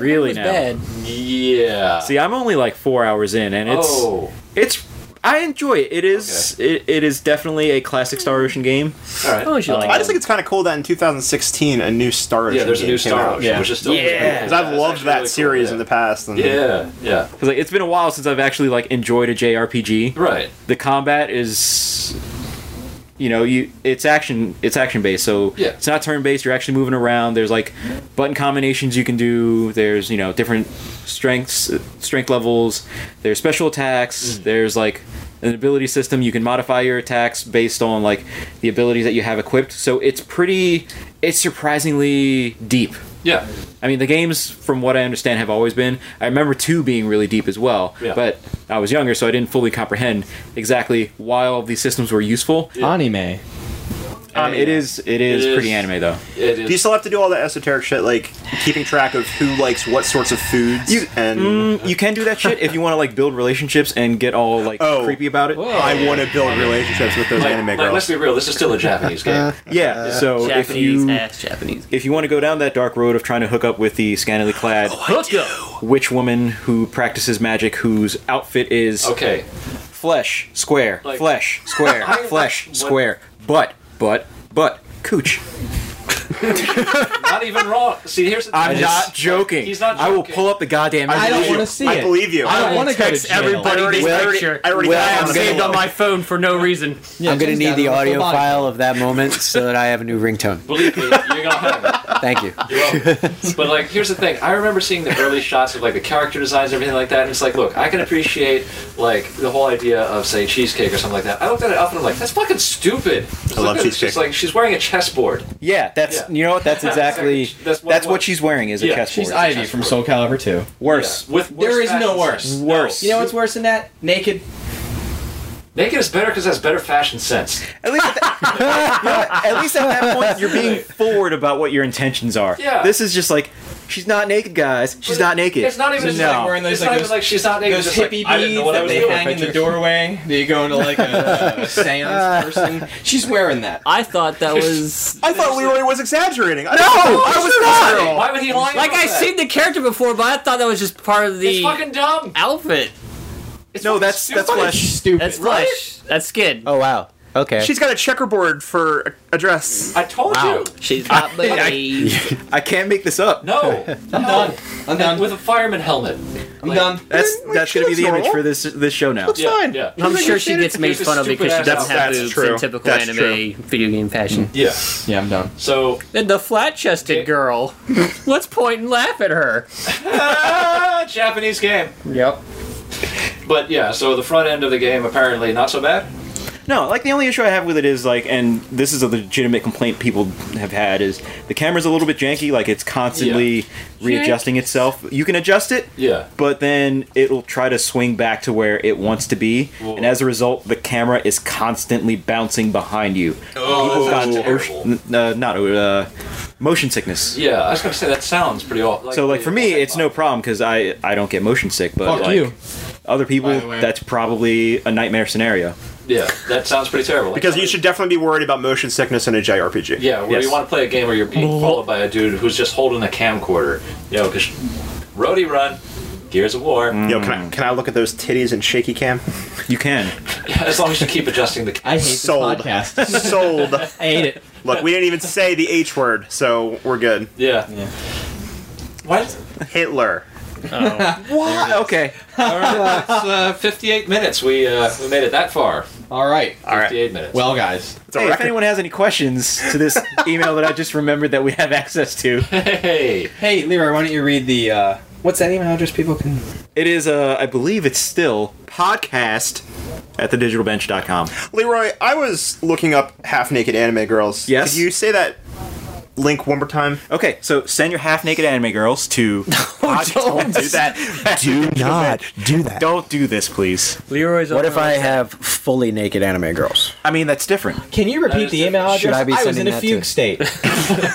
[SPEAKER 8] really
[SPEAKER 4] It was
[SPEAKER 8] now.
[SPEAKER 4] bad.
[SPEAKER 2] Yeah.
[SPEAKER 8] See, I'm only like four hours in, and it's
[SPEAKER 2] oh.
[SPEAKER 8] it's I enjoy it. It is it, it is definitely a classic Star Ocean game.
[SPEAKER 2] All right.
[SPEAKER 4] Oh, you should like
[SPEAKER 1] I just think it's kind of cool that in 2016 a new Star Ocean
[SPEAKER 2] Yeah, there's a
[SPEAKER 1] game
[SPEAKER 2] new
[SPEAKER 1] came
[SPEAKER 2] Star
[SPEAKER 1] out.
[SPEAKER 2] Ocean, which is still
[SPEAKER 4] Yeah.
[SPEAKER 1] Because I've loved that series in the past. And
[SPEAKER 2] Yeah, yeah,
[SPEAKER 8] 'Cause, like it's been a while since I've actually like enjoyed a JRPG.
[SPEAKER 2] right.
[SPEAKER 8] The combat is you know, you it's action it's action based, so
[SPEAKER 2] Yeah.
[SPEAKER 8] it's not turn based, you're actually moving around. There's like button combinations you can do, there's, you know, different strengths strength levels, there's special attacks, there's like an ability system you can modify your attacks based on like the abilities that you have equipped. So it's pretty it's surprisingly deep.
[SPEAKER 2] Yeah,
[SPEAKER 8] I mean, the games, from what I understand, have always been. I remember two being really deep as well,
[SPEAKER 2] Yeah.
[SPEAKER 8] but I was younger, so I didn't fully comprehend exactly why all of these systems were useful.
[SPEAKER 6] Anime.
[SPEAKER 8] Um, it is, it is
[SPEAKER 2] It
[SPEAKER 8] pretty
[SPEAKER 2] is.
[SPEAKER 8] anime though.
[SPEAKER 2] it
[SPEAKER 1] Do you
[SPEAKER 2] is.
[SPEAKER 1] still have to do all that esoteric shit, like keeping track of who likes what sorts of foods? and
[SPEAKER 2] Mm.
[SPEAKER 8] you can do that shit if you want to like build relationships and get all like
[SPEAKER 1] Oh.
[SPEAKER 8] creepy about it.
[SPEAKER 1] I want to build relationships with those
[SPEAKER 2] Like,
[SPEAKER 1] anime
[SPEAKER 2] like,
[SPEAKER 1] girls.
[SPEAKER 2] let's be real. This is still a Japanese game.
[SPEAKER 8] Yeah,
[SPEAKER 4] Oh,
[SPEAKER 8] so if
[SPEAKER 4] Japanese
[SPEAKER 8] you
[SPEAKER 4] ass Japanese.
[SPEAKER 8] if you want to go down that dark road of trying to hook up with the scantily
[SPEAKER 2] Oh,
[SPEAKER 8] clad
[SPEAKER 4] Hook up.
[SPEAKER 8] witch woman who practices magic, whose outfit is
[SPEAKER 2] Okay,
[SPEAKER 8] flesh, square,
[SPEAKER 2] Like-
[SPEAKER 8] flesh, square,
[SPEAKER 2] [laughs] I-
[SPEAKER 8] flesh,
[SPEAKER 2] what-
[SPEAKER 8] square, butt, butt, butt, cooch.
[SPEAKER 2] not even wrong. See, here's the
[SPEAKER 8] I'm
[SPEAKER 2] thing.
[SPEAKER 8] not [laughs] joking.
[SPEAKER 2] He's not
[SPEAKER 8] I will
[SPEAKER 2] joking.
[SPEAKER 8] pull up the goddamn.
[SPEAKER 6] I don't
[SPEAKER 8] video.
[SPEAKER 6] want to see
[SPEAKER 1] I
[SPEAKER 6] it.
[SPEAKER 1] believe you.
[SPEAKER 6] I don't want to go to
[SPEAKER 4] Text
[SPEAKER 6] jail.
[SPEAKER 4] everybody this picture.
[SPEAKER 1] I already
[SPEAKER 5] Well,
[SPEAKER 1] got it
[SPEAKER 5] I'm
[SPEAKER 1] on
[SPEAKER 4] I'm
[SPEAKER 5] gonna-
[SPEAKER 4] saved
[SPEAKER 1] Google.
[SPEAKER 4] on my phone for no reason.
[SPEAKER 5] I'm gonna
[SPEAKER 6] she's
[SPEAKER 5] need
[SPEAKER 6] got
[SPEAKER 5] the
[SPEAKER 6] a little
[SPEAKER 5] audio
[SPEAKER 6] body.
[SPEAKER 5] file of that moment so that I have a new ringtone.
[SPEAKER 2] Believe me, you're gonna have it.
[SPEAKER 5] Thank you.
[SPEAKER 6] [laughs]
[SPEAKER 2] Well, but like, here's the thing. I remember seeing the early shots of like the character designs, and everything like that, and it's like, look, I can appreciate like the whole idea of say cheesecake or something like that. I looked at it up and I'm like, that's fucking stupid. I
[SPEAKER 1] love Cheesecake.
[SPEAKER 2] She's like, she's wearing a chessboard.
[SPEAKER 8] Yeah, that's
[SPEAKER 2] Yeah.
[SPEAKER 8] you know what? That's exactly
[SPEAKER 2] Exactly. [laughs]
[SPEAKER 8] that's,
[SPEAKER 2] That's
[SPEAKER 8] what,
[SPEAKER 2] what-
[SPEAKER 8] she's wearing is a
[SPEAKER 2] Yeah,
[SPEAKER 8] chessboard.
[SPEAKER 6] She's Ivy from Soul Calibur 2.
[SPEAKER 8] Worse.
[SPEAKER 2] Yeah. With
[SPEAKER 6] There is no worse.
[SPEAKER 8] Worse.
[SPEAKER 6] You know what's worse than that? Naked.
[SPEAKER 2] Naked is better because it has better fashion sense.
[SPEAKER 8] At least at,
[SPEAKER 2] [laughs]
[SPEAKER 8] that, [laughs] You know what? at least at that point, you're being forward about what your intentions are.
[SPEAKER 2] Yeah.
[SPEAKER 8] This is just like she's not naked, guys. She's not naked.
[SPEAKER 2] It's not even
[SPEAKER 6] It's
[SPEAKER 2] no.
[SPEAKER 6] like wearing those,
[SPEAKER 2] it's
[SPEAKER 6] like,
[SPEAKER 2] not even
[SPEAKER 6] those-
[SPEAKER 2] like she's not naked.
[SPEAKER 6] Those
[SPEAKER 2] it's just
[SPEAKER 6] hippie
[SPEAKER 2] like, I didn't know
[SPEAKER 6] beads
[SPEAKER 2] what I
[SPEAKER 6] that
[SPEAKER 2] was
[SPEAKER 6] they
[SPEAKER 2] doing.
[SPEAKER 6] hang in the doorway that you go into like a, a seance person. She's wearing that.
[SPEAKER 4] I thought [laughs] that was
[SPEAKER 1] I thought Leroy was exaggerating. No,
[SPEAKER 2] Why would he lie?
[SPEAKER 4] like
[SPEAKER 2] about
[SPEAKER 4] I've
[SPEAKER 2] that?
[SPEAKER 4] seen the character before, but I thought that was just part of
[SPEAKER 2] It's
[SPEAKER 4] the
[SPEAKER 2] fucking dumb.
[SPEAKER 4] outfit.
[SPEAKER 2] It's
[SPEAKER 8] no,
[SPEAKER 2] fucking
[SPEAKER 8] that's
[SPEAKER 2] stupid.
[SPEAKER 8] that's flesh.
[SPEAKER 6] Stupid.
[SPEAKER 4] That's flesh. That's skin.
[SPEAKER 5] Oh wow. Okay.
[SPEAKER 1] She's got a checkerboard for a dress.
[SPEAKER 2] I told you.
[SPEAKER 4] She's got buddies.
[SPEAKER 8] I can't make this up.
[SPEAKER 2] No,
[SPEAKER 6] [laughs] I'm done. I'm done.
[SPEAKER 2] with a fireman helmet.
[SPEAKER 6] I'm done.
[SPEAKER 8] That's
[SPEAKER 1] Like,
[SPEAKER 8] that's
[SPEAKER 1] she
[SPEAKER 8] gonna be
[SPEAKER 1] looks
[SPEAKER 8] the image
[SPEAKER 1] normal.
[SPEAKER 8] for this this show now.
[SPEAKER 1] Looks fine.
[SPEAKER 2] yeah.
[SPEAKER 4] I'm sure she gets made
[SPEAKER 2] She's a
[SPEAKER 4] fun of because she
[SPEAKER 2] stupid-ass
[SPEAKER 4] doesn't have
[SPEAKER 1] outfit.
[SPEAKER 4] boobs
[SPEAKER 1] That's
[SPEAKER 4] in
[SPEAKER 1] true.
[SPEAKER 4] typical
[SPEAKER 1] That's
[SPEAKER 4] anime video game fashion.
[SPEAKER 2] [laughs] Yeah.
[SPEAKER 6] Yeah, I'm done.
[SPEAKER 2] So
[SPEAKER 4] And the flat-chested girl. Let's point and laugh at her.
[SPEAKER 2] ah, Japanese game.
[SPEAKER 4] Yep.
[SPEAKER 2] But yeah, so the front end of the game apparently not so bad.
[SPEAKER 8] No, like the only issue I have with it is like, and this is a legitimate complaint people have had is the camera's a little bit janky. Like it's constantly readjusting itself. You can adjust it,
[SPEAKER 2] Yeah.
[SPEAKER 8] but then it'll try to swing back to where it wants to be,
[SPEAKER 2] Whoa.
[SPEAKER 8] and as a result, the camera is constantly bouncing behind you.
[SPEAKER 2] Oh,
[SPEAKER 8] People
[SPEAKER 2] that's
[SPEAKER 8] got
[SPEAKER 2] terrible.
[SPEAKER 8] ocean- n- uh, not uh, motion sickness.
[SPEAKER 2] Yeah, I was gonna say that sounds pretty awful.
[SPEAKER 8] So like for me, it's no problem because I I don't get motion sick, but
[SPEAKER 6] Fuck
[SPEAKER 8] like
[SPEAKER 6] you.
[SPEAKER 8] other people,
[SPEAKER 6] By the way.
[SPEAKER 8] that's probably a nightmare scenario.
[SPEAKER 2] Yeah, that sounds pretty terrible. Like,
[SPEAKER 1] Because you should definitely be worried about motion sickness in a JRPG.
[SPEAKER 2] Yeah, where
[SPEAKER 8] Yes.
[SPEAKER 2] you want to play a game where you're being followed by a dude who's just holding a camcorder. You know, because Roadie Run, Gears of War.
[SPEAKER 8] Mm.
[SPEAKER 1] Yo, can I,
[SPEAKER 2] Mm.
[SPEAKER 1] can I look at those titties and shaky cam?
[SPEAKER 8] You can.
[SPEAKER 2] [laughs] As long as you keep adjusting the.
[SPEAKER 6] I hate
[SPEAKER 1] Sold.
[SPEAKER 6] this podcast.
[SPEAKER 1] [laughs] Sold.
[SPEAKER 6] I hate it.
[SPEAKER 1] Look, we didn't even say the H word, so we're good.
[SPEAKER 2] Yeah. What?
[SPEAKER 1] Hitler.
[SPEAKER 8] What? Okay.
[SPEAKER 2] [laughs] It's, uh, 58 minutes. We uh, we made it that far.
[SPEAKER 6] All right.
[SPEAKER 2] 58 minutes.
[SPEAKER 6] Well, guys.
[SPEAKER 1] It's a
[SPEAKER 8] hey, if
[SPEAKER 1] record.
[SPEAKER 8] anyone has any questions to
[SPEAKER 6] [laughs]
[SPEAKER 8] this email that I just remembered that we have access
[SPEAKER 2] [laughs]
[SPEAKER 8] to,
[SPEAKER 2] hey.
[SPEAKER 6] Hey, Leroy, why don't you read the uh, what's that email address people can?
[SPEAKER 8] it is, uh, I believe it's still podcast at thedigitalbench.com.
[SPEAKER 1] Leroy, I was looking up half naked anime girls.
[SPEAKER 8] Yes?
[SPEAKER 1] Could you say that link one more time?
[SPEAKER 8] Okay, so send your half naked anime girls
[SPEAKER 6] [laughs]
[SPEAKER 8] to.
[SPEAKER 1] don't do that.
[SPEAKER 5] do not do that.
[SPEAKER 8] Don't do this, please.
[SPEAKER 4] Leroy's.
[SPEAKER 5] What if I have fully naked anime girls?
[SPEAKER 8] I mean, that's different.
[SPEAKER 6] Can you
[SPEAKER 2] That
[SPEAKER 6] repeat
[SPEAKER 2] is
[SPEAKER 6] the
[SPEAKER 2] it.
[SPEAKER 6] email address?
[SPEAKER 5] Should I be
[SPEAKER 6] was
[SPEAKER 5] sending
[SPEAKER 6] in a
[SPEAKER 5] that
[SPEAKER 6] fugue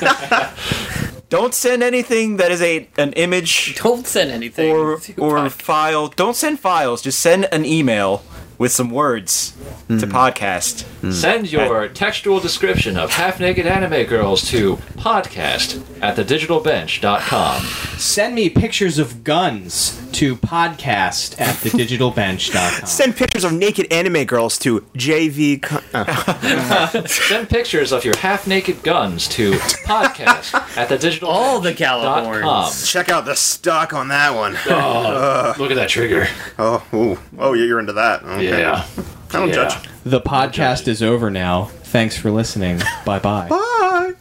[SPEAKER 5] to-
[SPEAKER 6] state.
[SPEAKER 8] Don't send anything that is a an image
[SPEAKER 4] Don't send anything.
[SPEAKER 8] or
[SPEAKER 4] to
[SPEAKER 8] or
[SPEAKER 4] my-
[SPEAKER 8] file. Don't send files. Just send an email with some words
[SPEAKER 6] Hmm.
[SPEAKER 8] to podcast.
[SPEAKER 2] Send your textual description of half naked anime girls to podcast at thedigitalbench.com.
[SPEAKER 6] Send me pictures of guns to podcast at thedigitalbench.com.
[SPEAKER 1] Send pictures of naked anime girls to JV. Con- [laughs] oh.
[SPEAKER 2] Send pictures of your half naked guns to podcast at the digital.
[SPEAKER 4] All the Californians.
[SPEAKER 1] Check out the stock on that one.
[SPEAKER 2] Look at that trigger.
[SPEAKER 1] Oh, ooh. oh, yeah, you're into that. Okay.
[SPEAKER 2] Yeah.
[SPEAKER 1] I don't
[SPEAKER 2] Yeah.
[SPEAKER 1] judge.
[SPEAKER 6] The podcast is over now. Thanks for listening. Bye bye.
[SPEAKER 1] Bye.